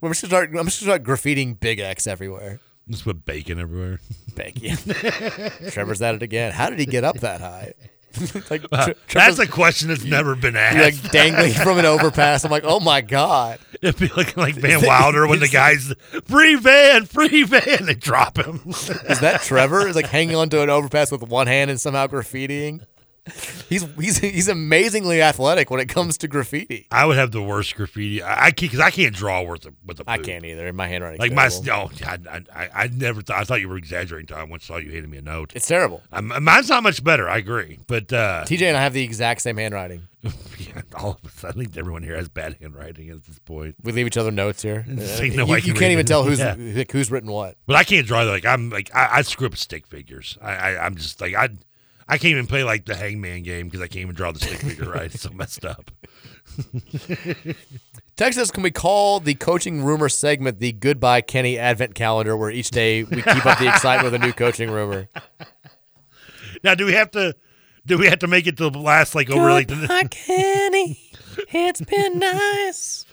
We're just gonna start. I'm just gonna start graffitiing Big X everywhere. just put bacon everywhere. Big yeah. Trevor's at it again. How did he get up that high? like Tre- That's Trevor's a question that's never been asked. like dangling from an overpass. I'm like, oh my god. It'd be like like Van Wilder when the guys free van, free van, they drop him. Is that Trevor? Is like hanging onto an overpass with one hand and somehow graffitiing. He's he's he's amazingly athletic when it comes to graffiti. I would have the worst graffiti. I, I can't because I can't draw worth a, with a. I can't either. My handwriting. Like my oh, I, I, I never thought I thought you were exaggerating. Tom, once saw you handed me a note. It's terrible. i mine's not much better. I agree, but uh, TJ and I have the exact same handwriting. yeah, all of us. I think everyone here has bad handwriting at this point. We leave each other notes here. Just Uh, ain't no you, way I you can can't read even it. tell who's Yeah. like, who's written what. But I can't draw like I'm like I, I screw up stick figures. I, I I'm just like I I can't even play like the hangman game because I can't even draw the stick figure right. It's so messed up. Texas, can we call the coaching rumor segment the Goodbye Kenny Advent Calendar, where each day we keep up the excitement with a new coaching rumor? Now do we have to do we have to make it to the last like over like Goodbye, the, Kenny. It's been nice.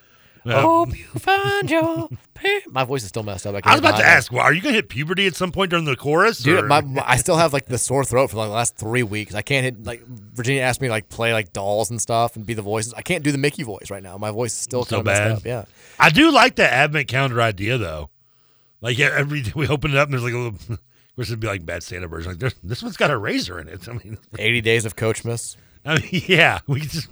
Yeah. Hope you find your parents. My voice is still messed up. I, I was can't about to hide it. ask, well, are you gonna hit puberty at some point during the chorus? Dude, or- my, my- I still have like the sore throat for like the last three weeks. I can't hit like Virginia asked me to, like play like dolls and stuff and be the voices. I can't do the Mickey voice right now. My voice is still so kind of bad. messed up. Yeah, I do like that advent calendar idea though. Like yeah, every day we open it up and there's like a little. Of course, it'd be like bad Santa version. Like there's, this one's got a razor in it. I mean, eighty days of Coachmas. I mean, yeah, we could just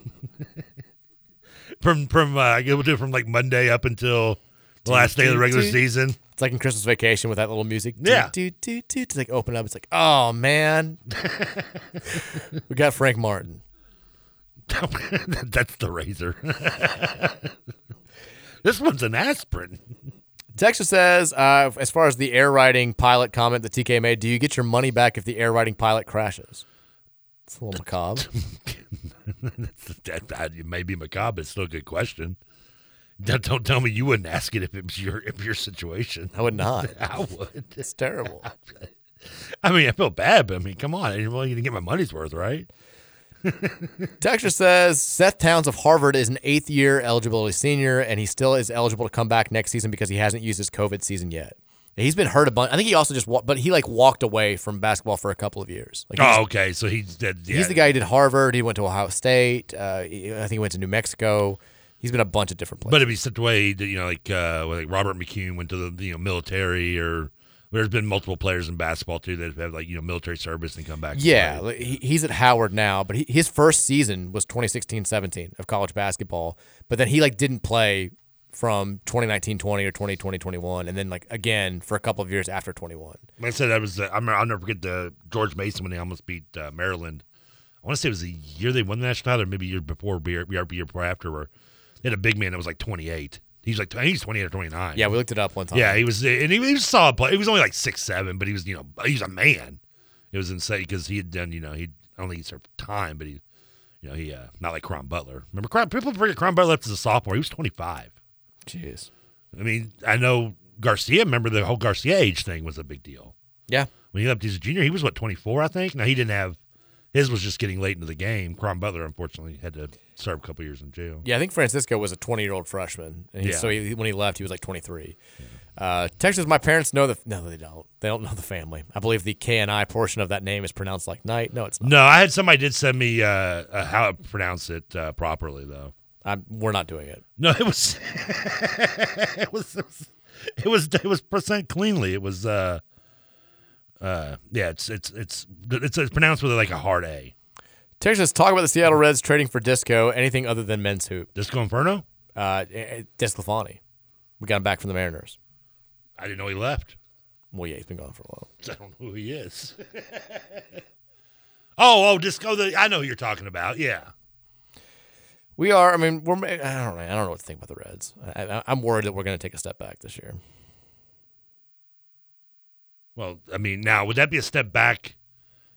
from from uh, I guess we'll do it from like Monday up until the last day of the regular season. It's like in Christmas Vacation with that little music. Yeah. do do do. It's like open up. It's like oh man, we got Frank Martin. That's the razor. this one's an aspirin. Texas says, uh, as far as the air riding pilot comment that TK made, do you get your money back if the air riding pilot crashes? It's a little macabre. that, that it may be macabre. It's still a good question. Don't, don't tell me you wouldn't ask it if it was your if your situation. I would not. I would. It's terrible. I mean, I feel bad, but I mean, come on. I didn't really get my money's worth, right? Texas says Seth Towns of Harvard is an eighth year eligibility senior, and he still is eligible to come back next season because he hasn't used his COVID season yet. He's been hurt a bunch. I think he also just, wa- but he like walked away from basketball for a couple of years. Like he just- oh, okay. So he's that. Yeah. He's the guy who did Harvard. He went to Ohio State. Uh, he- I think he went to New Mexico. He's been a bunch of different places. But if he stepped away, that, you know, like uh, well, like Robert McCune went to the you know military, or there's been multiple players in basketball too that have like you know military service and come back. and Yeah, like, play. he, he's at Howard now, but he, his first season was 2016-17 of college basketball. But then he like didn't play from 2019-20 or 2020-21 and then like again for a couple of years after 21. Like I said, that was the, I'm, I'll never forget the George Mason when they almost beat uh, Maryland. I want to say it was the year they won the national title, or maybe year before, year, year year before after, where they had a big man that was like 28. He's like I think he's 28 or 29. Yeah, we looked it up one time. Yeah, he was, and he, he was a solid player. He was only like six seven, but he was you know he was a man. It was insane because he had done you know he only served time, but he you know he uh, not like Cron Butler. Remember, Cron, people forget Cron Butler left as a sophomore. He was 25. Jeez. I mean, I know Garcia. Remember the whole Garcia age thing was a big deal. Yeah. When he left as a junior, he was what 24, I think. Now he didn't have his was just getting late into the game. Cron Butler unfortunately had to serve a couple years in jail. Yeah, I think Francisco was a 20 year old freshman, and he, Yeah. so he, when he left, he was like 23. Uh, Texas, my parents know the no, they don't. They don't know the family. I believe the K and I portion of that name is pronounced like night. No, it's not. No, I had somebody did send me uh, uh, how to pronounce it uh, properly though. I'm, we're not doing it. No, it was it was it was it was percent cleanly. It was uh uh yeah, it's it's it's it's, it's pronounced with like a hard A. Texas, talk about the Seattle Reds trading for Disco. Anything other than men's hoop? Disco Inferno? Uh, eh, eh, Disclafani. We got him back from the Mariners. I didn't know he left. Well, yeah, he's been gone for a while. I don't know who he is. oh, oh, Disco the I know who you're talking about. Yeah. We are. I mean, we're. ma- I don't know. I don't know what to think about the Reds. I, I, I'm worried that we're going to take a step back this year. Well, I mean, now would that be a step back?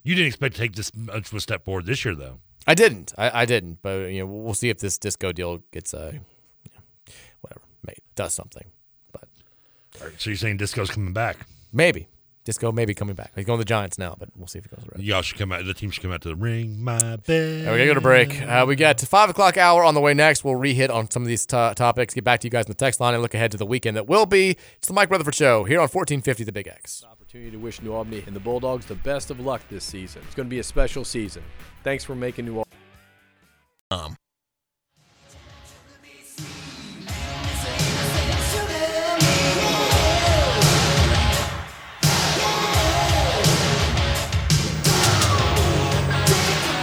You didn't expect to take this much of a step forward this year though. I didn't. I, I didn't. But you know, we'll see if this Disco deal gets uh, you know, whatever, mate, does something. But All right, so you're saying Disco's coming back. maybe Disco may be coming back. He's going to the Giants now, but we'll see if he goes to the Reds. Y'all should come out the team should come out to the ring, my bed. All right, we gotta go to break. Uh, we got to five o'clock hour on the way next. We'll re-hit on some of these to- topics. Get back to you guys in the text line and look ahead to the weekend that will be. It's the Mike Rutherford Show here on fourteen fifty The Big X. opportunity to wish New Albany and the Bulldogs the best of luck this season. It's going to be a special season. Thanks for making New Albany. Um.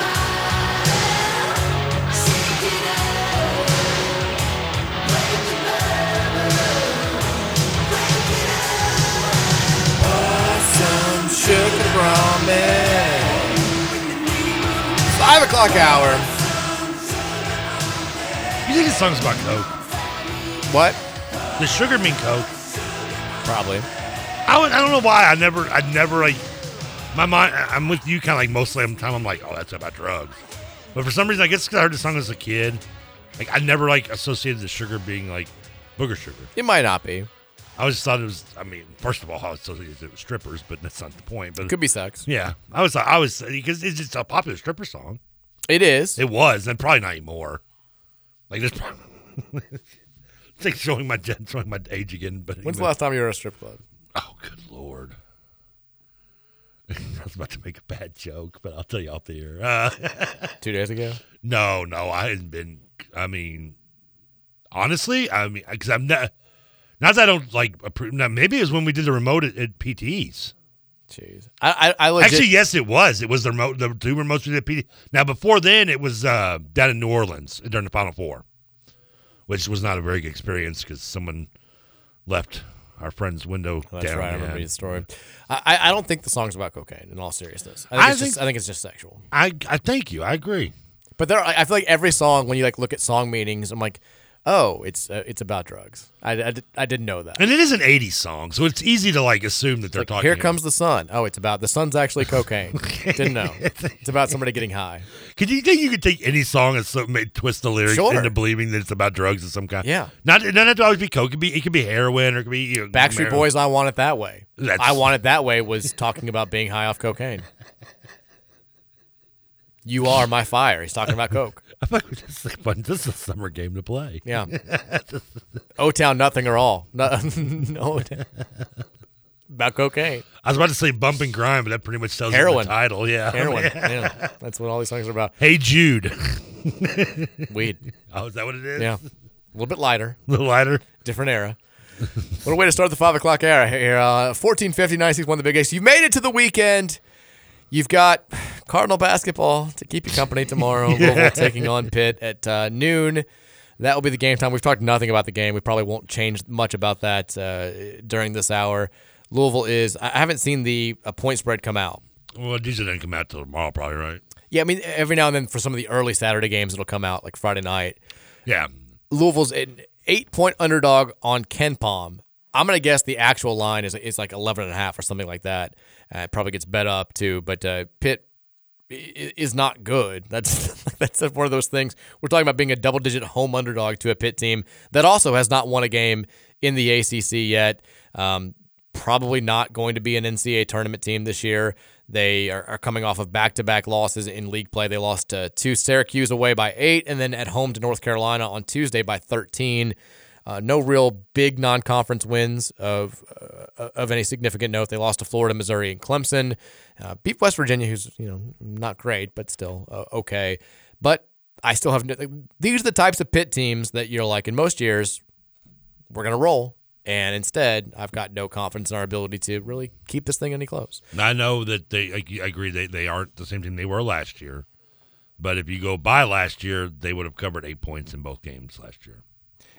Take a bite. o'clock hour. You think this song's about coke? What? Does sugar mean coke? Probably. I, would- I don't know why I never I never like my mind. I- I'm with you kind of like mostly of the time I'm like oh that's about drugs, but for some reason I guess 'cause I heard the song as a kid, like I never like associated the sugar being like booger sugar. It might not be. I always thought it was. I mean, first of all, I associated it with strippers, but that's not the point. But Could be sex. Yeah, I was I was because it's just a popular stripper song. It is. It was, and probably not anymore. Like this. It's like showing my showing my age again. But When's the last time you were at a strip club? Oh, good lord! I was about to make a bad joke, but I'll tell you off the air. Uh, Two days ago? No, no, I hadn't been. I mean, honestly, I mean, because I'm not. Not that I don't like approve. Now, maybe it was when we did the remote at, at PTEs. Jeez, I I, I legit- actually yes, it was. It was the remote, the two remotes we did at PT. Now before then, it was uh, down in New Orleans during the Final Four, which was not a very good experience because someone left our friend's window. That's down, right. I remember man. the story. I, I- I don't think the song's about cocaine. In all seriousness, I think, I it's, think- just, I think it's just sexual. I I thank you. I agree. But there, are, I feel like every song when you like look at song meanings, I'm like, oh, it's uh, it's about drugs. I, I, di- I didn't know that. And it is an '80s song, so it's easy to like assume that they're Like, talking. here comes the sun. Oh, it's about the sun's actually cocaine. Didn't know. It's about somebody getting high. Could you think you could take any song and so, make, twist the lyrics Sure. into believing that it's about drugs of some kind? Yeah. Not it doesn't have to always be coke. It could be it could be heroin or it could be you know, Backstreet marijuana. Boys, I want it that way. That's- I want it that way was talking about being high off cocaine. You are my fire. He's talking about coke. I fuck with this. is Fun. This is a summer game to play. Yeah. O Town, nothing or all. No, no about cocaine. I was about to say bump and grind, but that pretty much tells you Heroin. the title. Yeah. Heroin. yeah. That's what all these songs are about. Hey Jude. Weed. Oh, is that what it is? Yeah. A little bit lighter. A little lighter. Different era. what a way to start the five o'clock hour here. Uh, 1450-961, the big ace. You've made it to the weekend. You've got Cardinal basketball to keep you company tomorrow. Louisville taking on Pitt at uh, noon. That will be the game time. We've talked nothing about the game. We probably won't change much about that uh, during this hour. Louisville is. I I haven't seen the uh, point spread come out. Well, these didn't come out till tomorrow, probably right. Yeah, I mean, every now and then for some of the early Saturday games, it'll come out like Friday night. Yeah. Louisville's an eight point underdog on Ken Palm. I'm going to guess the actual line is, is like 11 and a half or something like that. Uh, it probably gets bet up too, but uh, Pitt i- is not good. That's that's one of those things. We're talking about being a double digit home underdog to a Pitt team that also has not won a game in the ACC yet. Um, probably not going to be an NCAA tournament team this year. They are, are coming off of back to back losses in league play. They lost uh, to Syracuse away by eight and then at home to North Carolina on Tuesday by 13. Uh, no real big non-conference wins of uh, of any significant note. They lost to Florida, Missouri, and Clemson. Uh, beat West Virginia, who's you know not great, but still uh, okay. But I still have no, these are the types of pit teams that you're like in most years we're gonna roll. And instead, I've got no confidence in our ability to really keep this thing any close. And I know that they. I, I agree. They they aren't the same team they were last year. But if you go by last year, they would have covered eight points in both games last year.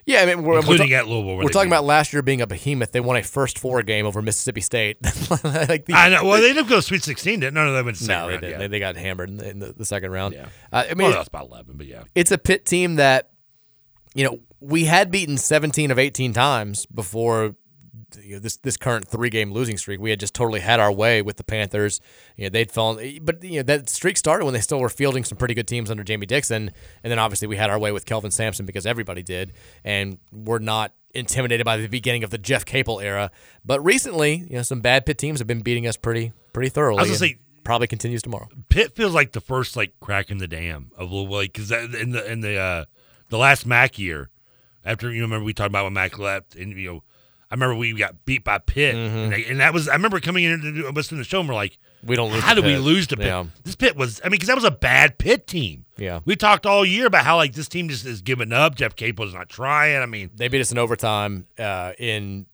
Yeah, I mean, we're, Including we're at Louisville, where We're they talking beat about last year being a behemoth. They won a first four game over Mississippi State. like the, I know. Well, they didn't go to Sweet Sixteen, didn't? No, no, they went to the second no, they round, didn't. yeah. They, they got hammered in the, in the, the second round. Yeah. Uh, I mean, well, it's- that's about eleven, but yeah. it's a pit team that you know we had beaten 17 of 18 times before you know, this this current three game losing streak we had just totally had our way with the panthers you know they'd fallen but you know that streak started when they still were fielding some pretty good teams under jamie dixon and then obviously we had our way with kelvin sampson because everybody did and we're not intimidated by the beginning of the jeff capel era but recently you know some bad pit teams have been beating us pretty pretty thoroughly gonna and say- probably continues tomorrow Pitt feels like the first like crack in the dam of Louisville because in the in the uh, the last Mac year, after you remember we talked about when Mac left, and you know, I remember we got beat by Pitt, and, they, and that was I remember coming in to do us in the show, and we're like, Mm-hmm. We don't lose How to do we Pitt." lose to Pitt? Yeah. This Pitt was, I mean, because that was a bad Pitt team. Yeah. we talked all year about how like this team just is giving up. Jeff Capel's not trying. I mean, they beat us in overtime uh, in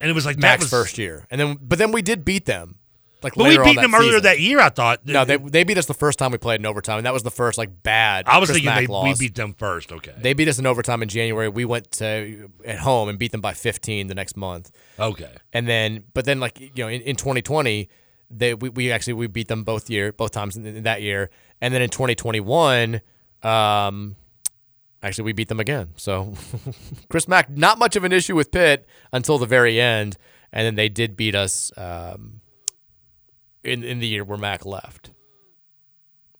and it was like that Mac's was- first year, and then but then we did beat them. Like But we later on beat them earlier season. that year. I thought. No, they, they beat us the first time we played in overtime, and that was the first like bad. I was Chris thinking Mack they, we loss. beat them first. Okay. They beat us in overtime in January. We went to at home and beat them by 15 the next month. Okay. And then, but then, like you know, in, in 2020, they we, we actually we beat them both year both times in, in that year, and then in 2021, um, actually we beat them again. So Chris Mack not much of an issue with Pitt until the very end, and then they did beat us um, in in the year where Mack left.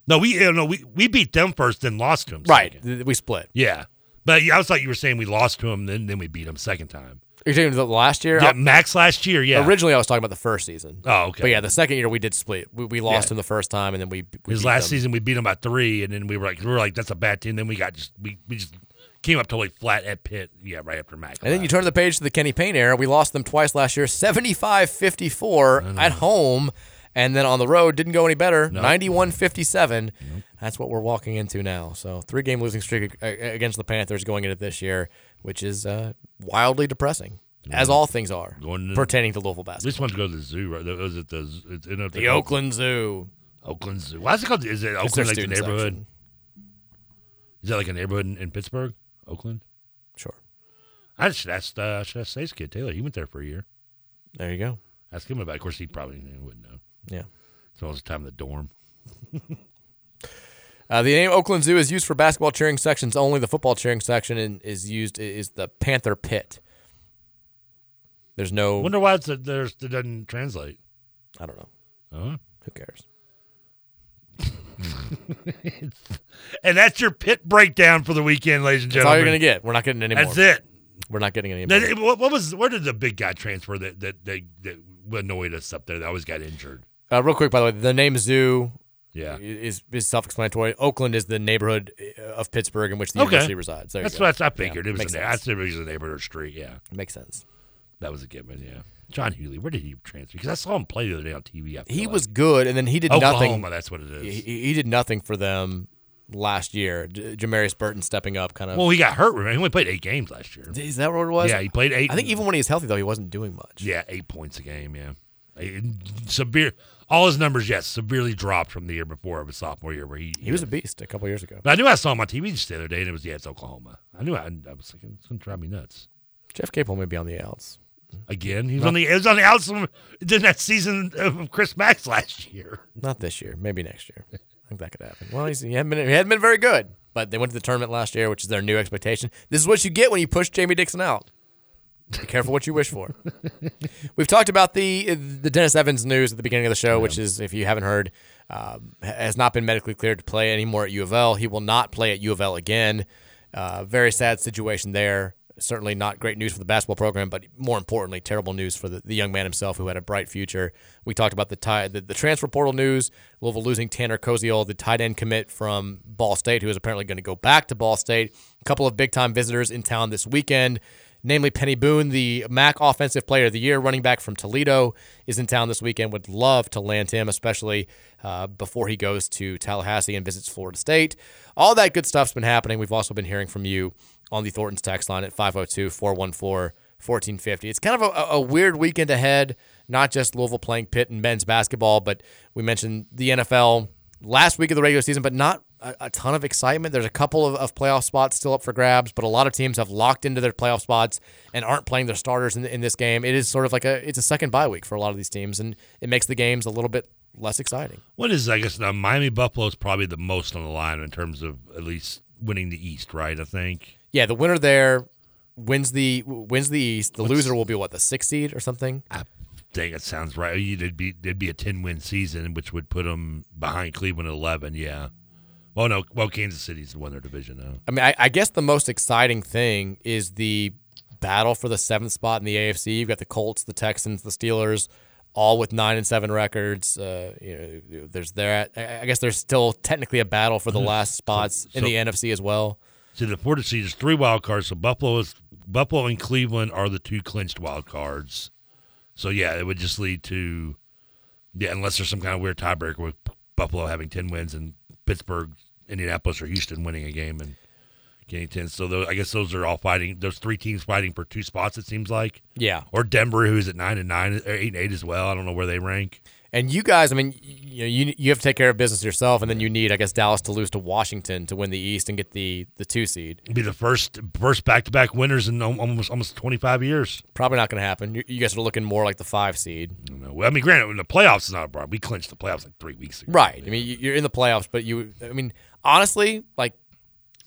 No, we uh, no we we beat them first, then lost to them. Right, th- we split. Yeah, but yeah, I was like you were saying we lost to them, then then we beat them second time. You're talking about the last year? Yeah, I- Max last year. Yeah, Originally, I was talking about the first season. Oh, okay. But yeah, the second year we did split. We, we lost Yeah. him the first time, and then we, we His beat last them. season, we beat them by three, and then we were like, we were like, that's a bad team. Then we got just we, we just came up totally flat at Pitt. Yeah, right after Mac. And then you turn the page to the Kenny Payne era. We lost them twice last year, 75 54 at home. And then on the road, didn't go any better, 91 57. That's what we're walking into now. So, three game losing streak a- a- against the Panthers going into this year, which is uh, wildly depressing, as all things are pertaining to Louisville basketball. This one's go to the zoo. Right? Was it the z- it's, you know, The Oakland Zoo. Oakland Zoo. Why is it called? Is it It's their Oakland like the student neighborhood? section. Is that like a neighborhood in, in Pittsburgh, Oakland? Sure. I should ask. Uh, I should ask Say's kid Taylor. He went there for a year. There you go. Ask him about. It. Of course, he probably knew- wouldn't know. Yeah. It's all his time in the dorm. Uh, the name Oakland Zoo is used for basketball cheering sections only. The football cheering section in, is used is the Panther Pit. There's no. Wonder why it's a, there's it doesn't translate. I don't know. Huh? Who cares? And that's your pit breakdown for the weekend, ladies and That's gentlemen. all you're gonna get. We're not getting any more. That's it. We're not getting any Now, more. what, what was where did the big guy transfer that that that, that annoyed us up there? That always got injured. Uh, real quick, by the way, the name Zoo. Yeah. Is is self explanatory. Oakland is the neighborhood uh, of Pittsburgh in which the okay, university resides. There you that's go. what I Yeah, figured. it makes was. A, na- I sense. said it was a neighborhood or street. Yeah, makes sense. That was a given. Yeah, John Hewley. Where did he transfer? Because I saw him play the other day on TV. I feel He like. was good, and then he did Oklahoma, nothing. That's what it is. He, he he did nothing for them last year. J- Jamarius Burton stepping up, kind of. well, he got hurt. Remember, he only played eight games last year. Is that what it was? Yeah, he played eight. I think even when he was healthy, though, he wasn't doing much. Yeah, eight points a game. Yeah, Eight- severe. All his numbers, yes, severely dropped from the year before of his sophomore year, where he He was a beast a couple years ago. But I knew I saw him on TV just the other day, and it was yeah, it's Oklahoma. I knew I, I was like, it's gonna drive me nuts Jeff Capel may be on the outs. again. He was Not- on the it was on the outs from- in that season of Chris Max last year. Not this year. Maybe next year. I think that could happen. Well, he's, he, hadn't been, he hadn't been very good, but they went to the tournament last year, which is their new expectation. This is what you get when you push Jamie Dixon out. Be careful what you wish for. We've talked about the the Dennis Evans news at the beginning of the show, which is if you haven't heard, um, ha- has not been medically cleared to play anymore at U of L. He will not play at U of L again. Uh, very sad situation there. Certainly not great news for the basketball program, but more importantly, terrible news for the, the young man himself who had a bright future. We talked about the tie, the, the transfer portal news. Louisville losing Tanner Koziol, the tight end commit from Ball State, who is apparently going to go back to Ball State. A couple of big time visitors in town this weekend namely Penny Boone, the MAC Offensive Player of the Year, running back from Toledo, is in town this weekend. Would love to land him, especially uh, before he goes to Tallahassee and visits Florida State. All that good stuff's been happening. We've also been hearing from you on the Thornton's text line at 502 414 1450. It's kind of a, a weird weekend ahead, not just Louisville playing Pitt and men's basketball, but we mentioned the NFL last week of the regular season, but not a, a ton of excitement. There's a couple of, of playoff spots still up for grabs, but a lot of teams have locked into their playoff spots and aren't playing their starters in, in this game. It is sort of like a it's a second bye week for a lot of these teams, and it makes the games a little bit less exciting. What is I guess now Miami Buffalo is probably the most on the line in terms of at least winning the East, right? I think. Yeah, the winner there wins the wins the East. The loser will be what the sixth seed or something. Dang, it sounds right. You- It'd be it'd be a ten win season, which would put them behind Cleveland at eleven. Yeah. Well, no. Well, Kansas City's won their division now. I mean, I, I guess the most exciting thing is the battle for the seventh spot in the AFC. You've got the Colts, the Texans, the Steelers, all with nine and seven records. Uh, you know, there's that. I I guess there's still technically a battle for the Mhm. last spots in So- the NFC as well. See, the Florida seed is three wild cards. So Buffalo is Buffalo and Cleveland are the two clinched wild cards. So yeah, it would just lead to yeah, unless there's some kind of weird tiebreaker with Buffalo having ten wins and Pittsburgh, Indianapolis, or Houston winning a game and getting ten. So those, I guess those are all fighting. Those three teams fighting for two spots. It seems like Yeah. or Denver, who's at nine and nine or eight and eight as well. I don't know where they rank. And you guys, I mean, you know, you you have to take care of business yourself, and then you need, I guess, Dallas to lose to Washington to win the East and get the the two seed. It'd be the first first back to back winners in al- almost almost twenty five years. Probably not going to happen. You, you guys are looking more like the five seed. Well, I mean, granted, in the playoffs is not a problem. We clinched the playoffs like three weeks ago. Right. I mean, you- you're in the playoffs, but you. I mean, honestly, like,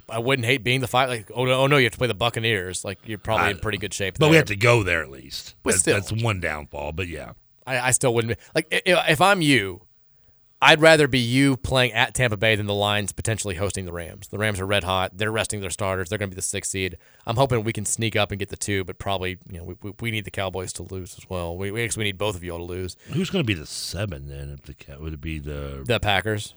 I wouldn't hate being the five. Like, oh no, oh, no you have to play the Buccaneers. Like, you're probably in pretty good shape. But we there. have to go there at least. But that's, still. that's one downfall. But yeah, I, I still wouldn't. Be, like, i- i- if I'm you, I'd rather be you playing at Tampa Bay than the Lions potentially hosting the Rams. The Rams are red hot. They're resting their starters. They're going to be the sixth seed. I'm hoping we can sneak up and get the two, but probably you know we, we, we need the Cowboys to lose as well. We we actually need both of y'all to lose. who's going to be the seven then? If the cat would it be the The Packers.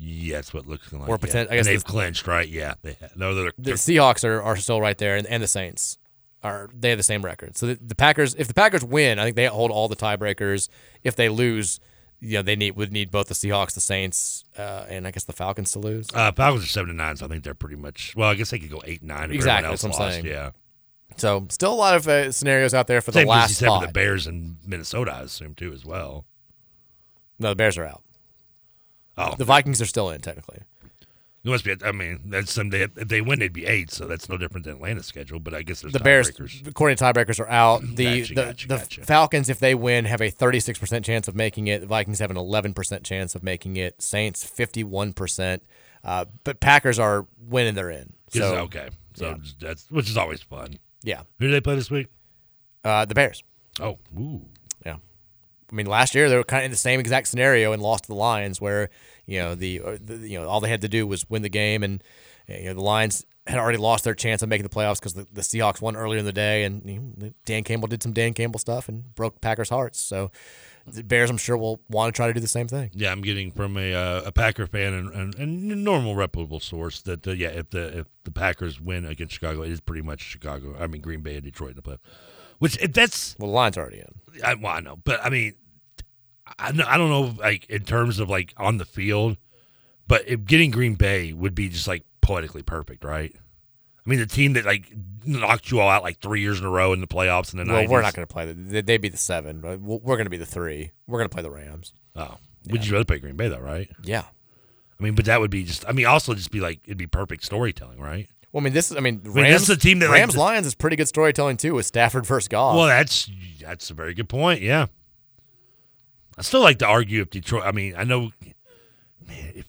Yeah, that's what it looks like. Or yeah. potent- I And guess they've the- clinched, right? Yeah, they ha- no, they're, The Seahawks are, are still right there, and, and the Saints are they have the same record. So the, the Packers, if the Packers win, I think they hold all the tiebreakers. If they lose, you know, they need would need both the Seahawks, the Saints, uh, and I guess the Falcons to lose. uh, Falcons are seven and nine, so I think they're pretty much. Well, I guess they could go eight and nine. If Exactly, everyone else that's what I'm lost. saying. Yeah, So still a lot of uh, scenarios out there for same the last as you said spot. with the Bears and Minnesota, I assume too as well. no, the Bears are out. Oh, The Vikings are still in technically. it must be. I mean, that's someday if they win, they'd be eight, so that's no different than Atlanta's schedule. But I guess there's the Bears, tiebreakers. Mm-hmm. according to tiebreakers, are out. The Gotcha, the, gotcha, the gotcha. Falcons, if they win, have a 36% chance of making it. The Vikings have an 11% chance of making it. Saints 51%. Uh, but Packers are winning. They're in. Is- So okay, so yeah. that's which is always fun. Yeah. Who do they play this week? Uh, the Bears. Oh, ooh. Yeah. I mean, last year they were kind of in the same exact scenario and lost to the Lions, where you know the, or the you know all they had to do was win the game, and you know the Lions had already lost their chance of making the playoffs because the, the Seahawks won earlier in the day, and you know, Dan Campbell did some Dan Campbell stuff and broke Packers' hearts. So the Bears, I'm sure, will want to try to do the same thing. Yeah, I'm getting from a uh, a Packer fan and, and, and normal reputable source that uh, yeah, if the if the Packers win against Chicago, it is pretty much Chicago. I mean Green Bay and Detroit in the playoff. Which if that's well, the Lions already in. I, well, I know, but I mean, I, kn- I don't know like in terms of like on the field, but if getting Green Bay would be just like poetically perfect, right? I mean, the team that like knocked you all out like three years in a row in the playoffs in the well, we're 90s. not going to play. The, they'd be the seven. Right? We're going to be the three. We're going to play the Rams. Oh, would you rather play Green Bay though, right? Yeah. I mean, but that would be just. I mean, also just be like it'd be perfect storytelling, right? Well, I mean, this is. I mean, Rams. mean, this is a team that, like, Rams the- Lions is pretty good storytelling too with Stafford versus Goff. Well, that's that's a very good point. Yeah, I still like to argue if Detroit. I mean, I know man, if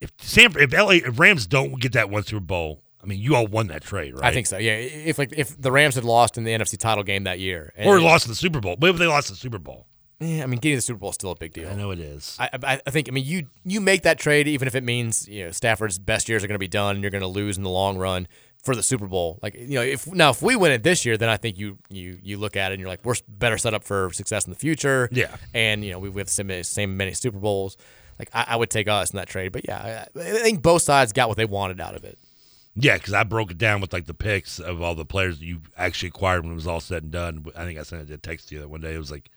if Sam if LA if Rams don't get that one Super Bowl, I mean, you all won that trade, right? I think so. Yeah, if like if the Rams had lost in the NFC title game that year, Or lost in the Super Bowl. Maybe they lost the Super Bowl. Yeah, I mean, getting the Super Bowl is still a big deal. I know it is. I, I, I think. I mean, you you make that trade even if it means you know Stafford's best years are going to be done and you're going to lose in the long run for the Super Bowl. Like you know, if now if we win it this year, then I think you you you look at it and you're like, we're better set up for success in the future. Yeah. and you know we we have the same many, same many Super Bowls. Like I, I would take us in that trade, but yeah, I, I think both sides got what they wanted out of it. Yeah, because I broke it down with like the picks of all the players that you actually acquired when it was all said and done. I think I sent it to text to you that one day. It was like,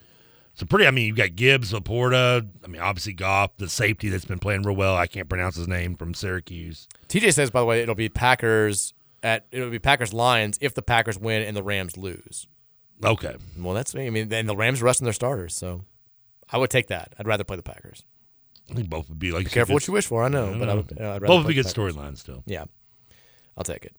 so pretty. I mean, you got Gibbs, Laporta. I mean, obviously Goff, the safety that's been playing real well. I can't pronounce his name from Syracuse. TJ says, by the way, it'll be Packers at it'll be Packers Lions if the Packers win and the Rams lose. Okay. Well, that's I mean, and the Rams are resting their starters, so I would take that. I'd rather play the Packers. I think both would be like. Be careful what you wish for. I know, but I would, uh, I'd rather both would play be good the Packers. storylines still. Yeah, I'll take it.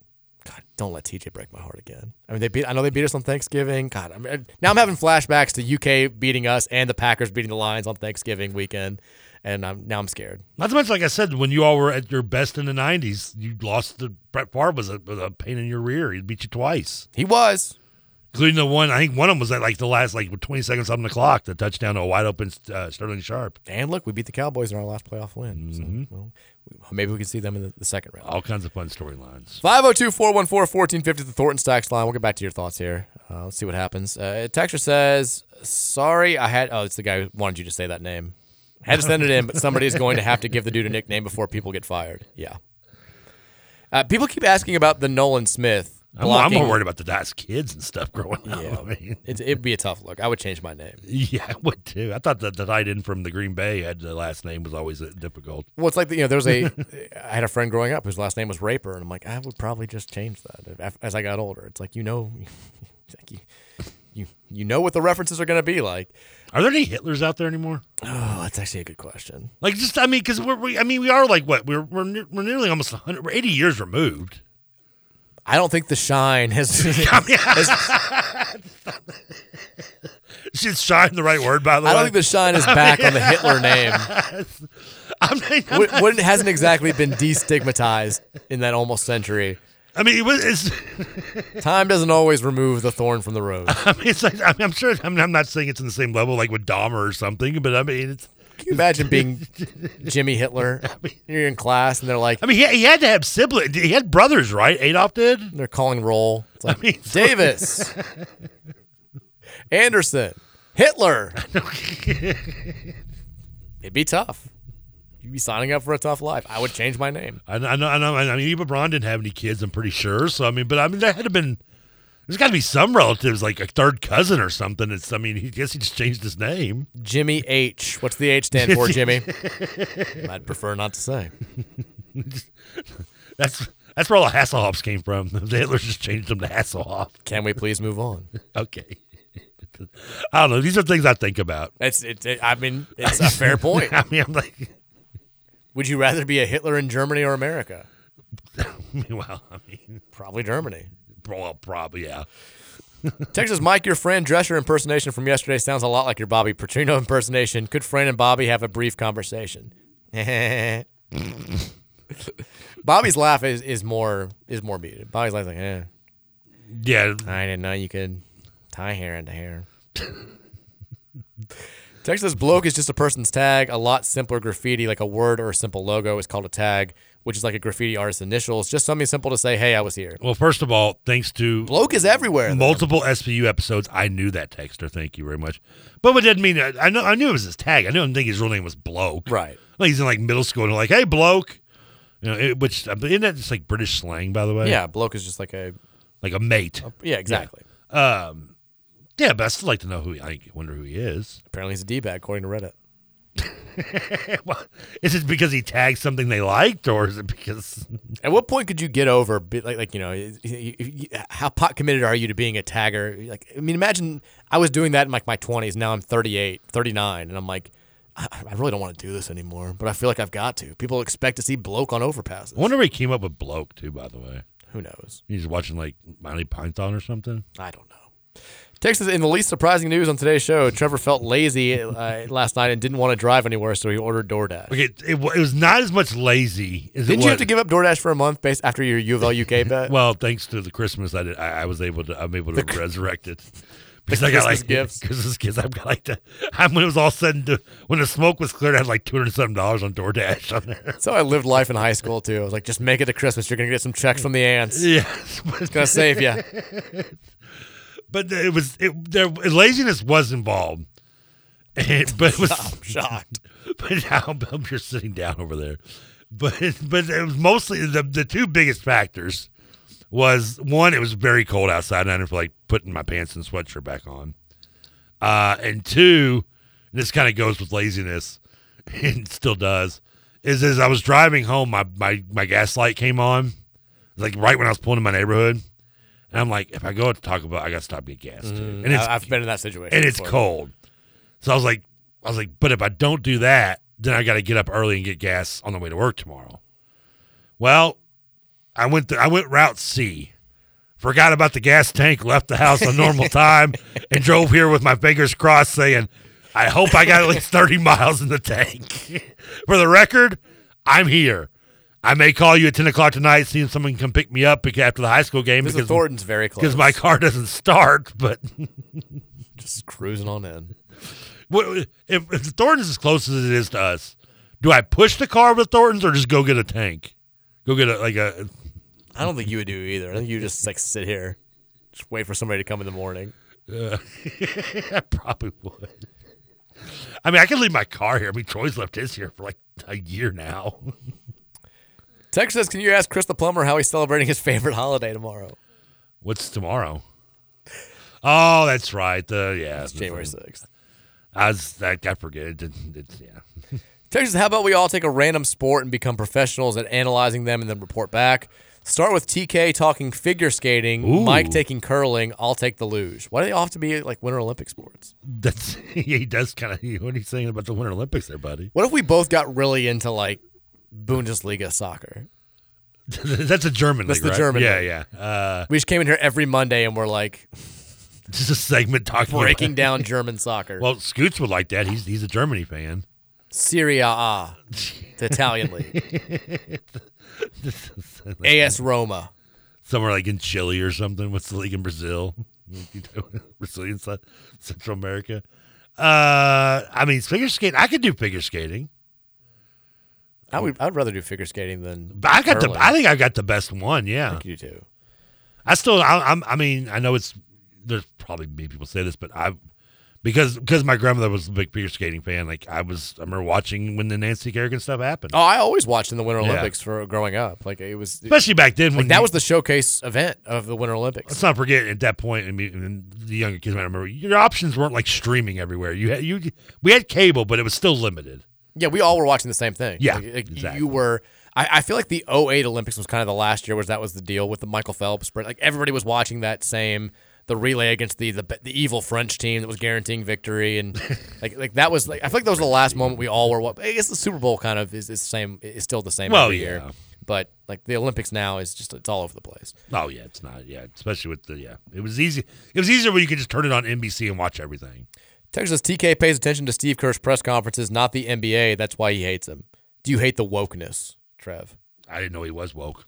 God, don't let TJ break my heart again. I mean, they beat. I know they beat us on Thanksgiving. God, I mean, now I'm having flashbacks to UK beating us and the Packers beating the Lions on Thanksgiving weekend, and I'm now I'm scared. Not so much like I said when you all were at your best in the '90s, you lost to Brett Favre was a, was a pain in your rear. He beat you twice. He was, including the one. I think one of them was at like the last like with 20 seconds on the clock, the touchdown to a wide open uh, Sterling Sharp. And look, we beat the Cowboys in our last playoff win. Mm-hmm. So, well, maybe we can see them in the, the second round. All kinds of fun storylines. 502 414 1450, the Thornton Stacks line. We'll get back to your thoughts here. Uh, let's see what happens. Uh, texture says, Sorry, I had. Oh, it's the guy who wanted you to say that name. Had to send it in, but somebody is going to have to give the dude a nickname before people get fired. Yeah. Uh, people keep asking about the Nolan Smith. I'm, I'm blocking- more worried about the guy's kids and stuff growing Yeah. up. I mean, It's, it'd be a tough look. I would change my name. yeah, I would too. I thought that the tight end from the Green Bay had the last name was always uh, difficult. Well, it's like the, you know, there's a. I had a friend growing up whose last name was Raper, and I'm like, I would probably just change that af- as I got older. It's like you know, it's like you, you you know what the references are going to be like. Are there any Hitlers out there anymore? Oh, that's actually a good question. Like, just I mean, because we're we, I mean, we are like what we're we're, ne- we're nearly almost 100, we're 80 years removed. I don't think the shine has. has- Is shine the right word by the way? I don't think the shine is back on the Hitler name. I mean, I'm Wou- not- wouldn't- hasn't exactly been destigmatized in that almost century. I mean, it was. It's, Time doesn't always remove the thorn from the rose. I mean, it's like I mean, I'm sure. I mean, I'm not saying it's in the same level like with Dahmer or something, but I mean, it's. Can you imagine being Jimmy Hitler? You're in class and they're like, I mean, he, he had to have siblings. He had brothers, right? Adolf did. They're calling roll. It's like, mean, so- Davis, Anderson, Hitler. It'd be tough. You'd be signing up for a tough life. I would change my name. I, I know, I know. I mean, even Braun didn't have any kids. I'm pretty sure. So I mean, but I mean, there had to been. There's got to be some relatives, like a third cousin or something. It's. I mean, he I guess he just changed his name. Jimmy H. What's the H stand for, Jimmy? I'd prefer not to say. That's that's where all the Hasselhoffs came from. The Hitler just changed them to Hasselhoff. Can we please move on? Okay. I don't know. These are things I think about. It's. It, it- I mean, it's a fair point. I mean, I'm like, Would you rather be a Hitler in Germany or America? well, I mean, Probably Germany. well, probably, yeah. Texas Mike, your friend Drescher impersonation from yesterday sounds a lot like your Bobby Petrino impersonation. Could Fran and Bobby have a brief conversation? Bobby's laugh is, is more is more muted. Bobby's laugh's like, eh. Yeah. I didn't know you could tie hair into hair. Texas bloke is just a person's tag. A lot simpler graffiti, like a word or a simple logo, is called a tag, which is like a graffiti artist's initials. Just something simple to say, hey, I was here. Well, first of all, thanks to Bloke is everywhere. though. multiple SPU episodes, I knew that texter. Thank you very much. But what didn't mean I I know I knew it was his tag. I didn't think his real name was Bloke. Right. Like he's in like middle school and they're like, hey, Bloke. You know, it, which I mean, isn't that just like British slang, by the way? Yeah, bloke is just like a Like a mate. yeah, exactly. Yeah. Um, yeah, but I still like to know who he, I wonder who he is. Apparently, he's a d bag according to Reddit. well, is it because he tagged something they liked, or is it because At what point could you get over, be- like, like you know, y- y- y- how pot committed are you to being a tagger? Like, I mean, imagine I was doing that in like my 20s. Now I'm 38, 39, and I'm like, I, I really don't want to do this anymore, but I feel like I've got to. People expect to see bloke on overpasses. I wonder where he came up with bloke too? By the way, Who knows? he's watching like Monty Python or something. I don't know. Texas, in the least surprising news on today's show, Trevor felt lazy uh, last night and didn't want to drive anywhere, so he ordered DoorDash. Okay, it, it, wa- it was not as much lazy as Didn't it you have was. to give up DoorDash for a month based after your U of L UK bet? well, thanks to the Christmas, I did. I, I was able to. I'm able to resurrect it because I got Christmas like gifts. Christmas gifts. I've got like the. I, when it was all said and done, when the smoke was cleared, I had like two hundred something dollars on DoorDash on there. So I lived life in high school too. I was like, just make it to Christmas. You're gonna get some checks from the ants. Yes, It's gonna save you. but it was it, there laziness was involved, And- but it was I'm shocked. But now Bill, you're sitting down over there. But but it was mostly the the two biggest factors was one, it was very cold outside, and I didn't feel like putting my pants and sweatshirt back on. Uh, and two, and this kind of goes with laziness, and still does, is as I was driving home, my my my gas light came on, like right when I was pulling in my neighborhood, and I'm like, if I go to Taco Bell, I got to stop and get gas, too. and Mm-hmm. I- I've been in that situation. and it's before. cold. So I was like, I was like, but if I don't do that, then I got to get up early and get gas on the way to work tomorrow. Well, I went th- I went route C, forgot about the gas tank, left the house on normal time, and drove here with my fingers crossed, saying, I hope I got at least thirty miles in the tank. For the record, I'm here. I may call you at ten o'clock tonight, see if someone can pick me up beca- after the high school game This is Thornton's very close. because my car doesn't start, but. just cruising on in. What, if, if Thornton's as close as it is to us, do I push the car with Thornton's or just go get a tank? Go get a like a. I don't think you would do either. I think you just like sit here, just wait for somebody to come in the morning. Uh, I probably would. I mean, I could leave my car here. I mean, Troy's left his here for like a year now. Tex says, "Can you ask Chris the plumber how he's celebrating his favorite holiday tomorrow?" What's tomorrow? Oh, that's right. The yeah, It's the January thing. sixth. I was I, I forget. It, didn't- it's yeah. Texas, how about we all take a random sport and become professionals at analyzing them and then report back? Start with TK talking figure skating, Ooh. Mike taking curling, I'll take the luge. Why do they all have to be like Winter Olympic sports? That's he does kind of what he's saying about the Winter Olympics there, buddy. What if we both got really into like Bundesliga soccer? That's a German That's league, the right? German. Yeah, league. yeah. Uh, we just came in here every Monday and we're like just a segment talking breaking about- down German soccer. Well, Scoots would like that. He's he's a Germany fan. Serie A, the Italian league. AS Roma. Somewhere like in Chile or something. What's the league in Brazil? Brazilian side, Central America. Uh, I mean, figure skating. I could do figure skating. I would I'd rather do figure skating than But I got curling. the. I think I got the best one. Yeah, I think you do. I still. I, I'm. I mean, I know it's. There's probably many people say this, but I, because because my grandmother was a big figure skating fan. Like I was. I remember watching when the Nancy Kerrigan stuff happened. Oh, I always watched in the Winter Yeah. Olympics for growing up. Like it was Especially back then Like, when that you- was the showcase event of the Winter Olympics. Let's not forget at that point, and, me- and the younger kids might remember your options weren't like streaming everywhere. You had you we had cable, but it was still limited. Yeah, we all were watching the same thing. Yeah, Like, like, exactly. you were. I, I feel like the 08 Olympics was kind of the last year was that was the deal with the Michael Phelps sprint. Like everybody was watching that same the relay against the the, the evil French team that was guaranteeing victory and like like that was like I feel like that was the last moment we all were. wa- I guess the Super Bowl kind of is, is the same is still the same Well, every yeah. year, but like the Olympics now is just it's all over the place. Oh yeah, it's not. Yeah, especially with the yeah, it was easy. It was easier when you could just turn it on NBC and watch everything. Texas TK pays attention to Steve Kerr's press conferences, not the NBA. That's why he hates him. Do you hate the wokeness, Trev? I didn't know he was woke.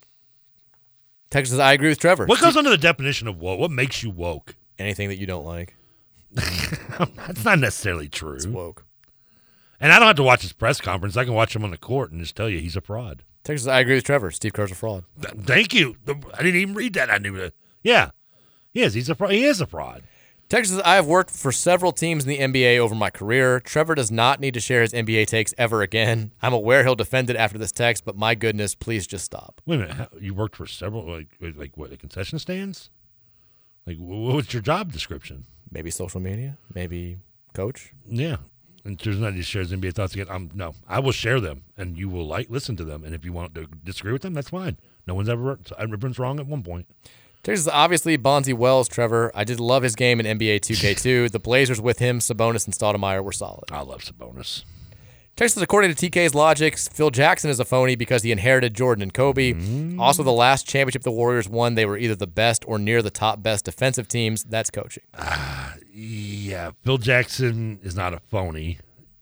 Texas, I agree with Trevor. What goes under the definition of woke? What makes you woke? Anything that you don't like. That's not necessarily true. It's woke. And I don't have to watch his press conference. I can watch him on the court and just tell you he's a fraud. Texas, I agree with Trevor. Steve Kerr's a fraud. Th- Thank you. I didn't even read that. I knew that. Yeah. Yes, he's a fraud. He is a fraud. Texas, I have worked for several teams in the NBA over my career. Trevor does not need to share his NBA takes ever again. I'm aware he'll defend it after this text, but my goodness, please just stop. Wait a minute. How, you worked for several, like, like what, the concession stands? Like, wh- what's your job description? Maybe social media. Maybe coach. Yeah. And there's not just shares NBA thoughts again. I'm no, I will share them, and you will like listen to them. And if you want to disagree with them, that's fine. No one's ever everyone's wrong at one point. Texas, obviously, Bonzi Wells, Trevor. I did love his game in NBA 2K2. the Blazers with him, Sabonis, and Stoudemire were solid. I love Sabonis. Texas, according to TK's logic, Phil Jackson is a phony because he inherited Jordan and Kobe. Mm. Also, the last championship the Warriors won, they were either the best or near the top best defensive teams. That's coaching. Yeah, Phil Jackson is not a phony.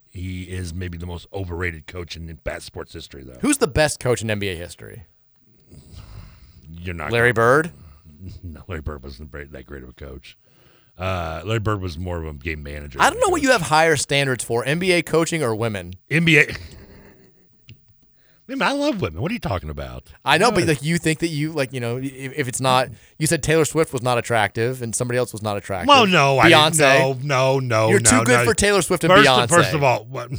He is maybe the most overrated coach in bad sports history, though. Who's the best coach in NBA history? You're not Larry Bird. No, Larry Bird wasn't very- that great of a coach. Uh, Larry Bird was more of a game manager. I don't know what you have higher standards for NBA coaching or women. NBA. Man, I love women. What are you talking about? I know, but like you think that you like you know if, if it's not you said Taylor Swift was not attractive and somebody else was not attractive. Well, no, I Beyonce. no, no, no. You're no, too good no. for Taylor Swift and first, Beyonce. First of all, what,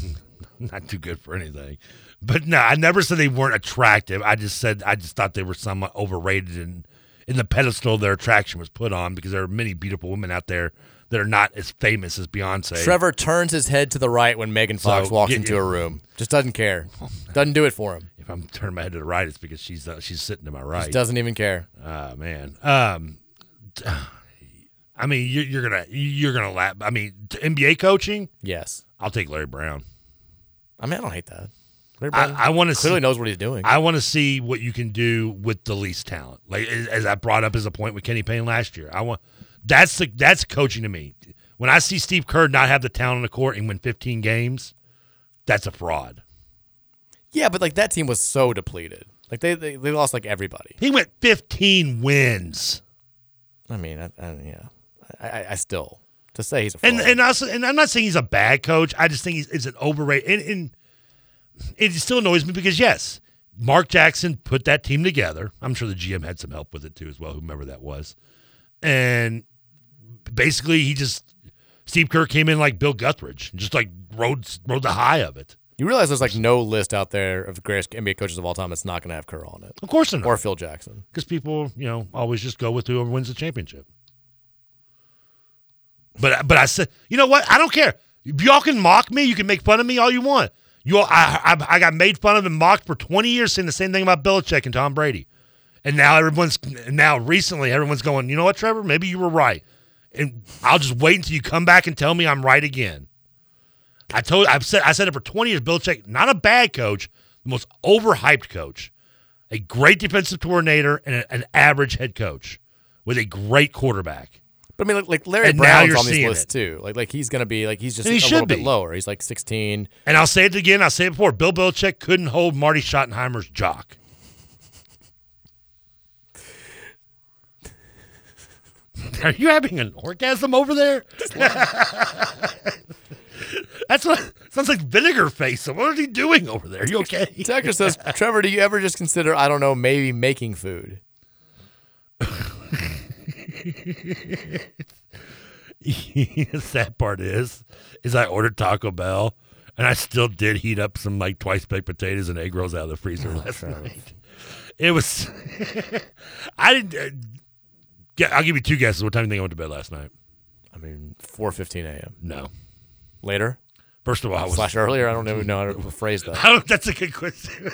not too good for anything. But no, I never said they weren't attractive. I just said I just thought they were somewhat overrated and in the pedestal their attraction was put on because there are many beautiful women out there that are not as famous as Beyonce. Trevor turns his head to the right when Megan Fox So, walks yeah, into yeah. a room. Just doesn't care. Doesn't do it for him. If I'm turning my head to the right, it's because she's uh, she's sitting to my right. Just doesn't even care. Oh man. Um, t- I mean, you're, you're gonna you're gonna laugh. I mean, t- NBA coaching. Yes. I'll take Larry Brown. I mean, I don't hate that. Larry I, Bird I want to clearly see, knows what he's doing. I want to see what you can do with the least talent. Like as, as I brought up as a point with Kenny Payne last year. I want that's the that's coaching to me. When I see Steve Kerr not have the talent on the court and win 15 games, that's a fraud. yeah, but like that team was so depleted. Like they they, they lost like everybody. He went 15 wins. I mean, I, I yeah, I, I, I still to say he's a fraud. And and uh, also, and I'm not saying he's a bad coach. I just think he's it's an overrated. And, and it still annoys me because yes, Mark Jackson put that team together. I'm sure the GM had some help with it too as well, whomever that was. And basically, he just Steve Kerr came in like Bill Guthridge, and just like rode rode the high of it. you realize there's like no list out there of the greatest NBA coaches of all time that's not going to have Kerr on it, Of course, not or Phil Jackson. because people you know always just go with whoever wins the championship. But but I said you know what I don't care. If Y'all can mock me. You can make fun of me all you want. You all, I, I I got made fun of and mocked for twenty years saying the same thing about Belichick and Tom Brady, And now everyone's now recently everyone's going, you know what, Trevor? Maybe you were right, and I'll just wait until you come back and tell me I'm right again. I told I've said I said it for 20 years. Bill Belichick, not a bad coach, the most overhyped coach, a great defensive coordinator, and a- an average head coach with a great quarterback. But I mean, like, like Larry And now Brown's you're on these seeing lists too. Like, like he's gonna be like he's just And he a should little be. bit lower. He's like 16. And I'll say it again. I'll say it before. Bill Belichick couldn't hold Marty Schottenheimer's jock. Are you having an orgasm over there? That's what sounds like vinegar face. What is he doing over there? You okay? Tucker says, Trevor, do you ever just consider I don't know maybe making food? Sad part is, is I ordered Taco Bell, and I still did heat up some like twice baked potatoes and egg rolls out of the freezer Oh, last Travis. night. It was. I didn't. Uh, yeah, I'll give you two guesses. What time do you think I went to bed last night? I mean, 4:15 a.m. No. Later. First of all, I was slash earlier. I don't even know how to phrase that. I don't, that's a good question.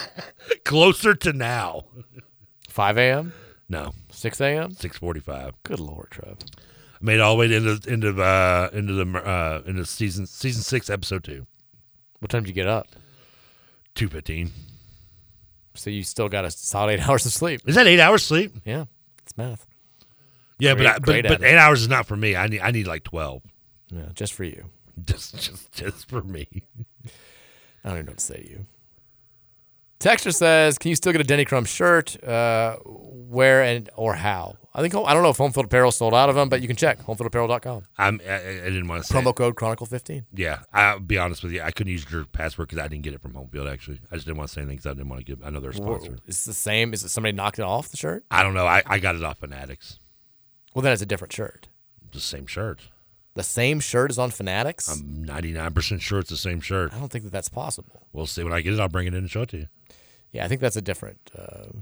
Closer to now. 5 a.m. No. 6 a.m. 6:45. Good lord, Trev. I made it all the way to end of end of uh, end of the uh, end of season season six episode two. What time did you get up? Two fifteen. So you still got a solid eight hours of sleep. Is that eight hours sleep? Yeah, it's math. Yeah, Great- but I, great but, at but it. eight hours is not for me. I need I need like twelve. Yeah, just for you. Just just just for me. I don't even know what to say to you. Texture says, "Can you still get a Denny Crumb shirt? Uh, where and or how? I think I don't know if Home Field Apparel sold out of them, but you can check homefieldapparel.com. I'm I, I didn't want to say. it. Promo code Chronicle fifteen. Yeah, I'll be honest with you. I couldn't use your password because I didn't get it from home field. Actually, I just didn't want to say anything because I didn't want to give. I know they're a sponsor. It's the same. Is it somebody knocked it off the shirt? I don't know. I, I got it off Fanatics. Well, then it's a different shirt. The same shirt. The same shirt is on Fanatics. I'm 99% sure it's the same shirt. I don't think that that's possible. We'll see when I get it. I'll bring it in and show it to you. Yeah, I think that's a different. Uh,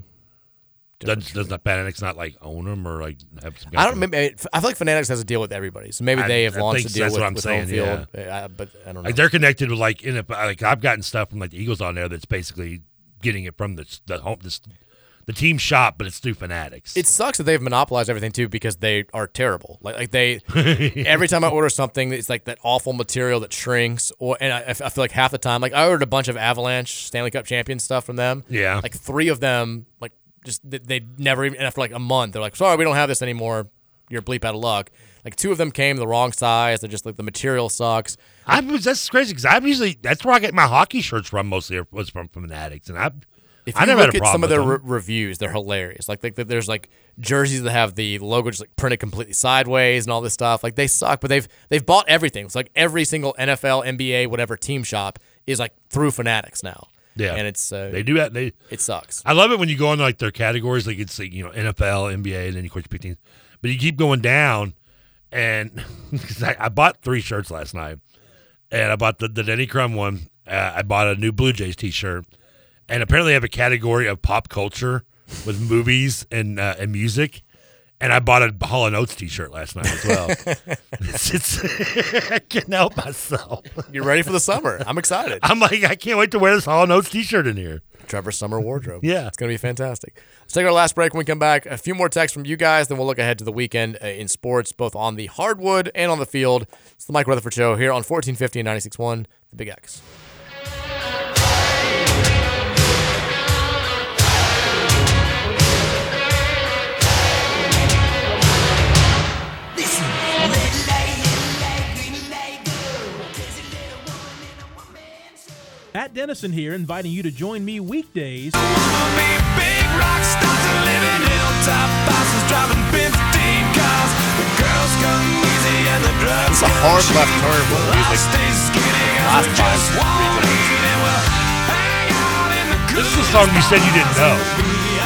Does, does not Fanatics not like own them or like have some? I don't. Maybe, I feel like Fanatics has a deal with everybody, so maybe I- they have I launched think a deal that's with, what I'm with saying, home field. Yeah. I, but I don't know. Like they're connected with like in like I've gotten stuff from like the Eagles on there that's basically getting it from the the home this the team shop, but it's through Fanatics. It sucks that they've monopolized everything too because they are terrible. Like like they every time I order something, it's like that awful material that shrinks. Or and I, I feel like half the time, like I ordered a bunch of Avalanche Stanley Cup champion stuff from them. Yeah. like three of them, like just they, they never even and after like a month, they're like, sorry, we don't have this anymore. You're bleep out of luck. Like two of them came the wrong size. They're just like the material sucks. I was that's crazy because I'm usually that's where I get my hockey shirts from mostly are- was from Fanatics, and I If you I never look had a at problem some of with their them. re- reviews, they're hilarious. Like, like there's like jerseys that have the logo just like printed completely sideways and all this stuff. Like they suck, but they've they've bought everything. It's like every single NFL, NBA, whatever team shop is like through Fanatics now. Yeah. and it's uh, They do that. They it sucks. I love it when you go on like their categories, like it's like you know NFL, NBA, and then you quit pick teams. But you keep going down, and 'cause I, I bought three shirts last night, and I bought the, the Denny Crum one. Uh, I bought a new Blue Jays T-shirt, and apparently I have a category of pop culture with movies and uh, and music. And I bought a Hall and Oates T-shirt last night as well. it's, it's I can't help myself. You're ready for the summer. I'm excited. I'm like I can't wait to wear this Hall and Oates T-shirt in here. Trevor Summer wardrobe. Yeah. it's gonna be fantastic. Let's take our last break. When we come back, a few more texts from you guys, then we'll look ahead to the weekend uh, in sports, both on the hardwood and on the field. It's the Mike Rutherford Show here on 1450 and 96.1, The Big X. At Dennison here, inviting you to join me weekdays. It's a hard left turn for the music. Last five. This is a song you said you didn't know.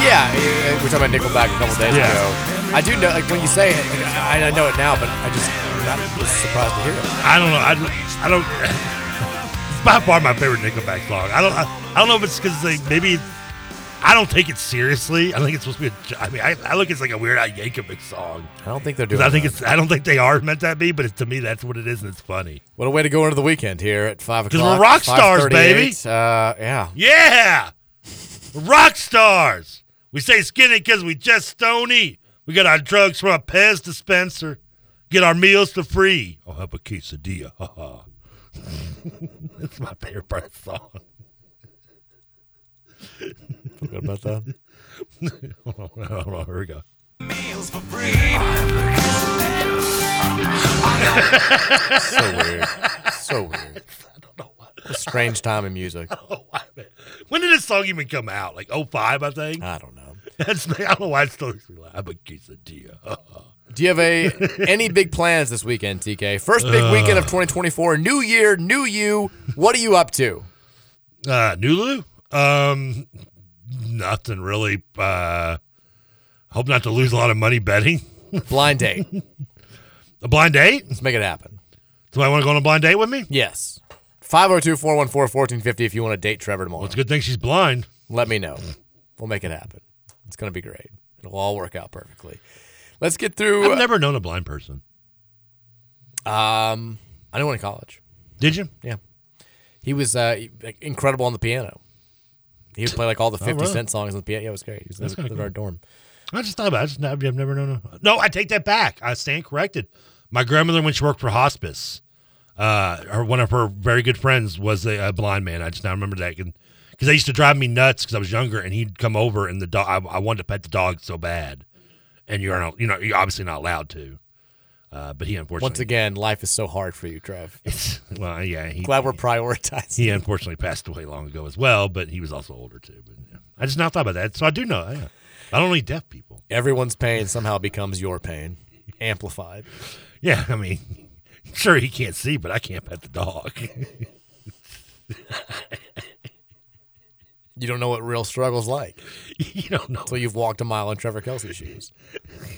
Yeah, eh, we we're talking about Nickelback a couple days Yeah. ago. I do know, like when you say it, like, I I know it now, but I just I'm not was surprised to hear it. I don't know. I, I don't. It's by far my favorite Nickelback song. I don't. I, I don't know if it's because like maybe I don't take it seriously. I think it's supposed to be. A, j- I mean, I, I look it's like a weird Al Yankovic song. I don't think they're 'Cause doing. I think that. it's. I don't think they are meant that be, but it, to me that's what it is, and it's funny. what a way to go into the weekend here at five 'Cause o'clock. we're rock stars, baby. 5:38. Uh, yeah, Yeah, rock stars. We say skinny because we just don't eat. We get our drugs from a Pez dispenser. Get our meals for free. I'll have a quesadilla. Ha ha. That's my favorite part of the song. Forgot about that. hold on, hold on, here we go. so weird. So weird. A strange time in music. Oh, When did this song even come out? Like 05, I think? I don't know. That's, I don't know why it still makes me laugh. I'm a quesadilla. Ha ha. Do you have a any big plans this weekend, TK? First big weekend of Uh. 2024, new year, new you. What are you up to? Uh, Nulu? Um, nothing really. Uh, hope not to lose a lot of money betting. Blind date. a blind date? Let's make it happen. Somebody want to go on a blind date with me? Yes. 502 414 1450 if you want to date Trevor tomorrow. It's a good thing she's blind. Let me know. We'll make it happen. It's going to be great. It'll all work out perfectly. Let's get through. I've never known a blind person. Um, I knew one in college. Did you? Yeah. He was uh, like, incredible on the piano. He would play like all the Oh, 50 Cent really? songs on the piano. Yeah, it was great. He was That's lived, kinda lived in our cool. dorm. I just thought about it. I just, I've I've never known a. No, I take that back. I stand corrected. My grandmother, when she worked for hospice, uh, her, one of her very good friends was a, a blind man. I just now remember that. Because they used to drive me nuts because I was younger and he'd come over and the dog, I, I wanted to pet the dog so bad. And you're not, you know, you're obviously not allowed to. Uh, but he unfortunately. Once again, life is so hard for you, Trev. well, yeah. He, Glad we're prioritizing. He unfortunately passed away long ago as well, but he was also older too. But yeah. I just now thought about that, so I do know. yeah. I don't need deaf people. Everyone's pain somehow becomes your pain, amplified. Yeah, I mean, sure he can't see, but I can't pet the dog. You don't know what real struggle's like. You don't know. Until you've walked a mile in Trevor Kelsey's shoes.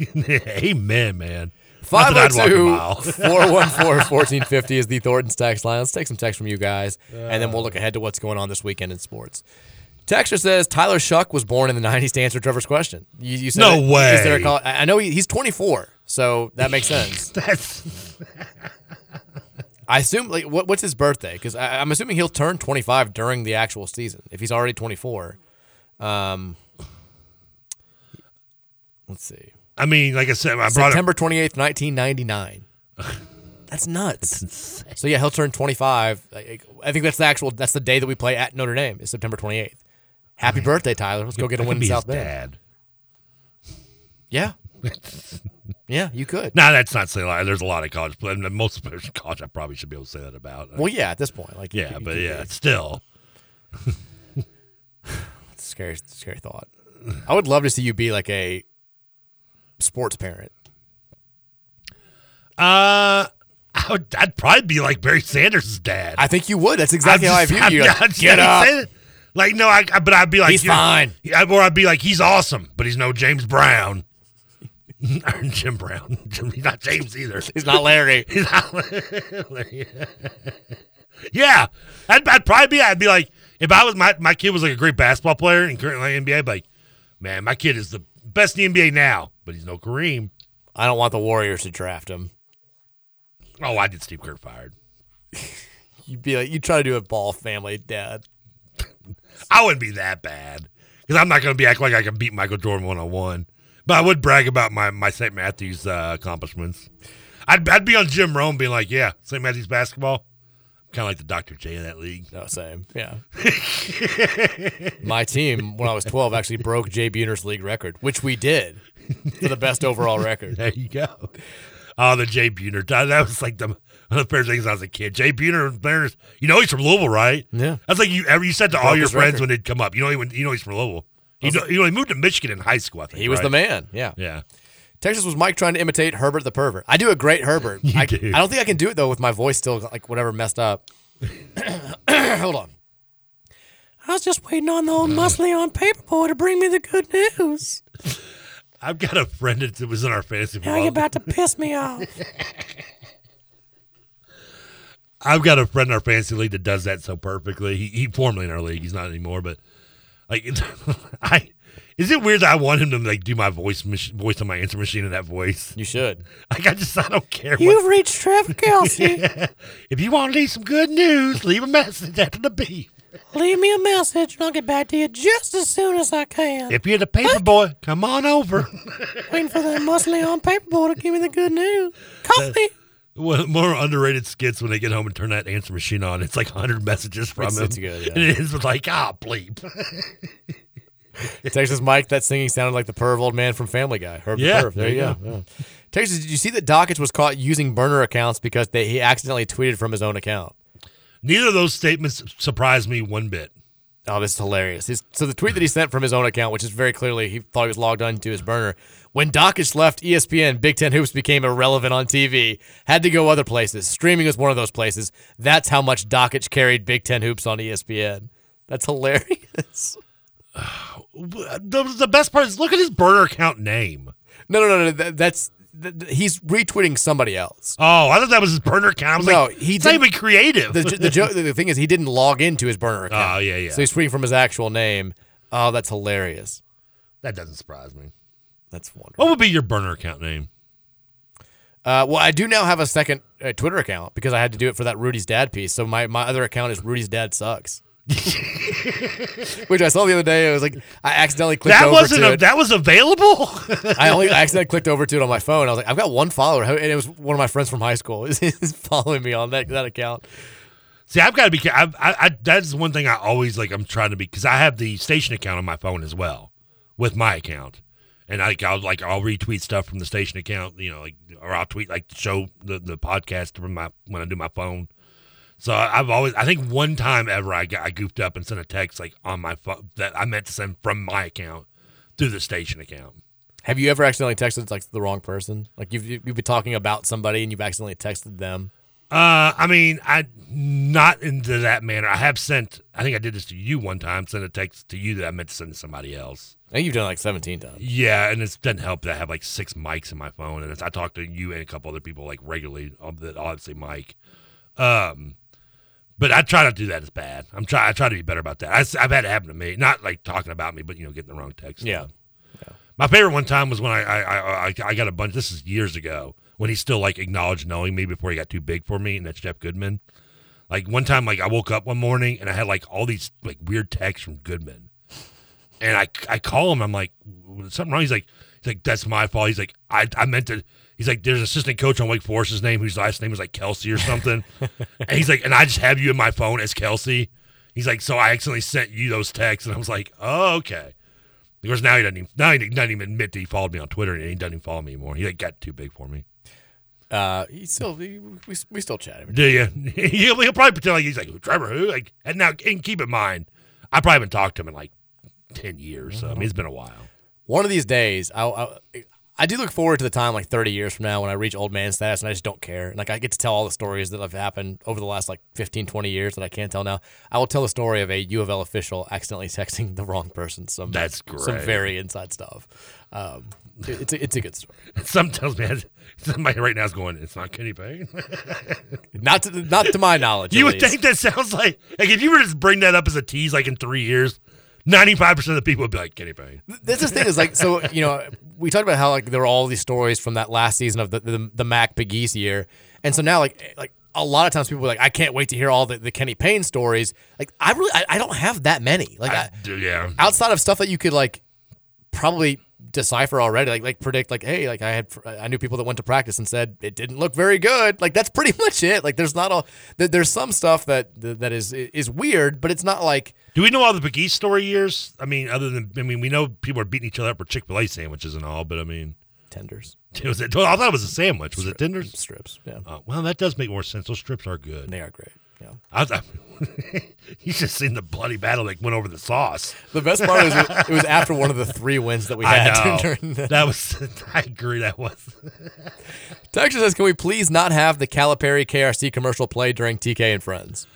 Amen, man. Not that I'd walk a 502 mile. 414 1450 is the Thornton's text line. Let's take some text from you guys, and then we'll look ahead to what's going on this weekend in sports. Texture says Tyler Shuck was born in the 90s to answer Trevor's question. You, you said No it. way. Is there a col- I I know he, he's 24, so that makes sense. That's I assume, like, what, what's his birthday? Because I'm assuming he'll turn 25 during the actual season if he's already 24. Um, let's see. I mean, like I said, I brought September 28th, 1999. That's nuts. So yeah, he'll turn 25. I I think that's the actual. That's the day that we play at Notre Dame. Is September 28th. Happy birthday, Tyler. Let's go get a I could win in be his South Bend. dad. Yeah. Yeah, you could. No, that's not saying a lot. There's a lot of college players. Most players in college, I probably should be able to say that about. Well, yeah. At this point, like, you yeah, could- you but could yeah, be. still. It's a scary, scary thought. I would love to see you be like a sports parent. Uh, I would, I'd probably be like Barry Sanders' dad. I think you would. That's exactly I'm how I just- view I'm you. not- Like, I'm get not up. saying it. Like no, I, I- but I'd be like He's you know, fine. yeah, or I'd be like he's awesome, but he's no James Brown. Or Jim Brown. Jim- He's not James either. He's not Larry. He's not Larry. yeah, I'd, I'd probably be. I'd be like if I was my my kid was like a great basketball player and currently in the NBA. I'd be like, man, my kid is the best in the NBA now, but he's no Kareem. I don't want the Warriors to draft him. Oh, I did Steve Kerr fired. You'd be like, you try to do a ball family dad. I wouldn't be that bad because I'm not going to be acting like I can beat Michael Jordan one on one. But I would brag about my my St. Matthews uh, accomplishments. I'd I'd be on Jim Rome being like, yeah, St. Matthews basketball, kind of like the Dr. J of that league. No, same. Yeah. My team, when I was 12, actually broke Jay Buhner's league record, which we did for the best overall record. There you go. Oh, the Jay Buhner. That that was like the one of the favorite things when I was a kid. Jay Buhner, Bears- you know he's from Louisville, right? Yeah. That's like you ever you said to all broke your his friends record. when they'd come up. You know he went, you know he's from Louisville. You That's- know, you know he moved to Michigan in high school. I think He was right? the man. Yeah. Yeah. Texas was Mike trying to imitate Herbert the pervert. I do a great Herbert. You I, do. I don't think I can do it though with my voice still like whatever messed up. Hold on. I was just waiting on the old muscly on paperboy to bring me the good news. I've got a friend that was in our fantasy. Now football- you're about to piss me off. I've got a friend in our fantasy league that does that so perfectly. He, he formerly in our league, he's not anymore. But like, I is it weird that I want him to like do my voice mach- voice on my answer machine in that voice? You should. Like I just I don't care. You've reached Trevor Kelsey. if you want to leave some good news, leave a message after the beep. Leave me a message and I'll get back to you just as soon as I can. If you're the paper boy, come on over. Waiting for that muscly on paperboard to give me the good news. Call me. One of the more underrated skits when they get home and turn that answer machine on. It's like 100 messages from It's- him. it's good, yeah. And it is like, ah, bleep. Texas Mike, that singing sounded like the perv old man from Family Guy. Herb the Yeah, perv. There, you go. Yeah. Texas, did you see that Dockage was caught using burner accounts because they, he accidentally tweeted from his own account? Neither of those statements surprise me one bit. Oh, this is hilarious. His, so the tweet that he sent from his own account, which is very clearly he thought he was logged on to his burner. When Dockage left E ESPN, Big Ten Hoops became irrelevant on TV. Had to go other places. Streaming was one of those places. That's how much Dockage carried Big Ten Hoops on E ESPN. That's hilarious. uh, The, the best part is look at his burner account name. No, no, no, no. That, that's th- th- he's retweeting somebody else. Oh, I thought that was his burner account. I was no, like, he it's not didn't- even creative. The, the, jo- the thing is, he didn't log into his burner account. Oh, yeah, yeah. So he's tweeting from his actual name. Oh, that's hilarious. that doesn't surprise me. That's wonderful. What would be your burner account name? Uh, well, I do now have a second uh, Twitter account because I had to do it for that Rudy's dad piece. So my, my other account is Rudy's dad sucks, which I saw the other day. I was like, I accidentally clicked That over wasn't to a, it. that was available. I only I accidentally clicked over to it on my phone. I was like, I've got one follower, and it was one of my friends from high school is following me on that that account. See, I've got to be. ca- I've, I, I, that's one thing I always like. I'm trying to be because I have the station account on my phone as well, with my account, and I, I'll like I'll retweet stuff from the station account. You know, like or I'll tweet like the show the, the podcast from my when I do my phone. So I- I've always I think one time ever I got, I goofed up and sent a text like on my phone that I meant to send from my account through the station account. Have you ever accidentally texted like the wrong person? Like you've you've been talking about somebody and you've accidentally texted them. Uh, I mean, I not into that manner. I have sent. I think I did this to you one time. Sent a text to you that I meant to send to somebody else. I think you've done it like seventeen times. Yeah, and it doesn't help that I have like six mics in my phone, and it's, I talk to you and a couple other people like regularly. um, That obviously Mike, um, but I try not to do that as bad. I'm try I try to be better about that. I, have had it happen to me, not like talking about me, but you know, getting the wrong text. Yeah. My favorite one time was when I I, I, I I got a bunch. This is years ago when he still like acknowledged knowing me before he got too big for me, and that's Jeff Goodman. Like one time, like I woke up one morning and I had like all these like weird texts from Goodman, and I I call him. I'm like, "Was something wrong? He's like, he's like, that's my fault. He's like, I I meant to. He's like, there's an assistant coach on Wake Forest's name whose last name was like Kelsey or something, and he's like, and I just have you in my phone as Kelsey. He's like, so I accidentally sent you those texts, and I was like, oh okay. Of course, now he doesn't even now he doesn't even admit that he followed me on Twitter and he doesn't even follow me anymore. He like, got too big for me. Uh, he still he, we, we still chat. every Do you? he'll, he'll probably pretend like he's like Trevor who like and now and keep in mind, I probably haven't talked to him in like ten years. So I mean, it's been a while. One of these days, I, I I do look forward to the time like 30 years from now when I reach old man status and I just don't care. And like I get to tell all the stories that have happened over the last like 15, 20 years that I can't tell now. I will tell the story of a U of L official accidentally texting the wrong person some That's some great. very inside stuff. Um, it- it's a, it's a good story. Some tells me somebody right now is going, it's not Kenny Payne. Not to not to my knowledge. at you would least. think that sounds like like if you were to just bring that up as a tease like in three years, ninety five percent of the people would be like Kenny Payne. That's the thing is like so you know we talked about how like there were all these stories from that last season of the the, the Mac Begees year, and so now like eh, like a lot of times people are like I can't wait to hear all the, the Kenny Payne stories. Like I really I, I don't have that many. Like I, Do- yeah. outside of stuff that you could like probably decipher already, like like predict like hey like I had I knew people that went to practice and said it didn't look very good. Like that's pretty much it. Like there's not all there- there's some stuff that that is is weird, but it's not like Do we know all the McGee story years? I mean, other than I mean, we know people are beating each other up for Chick Fil A sandwiches and all, but I mean, tenders. Was it? I thought it was a sandwich. Was it tenders? Strips. Yeah. Uh, well, that does make more sense. Those strips are good. They are great. Yeah. I, I, you just seen the bloody battle that went over the sauce. The best part is it was after one of the three wins that we I had know. during the- that was. I agree. That was. Texas says, "Can we please not have the Calipari KRC commercial play during TK and Friends?"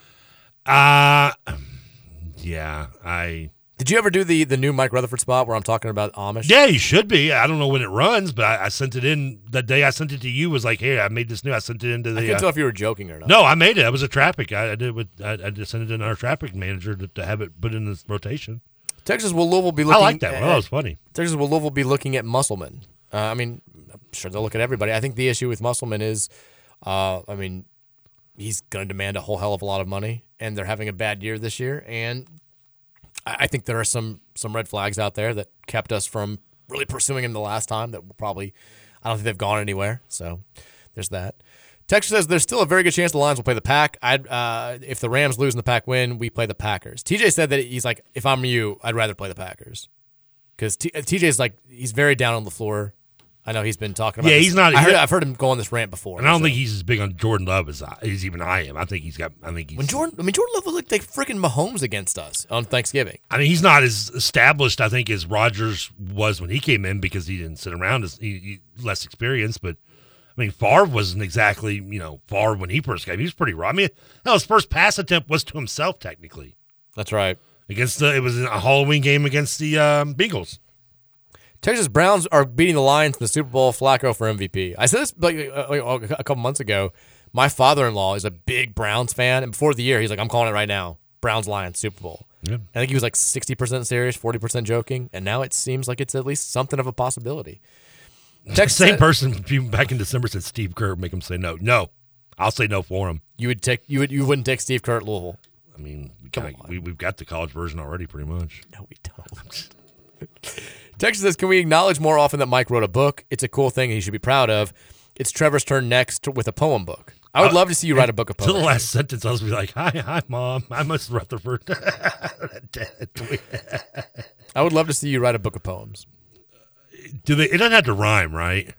Uh yeah. I did you ever do the the new Mike Rutherford spot where I'm talking about Amish? Yeah, you should be. I don't know when it runs, but I, I sent it in the day I sent it to you. Was like, hey, I made this new. I sent it into the. I couldn't uh, tell if you were joking or not. No, I made it. I was a traffic. I, I did with. I, I just sent it in our traffic manager to, to have it put in this rotation. Texas will Louisville be I looking. like that one. That was funny. Texas will Louisville be looking at Musselman. Uh, I mean, I'm sure they'll look at everybody. I think the issue with Musselman is, uh, I mean, he's going to demand a whole hell of a lot of money, and they're having a bad year this year. And I, I think there are some some red flags out there that kept us from really pursuing him the last time. That will probably, I don't think they've gone anywhere. So there's that. Texture says there's still a very good chance the Lions will play the Pack. I'd uh, if the Rams lose and the Pack win, we play the Packers. TJ said that he's like, if I'm you, I'd rather play the Packers because T- TJ's like he's very down on the floor. I know he's been talking about. Yeah, this. he's not- I heard, yeah. I've heard him go on this rant before. And I don't so. think he's as big on Jordan Love as, I, as even I am. I think he's got. I think he's. when Jordan. I mean, Jordan Love was like they freaking Mahomes against us on Thanksgiving. I mean, he's not as established, I think, as Rodgers was when he came in because he didn't sit around as he, he, less experience. But I mean, Favre wasn't exactly you know Favre when he first came. He was pretty raw. I mean, hell, his first pass attempt was to himself technically. That's right. Against the, it was a Halloween game against the um, Beagles. Texas Browns are beating the Lions in the Super Bowl. Flacco for MVP. I said this like uh, like, a couple months ago. My father-in-law is a big Browns fan, and before the year, he's like, "I'm calling it right now: Browns Lions Super Bowl." Yeah. I think he was like 60% serious, 40% joking, and now it seems like it's at least something of a possibility. Texas Same said- person a few- back in December said Steve Kerr make him say no. No, I'll say no for him. You would take you would you wouldn't take Steve Kerr at Louisville. I mean, we kinda, we, we've got the college version already, pretty much. No, we don't. Texas says, "Can we acknowledge more often that Mike wrote a book? It's a cool thing he should be proud of. It's Trevor's turn next with a poem book. I would love to see you write a book of To poetry. the last sentence, I was like, "Hi, hi, mom. I'm Miss Rutherford." I would love to see you write a book of poems. Do they? It doesn't have to rhyme, right?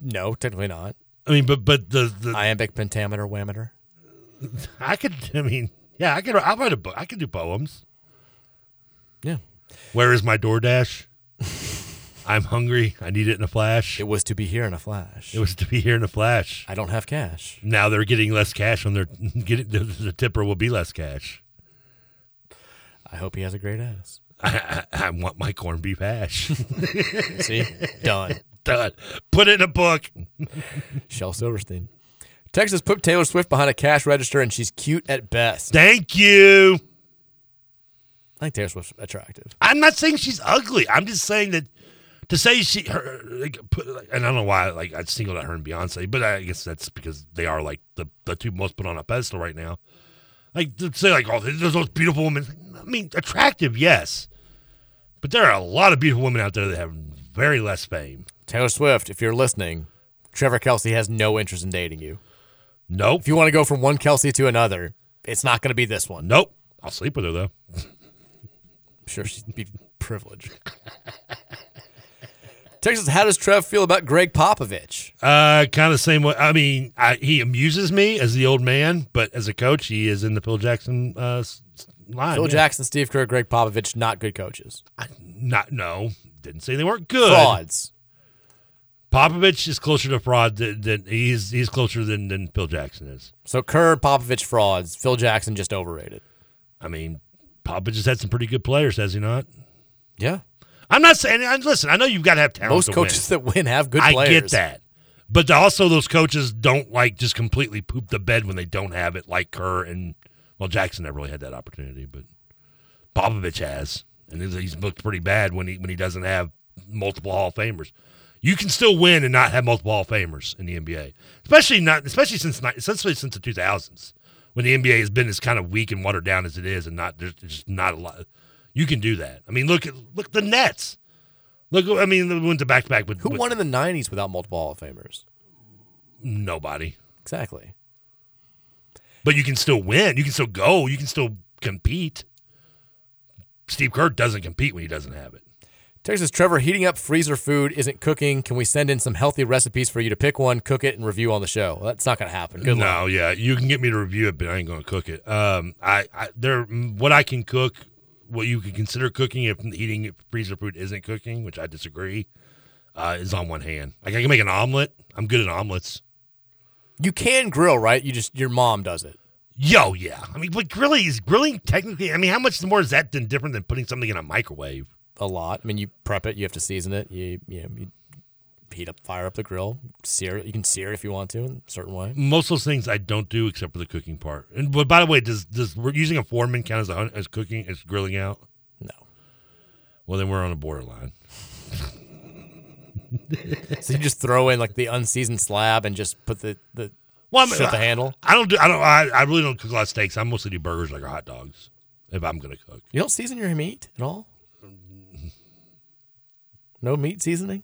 No, technically not. I mean, but but the the iambic pentameter whammeter. I could. I mean, yeah, I could. I'll write a book. I could do poems. Yeah. Where is my DoorDash? I'm hungry. I need it in a flash. It was to be here in a flash. It was to be here in a flash. I don't have cash. Now they're getting less cash on their get it, the, the tipper will be less cash. I hope he has a great ass. I, I, I want my corned beef hash. See, done. Done. Put it in a book. Shel Silverstein. Texas put Taylor Swift behind a cash register, and she's cute at best. Thank you. I think Taylor Swift's attractive. I'm not saying she's ugly. I'm just saying that to say she her like, put, like, and I don't know why like I singled out her and Beyonce, but I guess that's because they are like the the two most put on a pedestal right now. Like to say like oh there's those beautiful women. I mean attractive yes, but there are a lot of beautiful women out there that have very less fame. Taylor Swift, if you're listening, Trevor Kelsey has no interest in dating you. Nope. If you want to go from one Kelsey to another, it's not going to be this one. Nope. I'll sleep with her though. I'm sure she'd be privileged. Texas, how does Trev feel about Greg Popovich? Uh, kind of same way. I mean, I, he amuses me as the old man, but as a coach, he is in the Phil Jackson uh, s- s- line. Phil yeah. Jackson, Steve Kerr, Greg Popovich, not good coaches. Not no, didn't say they weren't good. Frauds. Popovich is closer to fraud than, than he's he's closer than than Phil Jackson is. So Kerr, Popovich, frauds. Phil Jackson, just overrated. I mean, Popovich has had some pretty good players, has he not? Yeah. I'm not saying. And listen, I know you've got to have talent. Most to coaches win. that win have good I players. get that, but also those coaches don't like just completely poop the bed when they don't have it, like Kerr and well, Jackson never really had that opportunity, but Popovich has, and he's- he's looked pretty bad when he when he doesn't have multiple Hall of Famers. You can still win and not have multiple Hall of Famers in the NBA, especially not especially since ni- essentially since the 2000s when the NBA has been as kind of weak and watered down as it is, and not there's just not a lot. You can do that. I mean, look at look at the Nets. Look, I mean, we went to back to back with Who with- won in the 90s without multiple Hall of Famers? Nobody. Exactly. But you can still win. You can still go. You can still compete. Steve Kerr doesn't compete when he doesn't have it. Texas Trevor, heating up freezer food isn't cooking. Can we send in some healthy recipes for you to pick one, cook it, and review on the show? Well, that's not going to happen. Good no, luck. yeah, you can get me to review it, but I ain't gonna cook it. Um, I, I there, what I can cook, what you can consider cooking if eating freezer food isn't cooking, which I disagree, uh, is on one hand. Like I can make an omelet. I'm good at omelets. You can grill, right? You just your mom does it. Yo, yeah. I mean, but grilling is grilling technically. I mean, how much more is that than different than putting something in a microwave? a lot. I mean, you prep it, you have to season it. You you, know, you heat up, fire up the grill, sear. it. You can sear it if you want to in a certain way. Most of those things I don't do except for the cooking part. And but by the way, does does we're using a foreman count as a, hun- as cooking as grilling out? No. Well, then we're on a borderline. So you just throw in like the unseasoned slab and just put the the Well, I'm, Shut the handle. I don't do. I don't. I, I really don't cook a lot of steaks. I mostly do burgers, like or hot dogs, if I'm gonna cook. You don't season your meat at all? No meat seasoning?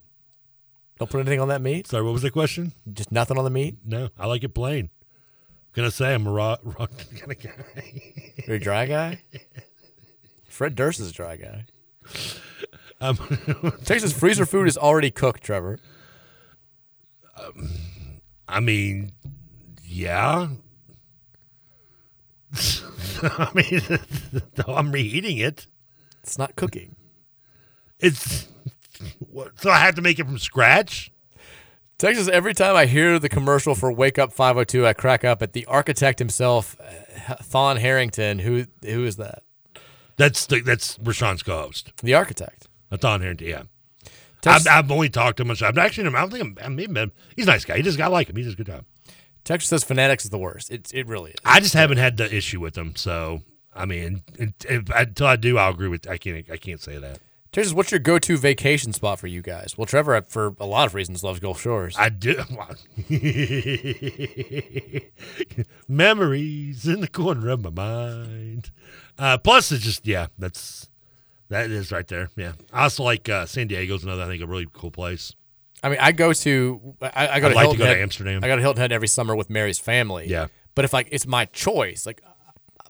Don't put anything on that meat? Sorry, what was the question? Just nothing on the meat? No, I like it plain. Can I say I'm a raw, raw kind of guy? You're a dry guy? Fred Durst is a dry guy. Um, Texas freezer food is already cooked, Trevor. I mean, yeah. I mean, no, I'm reheating it. It's not cooking. It's what, so I have to make it from scratch. Texas, every time I hear the commercial for Wake Up 502, I crack up at the architect himself, uh, Thon Harrington. Who Who is that? That's the, that's Rashawn's co-host, The architect. Nathan Harrington. Yeah, Texas- I've, I've only talked to him. once. I've actually, I don't think I'm, I mean, man, he's a nice guy. He just got like him. He's just a good time. Texas says Fanatics is the worst. It, it really is. I just haven't had the issue with him. So I mean, and- if, until I do, I'll agree with. I can't. I can't say that. Texas, what's your go to vacation spot for you guys? Well, Trevor, for a lot of reasons, loves Gulf Shores. I do. Memories in the corner of my mind. Uh, plus, it's just yeah, that's that is right there. Yeah, I also like uh, San Diego's another. I think a really cool place. I mean, I go to I, I go I'd to like to Hilton go to Head- Amsterdam. I go to Hilton Head every summer with Mary's family. Yeah. but if like it's my choice, like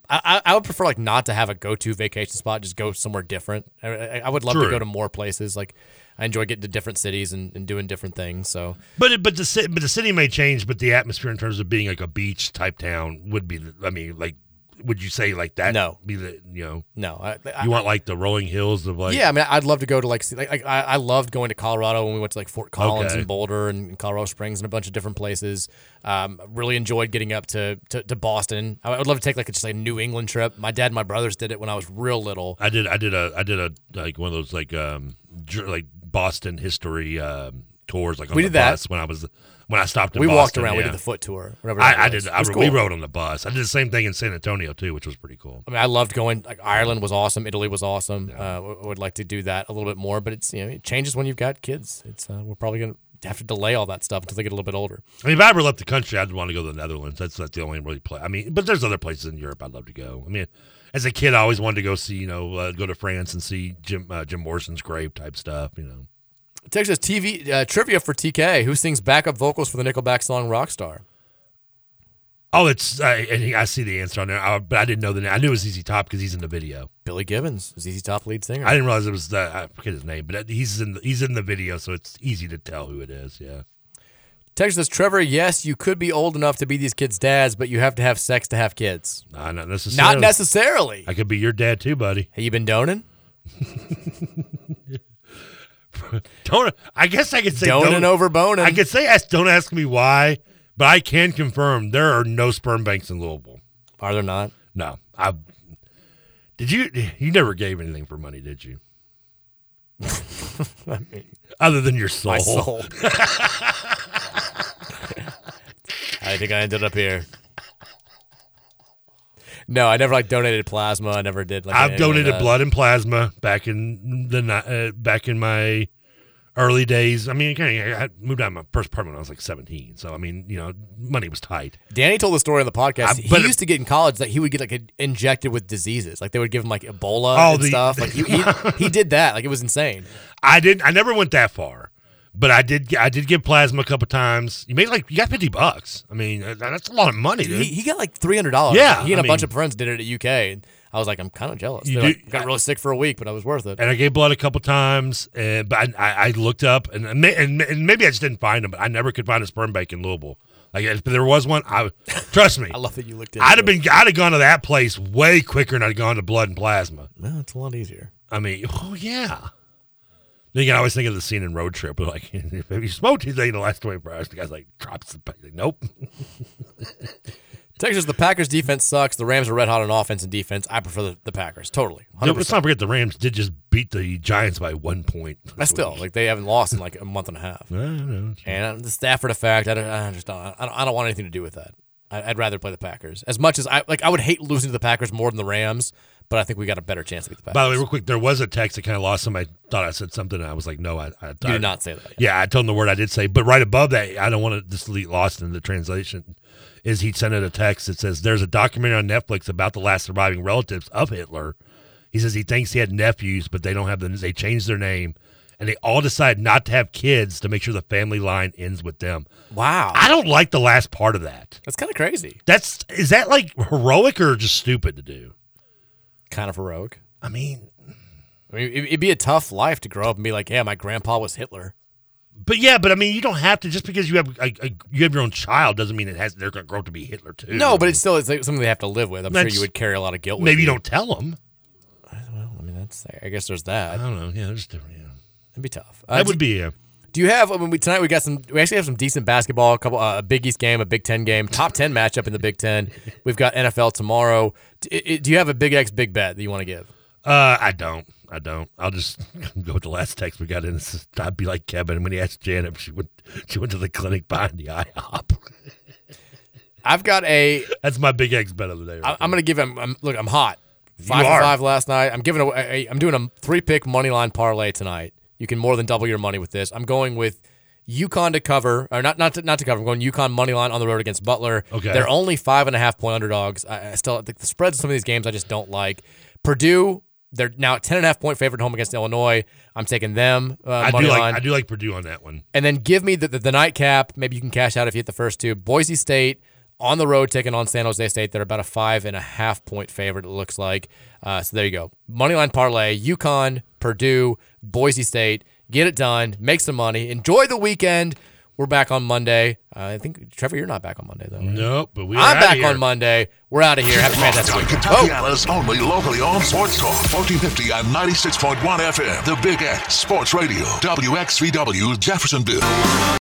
I, I I would prefer like not to have a go to vacation spot. Just go somewhere different. I, I, I would love to True. go to more places. Like I enjoy getting to different cities and, and doing different things. So But it, but the city but the city may change, but the atmosphere in terms of being like a beach type town would be. the- I mean, like, would you say like that? No. be the you know no, I, I, you want like the rolling hills of like yeah, I mean, I'd love to go to like, see- like, like I, I loved going to Colorado when we went to like Fort Collins Okay. and Boulder and Colorado Springs and a bunch of different places. Um, really enjoyed getting up to, to to Boston. I would love to take like a, just like a New England trip. My dad and my brothers did it when I was real little. I did. I did a. I did a like one of those like um dr- like Boston history um tours like on We the did that. bus when I was when I stopped. In We walked Boston, around. We yeah. did the foot tour. whatever that I, I was. did. It I, was We cool. rode on the bus. I did the same thing in San Antonio too, which was pretty cool. I mean, I loved going. Like Ireland was awesome. Italy was awesome. Uh, I- I would like to do that a little bit more, but it's you know it changes when you've got kids. It's uh, we're probably gonna have to delay all that stuff until they get a little bit older. I mean, if I ever left the country, I'd want to go to the Netherlands. That's not the only really place. I mean, but there's other places in Europe I'd love to go. I mean, as a kid, I always wanted to go see you know uh, go to France and see Jim uh, Jim Morrison's grave type stuff. You know, Texas TV uh, trivia for TK. Who sings backup vocals for the Nickelback song Rockstar? oh, it's I and he, I see the answer on there, I, but I didn't know the name. I knew it was Easy Top because he's in the video. Billy Gibbons is Easy Top lead singer. I didn't realize it was the I forget his name, but uh, he's in the, he's in the video, so it's easy to tell who it is. Yeah, Texas says, Trevor, yes, you could be old enough to be these kids' dads, but you have to have sex to have kids. Nah, not necessarily. Not necessarily. I could be your dad too, buddy. Have you been doning? Don't. I guess I could say Doning over boning. I could say ask. Don't ask me why, but I can confirm there are no sperm banks in Louisville. Are there not? No. I did you. You never gave anything for money, did you? I mean, Other than your soul. My soul. I think I ended up here. No, I never like donated plasma. I never did. Like, I've anything like donated that. blood and plasma back in the ni- uh, back in my early days. I mean, kinda, I moved out of my first apartment when I was like 17, so I mean, you know, money was tight. Danny told the story on the podcast. I- he but- used to get in college that he would get like injected with diseases. Like they would give him like Ebola Oh, and the- stuff. Like he, he, he did that. Like it was insane. I didn't. I never went that far, but I did. I did give plasma a couple times. You made like you got 50 bucks. I mean, uh, that's a lot of money, dude. He, he got like three hundred dollars. Yeah, he and a I mean- bunch of friends did it at UK, and I was like, I'm kind of jealous. You They're do- like, got really sick for a week, but I was worth it. and I gave blood a couple times, and but I, I, I looked up and, and ma- and and maybe I just didn't find them, but I never could find a sperm bank in Louisville. Like if there was one, I would- trust me. I love that you looked. into I'd have it. been I'd have gone to that place way quicker than I'd gone to blood and plasma. No, it's a lot easier. I mean, oh yeah. Then again, I always think of the scene in Road Trip, where like if you smoked anything in the last twenty four hours, the guy's like drops the like, nope. Texas, the Packers defense sucks. The Rams are red hot on offense and defense. I prefer the, the Packers totally. 100%. Let's not forget the Rams did just beat the Giants by one point. That's still like they haven't lost in like a month and a half. And the Stafford effect, I don't, I just don't, I don't, I don't want anything to do with that. I, I'd rather play the Packers as much as I like. I would hate losing to the Packers more than the Rams, but I think we got a better chance to beat the Packers. By the way, real quick, there was a text that kind of lost some. I thought I said something, and I was like, no, I, I You did not say that, Yeah. I told him the word I did say, but right above that, I don't want to just delete lost in the translation. Is he sent it a text that says there's a documentary on Netflix about the last surviving relatives of Hitler? He says he thinks he had nephews, but they don't have the they changed their name, and they all decide not to have kids to make sure the family line ends with them. Wow, I don't like the last part of that. That's kind of crazy. That's is that like heroic or just stupid to do? Kind of heroic. I mean, I mean, it- it'd be a tough life to grow up and be like, yeah, my grandpa was Hitler. But yeah, but I mean, you don't have to just because you have a, a, you have your own child doesn't mean it has they're going to grow up to be Hitler too. No, but it's still it's like something they have to live with. I'm sure That's- you would carry a lot of guilt. with maybe you don't tell them. Well, I mean, that's I guess there's that. I don't know. Yeah, there's different. Yeah. It'd be tough. That do- would be a Do you have? I mean, we, tonight we got some. We actually have some decent basketball. A couple, uh, a Big East game, a Big Ten game, top ten matchup in the Big Ten. We've got NFL tomorrow. D- i- i- do you have a Big X big bet that you want to give? Uh, I don't. I don't. I'll just go with the last text we got in. It's just, I'd be like Kevin when he asked Janet if she went she went to the clinic behind the IHOP. I've got a. That's my big X bet of the day. I, am going to give him. I'm, look, I'm hot. Five are. for five last night. I'm giving away. I, I'm doing a three pick money line parlay tonight. You can more than double your money with this. I'm going with UConn to cover, or not not to, not to cover. I'm going UConn money line on the road against Butler. Okay. they're only five and a half point underdogs. I, I still the, the spreads of some of these games I just don't like. Purdue. They're now at ten and a half point favorite home against Illinois. I'm taking them. Uh, I do money like line. I do like Purdue on that one. And then give me the, the, the nightcap. Maybe you can cash out if you hit the first two. Boise State on the road taking on San Jose State. They're about a five and a half point favorite, it looks like. Uh, so there you go. Moneyline parlay, UConn, Purdue, Boise State. Get it done. Make some money. Enjoy the weekend. We're back on Monday. Uh, I think, Trevor, you're not back on Monday, though. Right? Nope, but we are I'm outta back here. on Monday. We're out of here. Have a fantastic Oh. weekend. Kentuckiana's only locally owned sports talk. 1450 and 96.1 FM. The Big X Sports Radio. WXVW Jeffersonville.